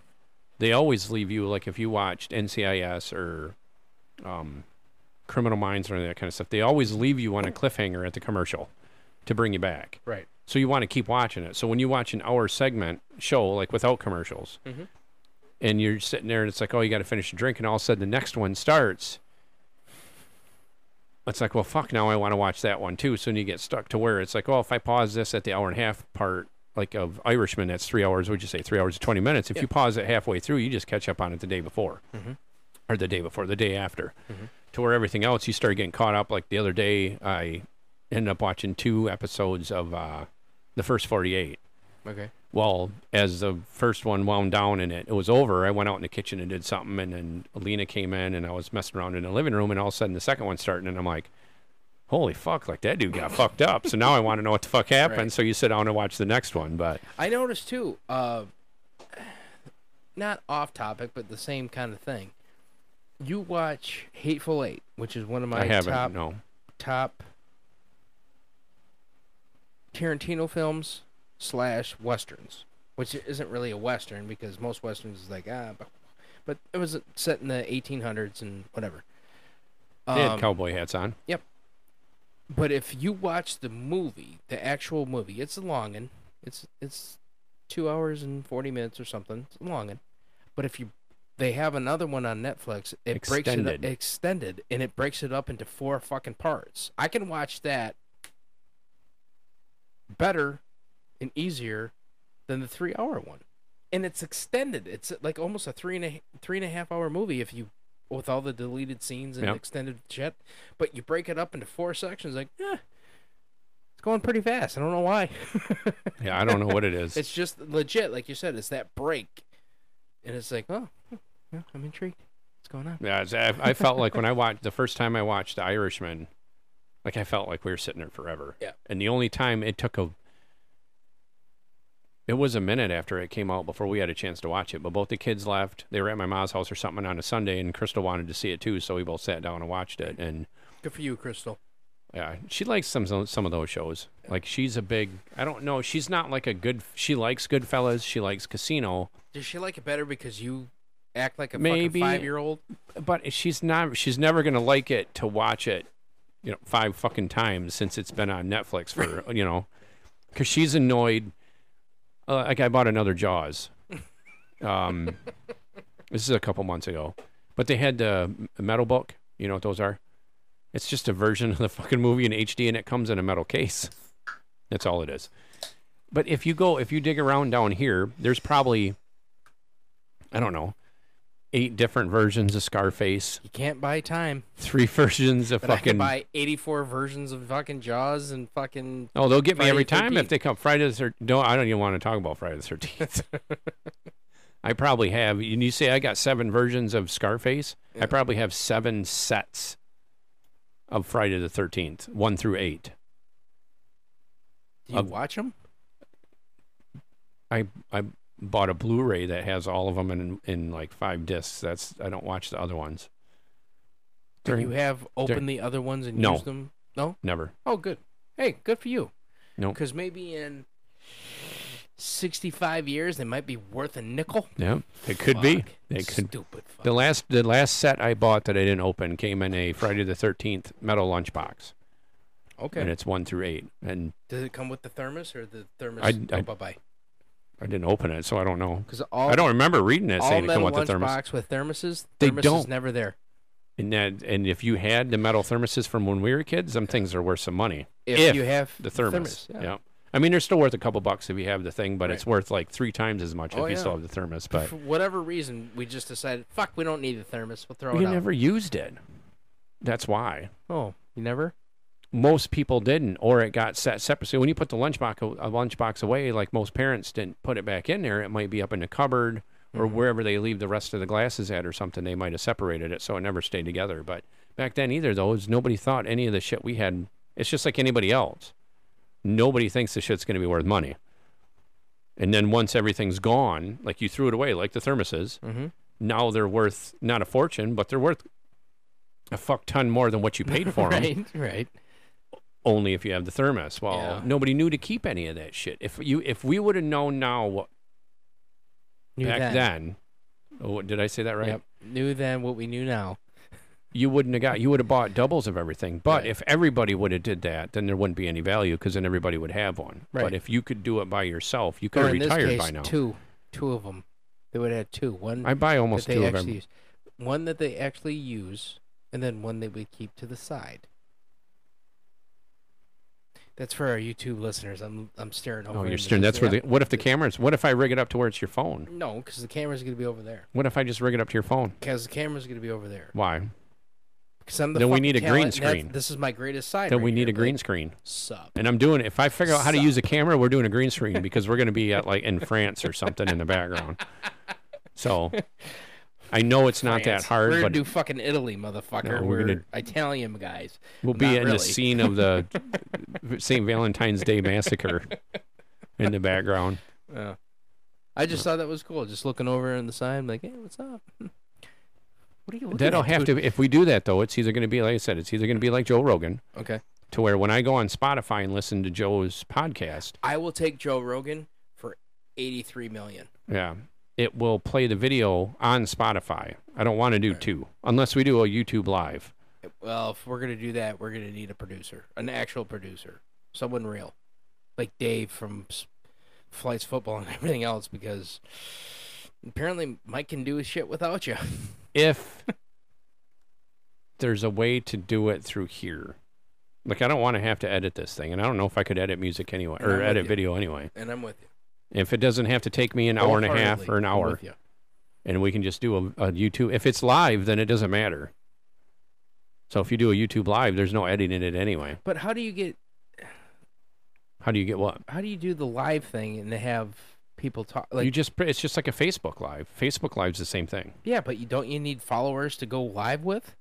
S4: They always leave you like if you watched NCIS or um Criminal Minds or any of that kind of stuff. They always leave you on a cliffhanger at the commercial to bring you back.
S3: Right.
S4: So you want to keep watching it. So when you watch an hour segment show like without commercials,
S3: Mhm.
S4: and you're sitting there and it's like, oh, you got to finish your drink, and all of a sudden the next one starts. It's like, well, fuck, now I want to watch that one too. So then you get stuck to where it's like, oh, if I pause this at the hour and a half part, like of Irishman, that's three hours, would you say three hours and 20 minutes? If
S3: Yeah.
S4: you pause it halfway through, you just catch up on it the day before
S3: Mhm.
S4: or the day before, the day after, to where everything else you start getting caught up. Like the other day, I ended up watching two episodes of uh, the first 48.
S3: Okay.
S4: Well, as the first one wound down and it, it was over, I went out in the kitchen and did something, and then Alina came in and I was messing around in the living room, and all of a sudden the second one's starting, and I'm like, holy fuck, like that dude got fucked up. So now I want to know what the fuck happened.
S3: Right.
S4: So you sit down and watch the next one, but
S3: I noticed too, uh, not off topic, but the same kind of thing. You watch Hateful Eight, which is one of my
S4: I haven't.
S3: top
S4: No,
S3: top Tarantino films slash westerns, which isn't really a western because most westerns is like ah, but, but it was set in the 1800s and whatever.
S4: they had
S3: Um,
S4: cowboy hats on.
S3: but if you watch the movie, the actual movie, it's a longin. It's it's two hours and forty minutes or something. It's a longin. But if you they have another one on Netflix, it breaks it
S4: Extended.
S3: up, extended and it breaks it up into four fucking parts. I can watch that better and easier than the three hour one. And it's extended. It's uh, like almost a three and a three and a half hour movie if you with all the deleted scenes and
S4: Yep.
S3: extended shit. But you break it up into four sections, like, eh, it's going pretty fast. I don't know why.
S4: Yeah, I don't know what it is.
S3: it's just legit, like you said, it's that break. And it's like, oh, hmm, yeah, I'm intrigued. What's going on?
S4: Yeah, it's- I, I felt like when I watched the first time I watched The Irishman, like I felt like we were sitting there forever.
S3: Yeah.
S4: And the only time it took a, it was a minute after it came out before we had a chance to watch it. But both the kids left. They were at my mom's house or something on a Sunday, and Crystal wanted to see it too, so we both sat down and watched it. And
S3: Good for you, Crystal.
S4: yeah, she likes some some of those shows. Like she's a big. I don't know. She's not like a good. She likes Goodfellas. She likes Casino.
S3: Does she like it better because you act like a fucking
S4: Maybe.
S3: five year old?
S4: but she's not she's never gonna like it to watch it you know five fucking times since it's been on netflix for you know because she's annoyed uh, like i bought another jaws um this is a couple months ago but they had the m- metal book you know what those are it's just a version of the fucking movie in hd and it comes in a metal case That's all it is. But if you go, if you dig around down here, there's probably, I don't know, eight different versions of Scarface,
S3: You can't buy time.
S4: three versions of
S3: But I
S4: fucking.
S3: can buy 84 versions of fucking Jaws and fucking.
S4: oh, they'll get me
S3: Friday
S4: every
S3: the
S4: time if
S3: 13th.
S4: they come Friday the 13th. No, I don't even want to talk about Friday the 13th. I probably have, and you say I got seven versions of Scarface. I probably have seven sets of Friday the 13th, one through eight.
S3: Do you
S4: Uh,
S3: watch them?
S4: I I bought a Blu-ray that has all of them in in like five discs. That's I don't watch the other ones.
S3: Do
S4: During-
S3: you have open
S4: during-
S3: the other ones and
S4: No.
S3: use them? No.
S4: never.
S3: Oh, good. Hey, good for you.
S4: No.
S3: Because maybe in 65 years they might be worth a nickel.
S4: Yeah, it could be.
S3: Fuck.
S4: They could.
S3: Stupid. Fuck.
S4: The last the last set I bought that I didn't open came in a Friday the Thirteenth metal lunchbox, and
S3: Okay.
S4: it's one through eight, and
S3: Does it come with the thermos or the thermos?
S4: I- I-
S3: oh, bye bye.
S4: I didn't open it, so I don't know.
S3: Because all
S4: I don't remember reading it
S3: all
S4: saying to come
S3: metal
S4: with the thermos.
S3: lunchbox with thermoses.
S4: They
S3: thermos is
S4: don't.
S3: never there.
S4: And that, and if you had the metal thermoses from when we were kids, them things are worth some money.
S3: If you have
S4: the
S3: the
S4: thermos,
S3: thermos, yeah.
S4: I mean, they're still worth a couple bucks if you have the thing, but
S3: Right.
S4: it's worth like three times as much
S3: Oh,
S4: if you
S3: yeah.
S4: still have the thermos. But
S3: For whatever reason, we just decided, fuck, we don't need the thermos. We'll throw
S4: you
S3: it out.
S4: never used it. That's why
S3: Oh, you never?
S4: most people didn't, or it got set separate. So when you put the lunchbox a lunchbox away, like most parents didn't put it back in there. It might be up in the cupboard or wherever they leave the rest of the glasses at, or something. They might have separated it, so it never stayed together. But back then, either though, is nobody thought any of the shit we had. It's just like anybody else. Nobody thinks the shit's going to be worth money. And then once everything's gone, like you threw it away, like the thermoses, now they're worth not a fortune, but they're worth a fuck ton more than what you paid for them
S3: Right, right.
S4: only if you have the thermos. Well,
S3: Yeah.
S4: nobody knew to keep any of that shit. If you if we would have known now what
S3: Knew
S4: back
S3: then.
S4: then, oh, did I say that right?
S3: Yep. Knew then what we knew now.
S4: You wouldn't have got you would have bought doubles of everything. But
S3: Right.
S4: if everybody would have did that, then there wouldn't be any value because then everybody would have one.
S3: Right.
S4: But if you could do it by yourself, you could
S3: Or
S4: have
S3: in this
S4: retired
S3: case,
S4: by now.
S3: two. Two of them. They would have two. One
S4: I buy almost
S3: that they
S4: two of
S3: actually
S4: them.
S3: use. One that they actually use, and then one that we keep to the side. That's for our YouTube listeners. I'm I'm staring over.
S4: Oh, you're
S3: into
S4: staring.
S3: this.
S4: That's where the
S3: Yeah.
S4: what if the cameras? What if I rig it up to where it's your phone?
S3: No, because the camera's gonna be over there.
S4: What if I just rig it up to your phone?
S3: Because the camera's gonna be over there.
S4: Why?
S3: Because I'm the.
S4: Then we
S3: fucking
S4: need a green
S3: talent, and that's-
S4: screen.
S3: This is my greatest side.
S4: Then
S3: right
S4: we need
S3: here,
S4: a green
S3: like,
S4: screen.
S3: Sup.
S4: And I'm doing. If I figure out how to use a
S3: Sup.
S4: camera, we're doing a green screen because we're going to be at like in France or something in the background. So I know it's not
S3: France.
S4: that hard,
S3: We're
S4: but
S3: gonna do fucking Italy, motherfucker.
S4: No, we're
S3: we're
S4: gonna-
S3: Italian guys.
S4: we'll
S3: Not
S4: be in
S3: really.
S4: the scene of the St. Valentine's Day massacre in the background.
S3: I just thought that was cool. Just looking over on the side, like, hey, what's up? What are you looking
S4: That'll
S3: at,
S4: have
S3: dude?
S4: to. If we do that though, it's either going to be like I said, it's either going to be like Joe Rogan,
S3: Okay.
S4: to where when I go on Spotify and listen to Joe's podcast,
S3: I will take Joe Rogan for 83 million.
S4: Yeah. It will play the video on Spotify. I don't want to do two unless we do a YouTube live.
S3: Well, if we're gonna do that, we're gonna need a producer, an actual producer, someone real, like Dave from S- Flights Football and everything else, because apparently Mike can do his shit without you.
S4: If there's a way to do it through here. Like I don't want to have to edit this thing and I don't know if I could edit music anyway
S3: And I'm
S4: or
S3: with
S4: edit
S3: you.
S4: video anyway.
S3: and I'm with you.
S4: If it doesn't have to take me an hour and a half
S3: Wholeheartedly,
S4: or an
S3: I'm
S4: hour
S3: with you.
S4: and we can just do a, a YouTube if it's live then it doesn't matter. So if you do a YouTube live there's no editing it anyway.
S3: But how do you get?
S4: How do you get what?
S3: How do you do the live thing and have people talk? Like,
S4: you just it's just like a Facebook live. Facebook live's the same thing.
S3: yeah, but you don't you need followers to go live with?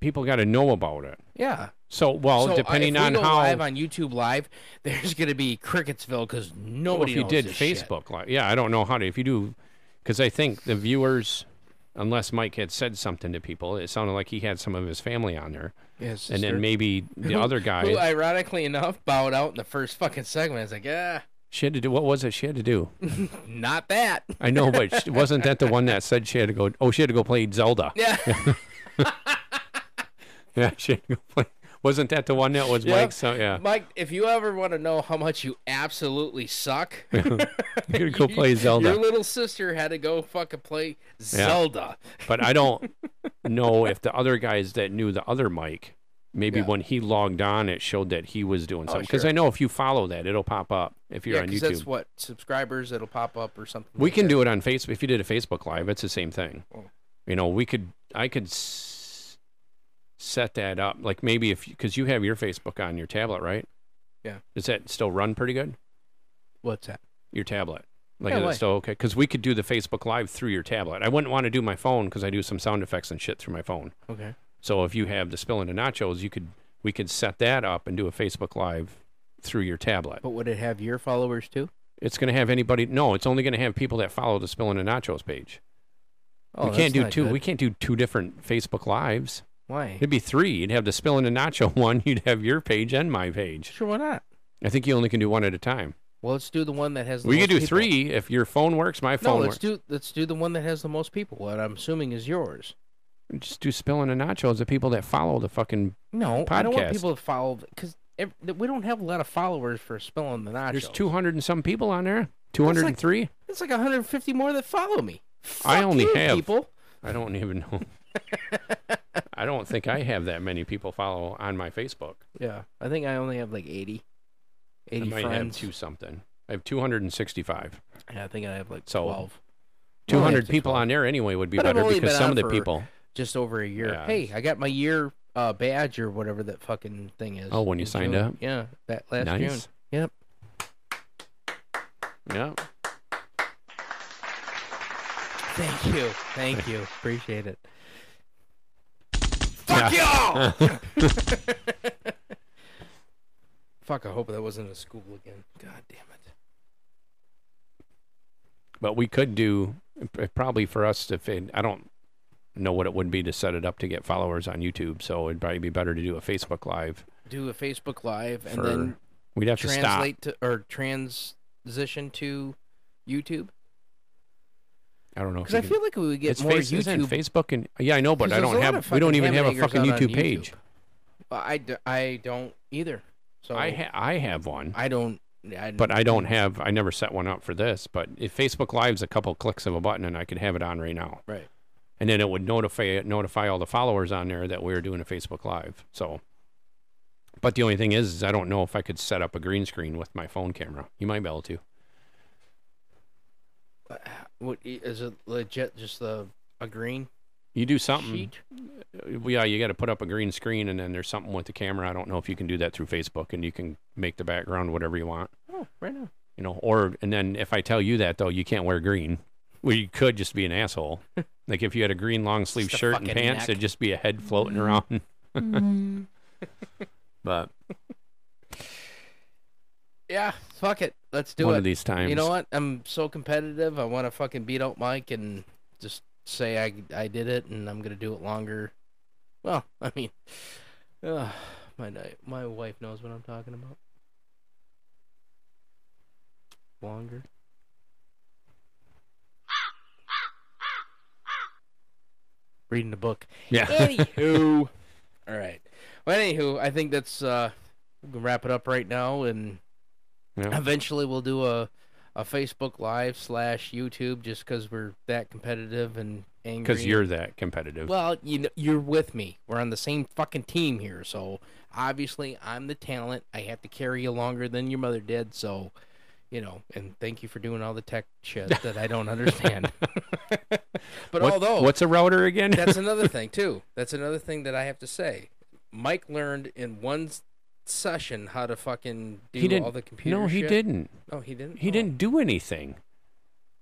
S4: people got to know about it.
S3: Yeah.
S4: So, well,
S3: So, uh,
S4: depending
S3: if we
S4: on
S3: go
S4: how
S3: live on YouTube Live, there's gonna be Cricketsville because
S4: well,
S3: nobody
S4: if you
S3: knows
S4: did
S3: this shit.
S4: Facebook live, yeah, I don't know how to. If you do, because I think the viewers, unless Mike had said something to people, it sounded like he had some of his family on there,
S3: Yeah,
S4: and
S3: sister.
S4: then maybe the
S3: Who-
S4: other guy.
S3: who ironically enough bowed out in the first fucking segment. It's like, ah,
S4: she had to do what was it? She had to do.
S3: not that.
S4: I know, but she- wasn't that the one that said she had to go? Oh, she had to go play Zelda.
S3: Yeah,
S4: Yeah, she had to go play. Wasn't that the one that was
S3: Yeah.
S4: Mike? So yeah,
S3: Mike, if you ever want to know how much you absolutely suck,
S4: you could go play Zelda.
S3: your little sister had to go fucking play Zelda.
S4: but I don't know if the other guys that knew the other Mike Maybe when he logged on, it showed that he was doing
S3: Oh,
S4: something. Because
S3: sure.
S4: I know if you follow that, it'll pop up if you're
S3: yeah,
S4: on
S3: 'cause
S4: YouTube.
S3: that's what subscribers. It'll pop up or something.
S4: We
S3: like
S4: can
S3: that.
S4: do it on Facebook. If you did a Facebook Live, it's the same thing.
S3: Oh.
S4: You know, we could, I could s- set that up. Like maybe if, because you have your Facebook on your tablet, right?
S3: Yeah.
S4: Does that still run pretty good?
S3: What's that?
S4: Your tablet. Like,
S3: Yeah,
S4: is
S3: why?
S4: it still okay? Because we could do the Facebook Live through your tablet. I wouldn't want to do my phone because I do some sound effects and shit through my phone.
S3: Okay.
S4: So if you have the spill into nachos, you could, we could set that up and do a Facebook Live through your tablet.
S3: But would it have your followers too?
S4: It's going to have anybody, no, it's only going to have people that follow the spill into nachos page we can't
S3: Oh, that's
S4: do
S3: not
S4: two.
S3: good.
S4: We can't do two different Facebook lives.
S3: Why?
S4: It'd be three. You'd have the spill and the nacho one. You'd have your page and my page.
S3: Sure, why not?
S4: I think you only can do one at a time.
S3: Well, let's do the one that has. The
S4: We
S3: most
S4: could do
S3: people.
S4: three if your phone works. My
S3: No,
S4: phone
S3: let's
S4: works.
S3: do let's do the one that has the most people. What I'm assuming is yours.
S4: Just do spill and the nachos. The people that follow the fucking
S3: No,
S4: podcast.
S3: I don't want people to follow because we don't have a lot of followers for spilling the nachos.
S4: There's 200 and some people on there. 203.
S3: It's like 150 more that follow me.
S4: I
S3: Fuck
S4: only
S3: you,
S4: have.
S3: people.
S4: I don't even know. I don't think I have that many people follow on my Facebook.
S3: Yeah, I think I only have like 80, 80
S4: I might
S3: friends.
S4: have two something. I have 265.
S3: Yeah, I think I have like
S4: So,
S3: 12. Well, I have
S4: 200
S3: to
S4: people
S3: 12.
S4: on there anyway would be
S3: But I've
S4: better
S3: only
S4: because
S3: been
S4: some
S3: on
S4: of the
S3: for-
S4: people.
S3: Just over a year.
S4: Yeah.
S3: Hey, I got my year uh, badge or whatever that fucking thing is.
S4: Oh, when you
S3: in
S4: signed
S3: June.
S4: up?
S3: Yeah, that last June.
S4: Nice.
S3: Yep.
S4: Yeah.
S3: Thank you. Thank you. Appreciate it.
S4: Fuck y'all!
S3: Fuck, I hope that wasn't a school again. God damn it.
S4: but we could do p- probably for us if it, I don't know what it would be to set it up to get followers on YouTube, so it'd probably be better to do a Facebook live.
S3: Do a Facebook Live and
S4: for,
S3: then
S4: we'd have to stop.
S3: translate to or transition to YouTube.
S4: I don't know if
S3: Because I
S4: you
S3: feel
S4: can-
S3: like we would get
S4: Oh, it's
S3: more
S4: face- isn't it
S3: YouTube.
S4: Facebook and yeah, I know, but
S3: 'Cause
S4: I
S3: there's
S4: don't
S3: a lot
S4: have
S3: of
S4: we don't
S3: fucking
S4: even have a
S3: ham-eggers
S4: fucking
S3: out on
S4: YouTube
S3: YouTube.
S4: page.
S3: Well, I, d- I don't either. So
S4: I ha- I have one,
S3: I don't. I,
S4: but I don't have I never set one up for this. But if Facebook Live's a couple clicks of a button, and I could have it on right now.
S3: Right.
S4: and then it would notify notify all the followers on there that we were doing a Facebook Live. So, but the only thing is, is I don't know if I could set up a green screen with my phone camera. You might be able to.
S3: What i- is it? Legit? Just a a green
S4: You do something.
S3: sheet?
S4: Uh, Yeah, you got to put up a green screen, and then there's something with the camera. I don't know if you can do that through Facebook, and you can make the background whatever you want.
S3: Oh, right now.
S4: You know, or and then if I tell you that though, you can't wear green. Well, you could just be an asshole. like if you had a green long sleeve
S3: Just a
S4: shirt and
S3: fucking
S4: pants,
S3: neck.
S4: it'd just be a head floating
S3: Mm-hmm.
S4: around. but
S3: Yeah. Fuck it. Let's do
S4: one
S3: it.
S4: of these times,
S3: You know what? I'm so competitive. I want to fucking beat out Mike and just say I I did it, and I'm gonna do it longer. Well, I mean, uh, my ni- my wife knows what I'm talking about. Longer. Reading the book.
S4: Yeah.
S3: Anywho, all right. Well, anywho, I think that's uh, we can wrap it up right now, and
S4: Yeah.
S3: eventually we'll do a a Facebook Live slash YouTube just because we're that competitive and angry.
S4: Because you're that competitive.
S3: well, you know, you're with me. We're on the same fucking team here, so obviously I'm the talent. I have to carry you longer than your mother did, so you know. And thank you for doing all the tech shit that I don't understand. but
S4: What-
S3: although
S4: what's a router again?
S3: that's another thing too. That's another thing that I have to say. Mike learned in one s- session how to fucking do
S4: he didn't.
S3: all the computer.
S4: no, he
S3: shit.
S4: didn't.
S3: No, he didn't.
S4: He
S3: Oh.
S4: didn't do anything.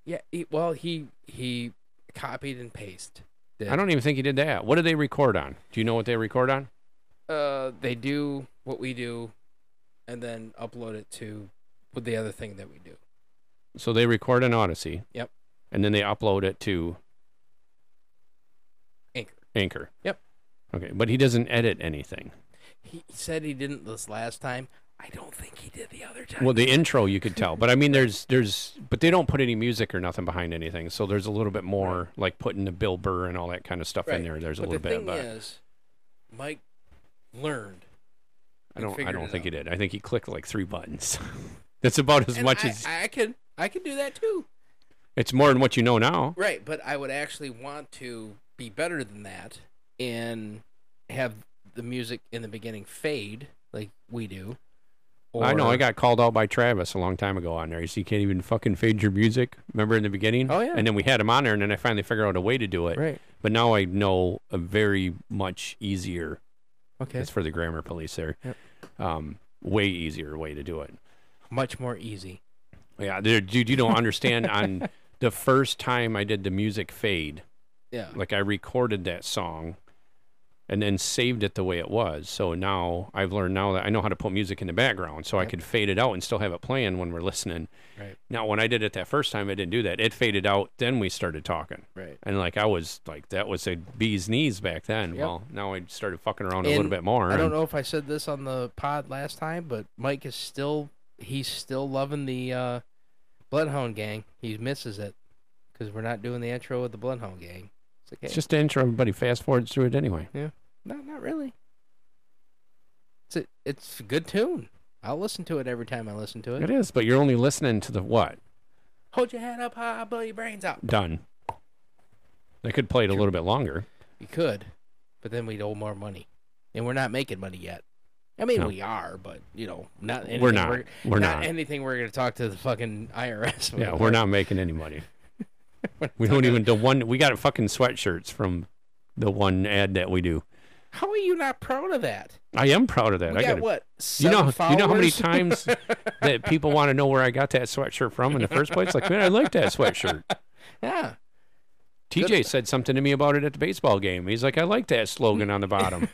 S3: Yeah. He, well, he he copied and pasted.
S4: I don't even think he did that. What do they record on? Do you know what they record on?
S3: Uh, they do what we do, and then upload it to with the other thing that we do.
S4: So they record an Odyssey.
S3: Yep.
S4: And then they upload it to
S3: Anchor.
S4: Anchor.
S3: Yep.
S4: Okay, but he doesn't edit anything.
S3: He said he didn't this last time. I don't think he did the other time.
S4: Well, the intro you could tell, but I mean, there's there's, but they don't put any music or nothing behind anything. So there's a little bit more like putting the Bill Burr and all that kind of stuff in there. There's a
S3: but
S4: little
S3: the
S4: bit,
S3: thing
S4: but
S3: is, Mike learned.
S4: I
S3: and
S4: don't I
S3: figured
S4: don't
S3: it
S4: think he
S3: out.
S4: did. I think he clicked like three buttons. That's about as
S3: And
S4: much
S3: I,
S4: as
S3: I can I can do that too.
S4: It's more than what you know now.
S3: Right, but I would actually want to be better than that and have the music in the beginning fade like we do.
S4: I know.
S3: or-
S4: I got called out by Travis a long time ago on there. He said, you can't even fucking fade your music. Remember in the beginning?
S3: Oh, yeah.
S4: And then we had him on there, and then I finally figured out a way to do it.
S3: Right.
S4: But now I know a very much easier.
S3: Okay.
S4: It's for the grammar police there.
S3: Yep.
S4: Um, way easier way to do it.
S3: much more easy.
S4: Yeah, there- dude, you don't understand. on the first time I did the music fade,
S3: Yeah.
S4: like I recorded that song and then saved it the way it was. So now I've learned now that I know how to put music in the background so I could fade it out and still have it playing when we're listening.
S3: Right.
S4: Now when I did it that first time I didn't do that. It faded out, then we started talking.
S3: Right.
S4: And like I was like that was a bee's knees back then.
S3: Yep.
S4: Well, now I started fucking around a little
S3: And
S4: bit more.
S3: I don't
S4: and-
S3: know if I said this on the pod last time, but Mike is still he's still loving the uh, Bloodhound Gang. He misses it because we're not doing the intro with the Bloodhound Gang. It's okay.
S4: It's just the intro everybody fast forwards through it anyway.
S3: no, not really. It's a, it's a good tune. I'll listen to it every time I listen to it.
S4: It is, but you're only listening to the what?
S3: Hold your head up high, blow your brains out.
S4: Done. They could play it a little bit longer.
S3: We could, but then we'd owe more money, and we're not making money yet. I mean,
S4: No.
S3: we are, but you know, not
S4: We're
S3: anything
S4: not. We're not.
S3: anything we're going to talk to the fucking IRS.
S4: Yeah,
S3: about.
S4: we're not making any money.
S3: We're
S4: We
S3: not
S4: don't
S3: gonna-
S4: even the one we got fucking sweatshirts from the one ad that we do.
S3: How are you not proud of that?
S4: I am proud of that.
S3: We
S4: I
S3: got
S4: gotta-
S3: what?
S4: You know,
S3: seven
S4: you know how many
S3: followers?
S4: times that people want to know where I got that sweatshirt from in the first place. Like, man, I like that sweatshirt.
S3: yeah,
S4: TJ said something to me about it at the baseball game. He's like, I like that slogan on the bottom.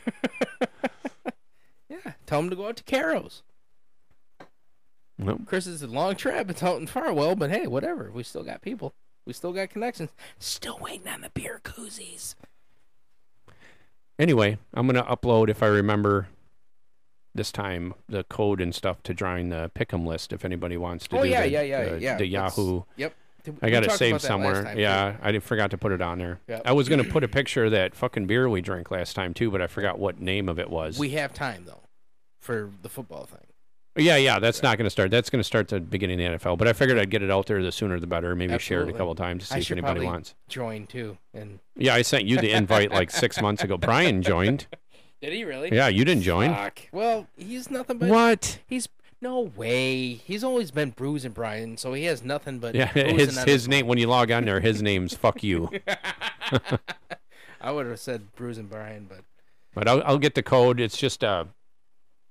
S3: yeah. Tell them to go out to Caro's.
S4: Nope.
S3: Chris, it's a long trip. It's out in Farwell, but hey, whatever. We still got people. We still got connections. Still waiting on the beer koozies.
S4: Anyway, I'm gonna upload if I remember this time the code and stuff to drawing the pick'em list if anybody wants to
S3: Oh
S4: do
S3: yeah,
S4: the,
S3: yeah, yeah,
S4: the,
S3: yeah.
S4: the
S3: Let's-
S4: Yahoo.
S3: Yep. Did-
S4: I
S3: we
S4: got it
S3: talked
S4: saved
S3: about that last
S4: somewhere.
S3: time, too.
S4: yeah, I did, forgot to put it on there.
S3: Yep.
S4: I was gonna put a picture of that fucking beer we drank last time too, but I forgot what name of it was.
S3: We have time though for the football thing.
S4: yeah, yeah, that's not gonna start. That's gonna start the beginning of the NFL. But I figured I'd get it out there the sooner the better. Maybe share it
S3: Absolutely.
S4: a couple times to
S3: I
S4: see if
S3: should
S4: anybody
S3: probably
S4: wants.
S3: join too. And
S4: Yeah, I sent you the invite like six months ago. Brian joined.
S3: did he really?
S4: Yeah, you didn't join.
S3: Fuck. Well, he's nothing but
S4: What?
S3: he's no way. He's always been bruising Brian, so he has nothing but
S4: Yeah,
S3: bruising
S4: his
S3: on
S4: his name when you log on there, his name's fuck you.
S3: I would have said bruising Brian, but
S4: But I'll, I'll get the code. It's just uh,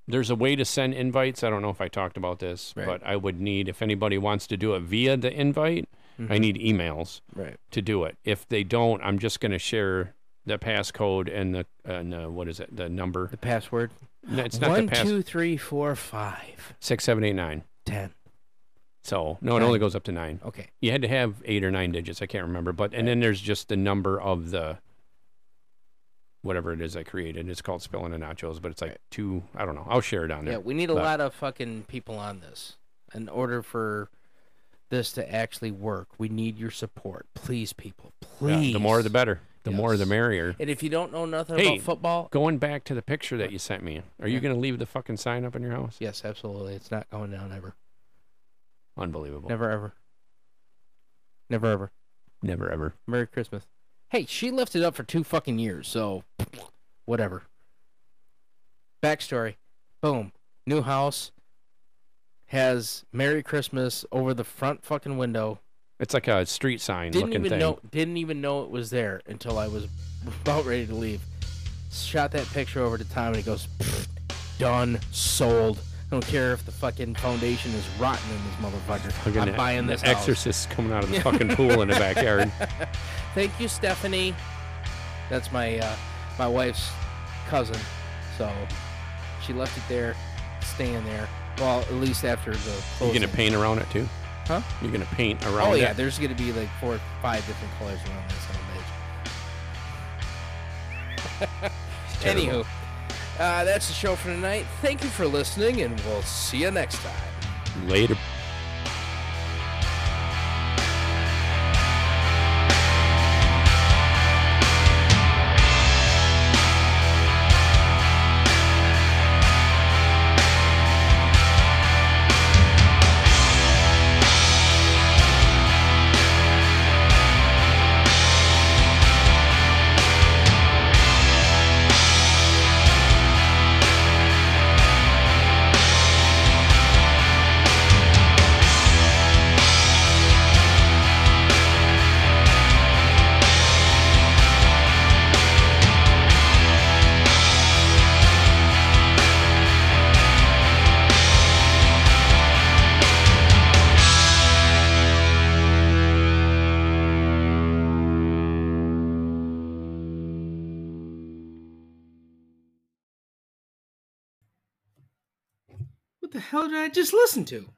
S4: there's a way to send invites. I don't know if I talked about this,
S3: Right.
S4: but I would need if anybody wants to do it via the invite,
S3: Mm-hmm.
S4: I need emails
S3: right.
S4: to do it. If they don't, I'm just gonna share the passcode and the and uh, what is it? The number?
S3: The password
S4: No, it's not
S3: one,
S4: the pass.
S3: two, three, four, five,
S4: Six, seven, eight, nine.
S3: ten.
S4: So no, it only goes up to nine.
S3: Okay.
S4: You had to have eight or nine digits. I can't remember, but and then there's just the number of the whatever it is I created. It's called Spilling and Nachos, but it's like two. I don't know. I'll share it on there.
S3: Yeah, we need a
S4: But-
S3: lot of fucking people on this. In order for this to actually work, we need your support. Please, people.
S4: Yeah,
S3: Please.
S4: the more the better. The more the
S3: Yes.
S4: merrier.
S3: And if you don't know nothing
S4: Hey.
S3: about football,
S4: Going back to the picture that you sent me, are you going to leave the fucking sign up in your house?
S3: yes, absolutely. It's not going down ever.
S4: Unbelievable.
S3: Never ever. Never ever.
S4: Never ever.
S3: Merry Christmas. Hey, she left it up for two fucking years, so whatever. Backstory. Boom. New house has Merry Christmas over the front fucking window.
S4: It's like a street sign
S3: Didn't
S4: looking
S3: even
S4: thing.
S3: know didn't even know it was there until I was about ready to leave. Shot that picture over to Tom and he goes, "Pfft, done, sold. I don't care if the fucking foundation is rotten in this motherfucker.
S4: Looking
S3: I'm
S4: at
S3: buying this
S4: the
S3: house.
S4: exorcist coming out of the fucking pool in the backyard.
S3: Thank you, Stephanie. That's my uh, my wife's cousin. So she left it there, staying there. Well, at least after the
S4: You're
S3: closing.
S4: going to paint around it too?
S3: Huh?
S4: You're going to paint around
S3: Oh
S4: it?
S3: yeah, there's gonna be like four, or five different colors around that son of a bitch. Anywho, uh, that's the show for tonight. Thank you for listening, and we'll see you next time.
S4: Later.
S9: the hell did I just listen to?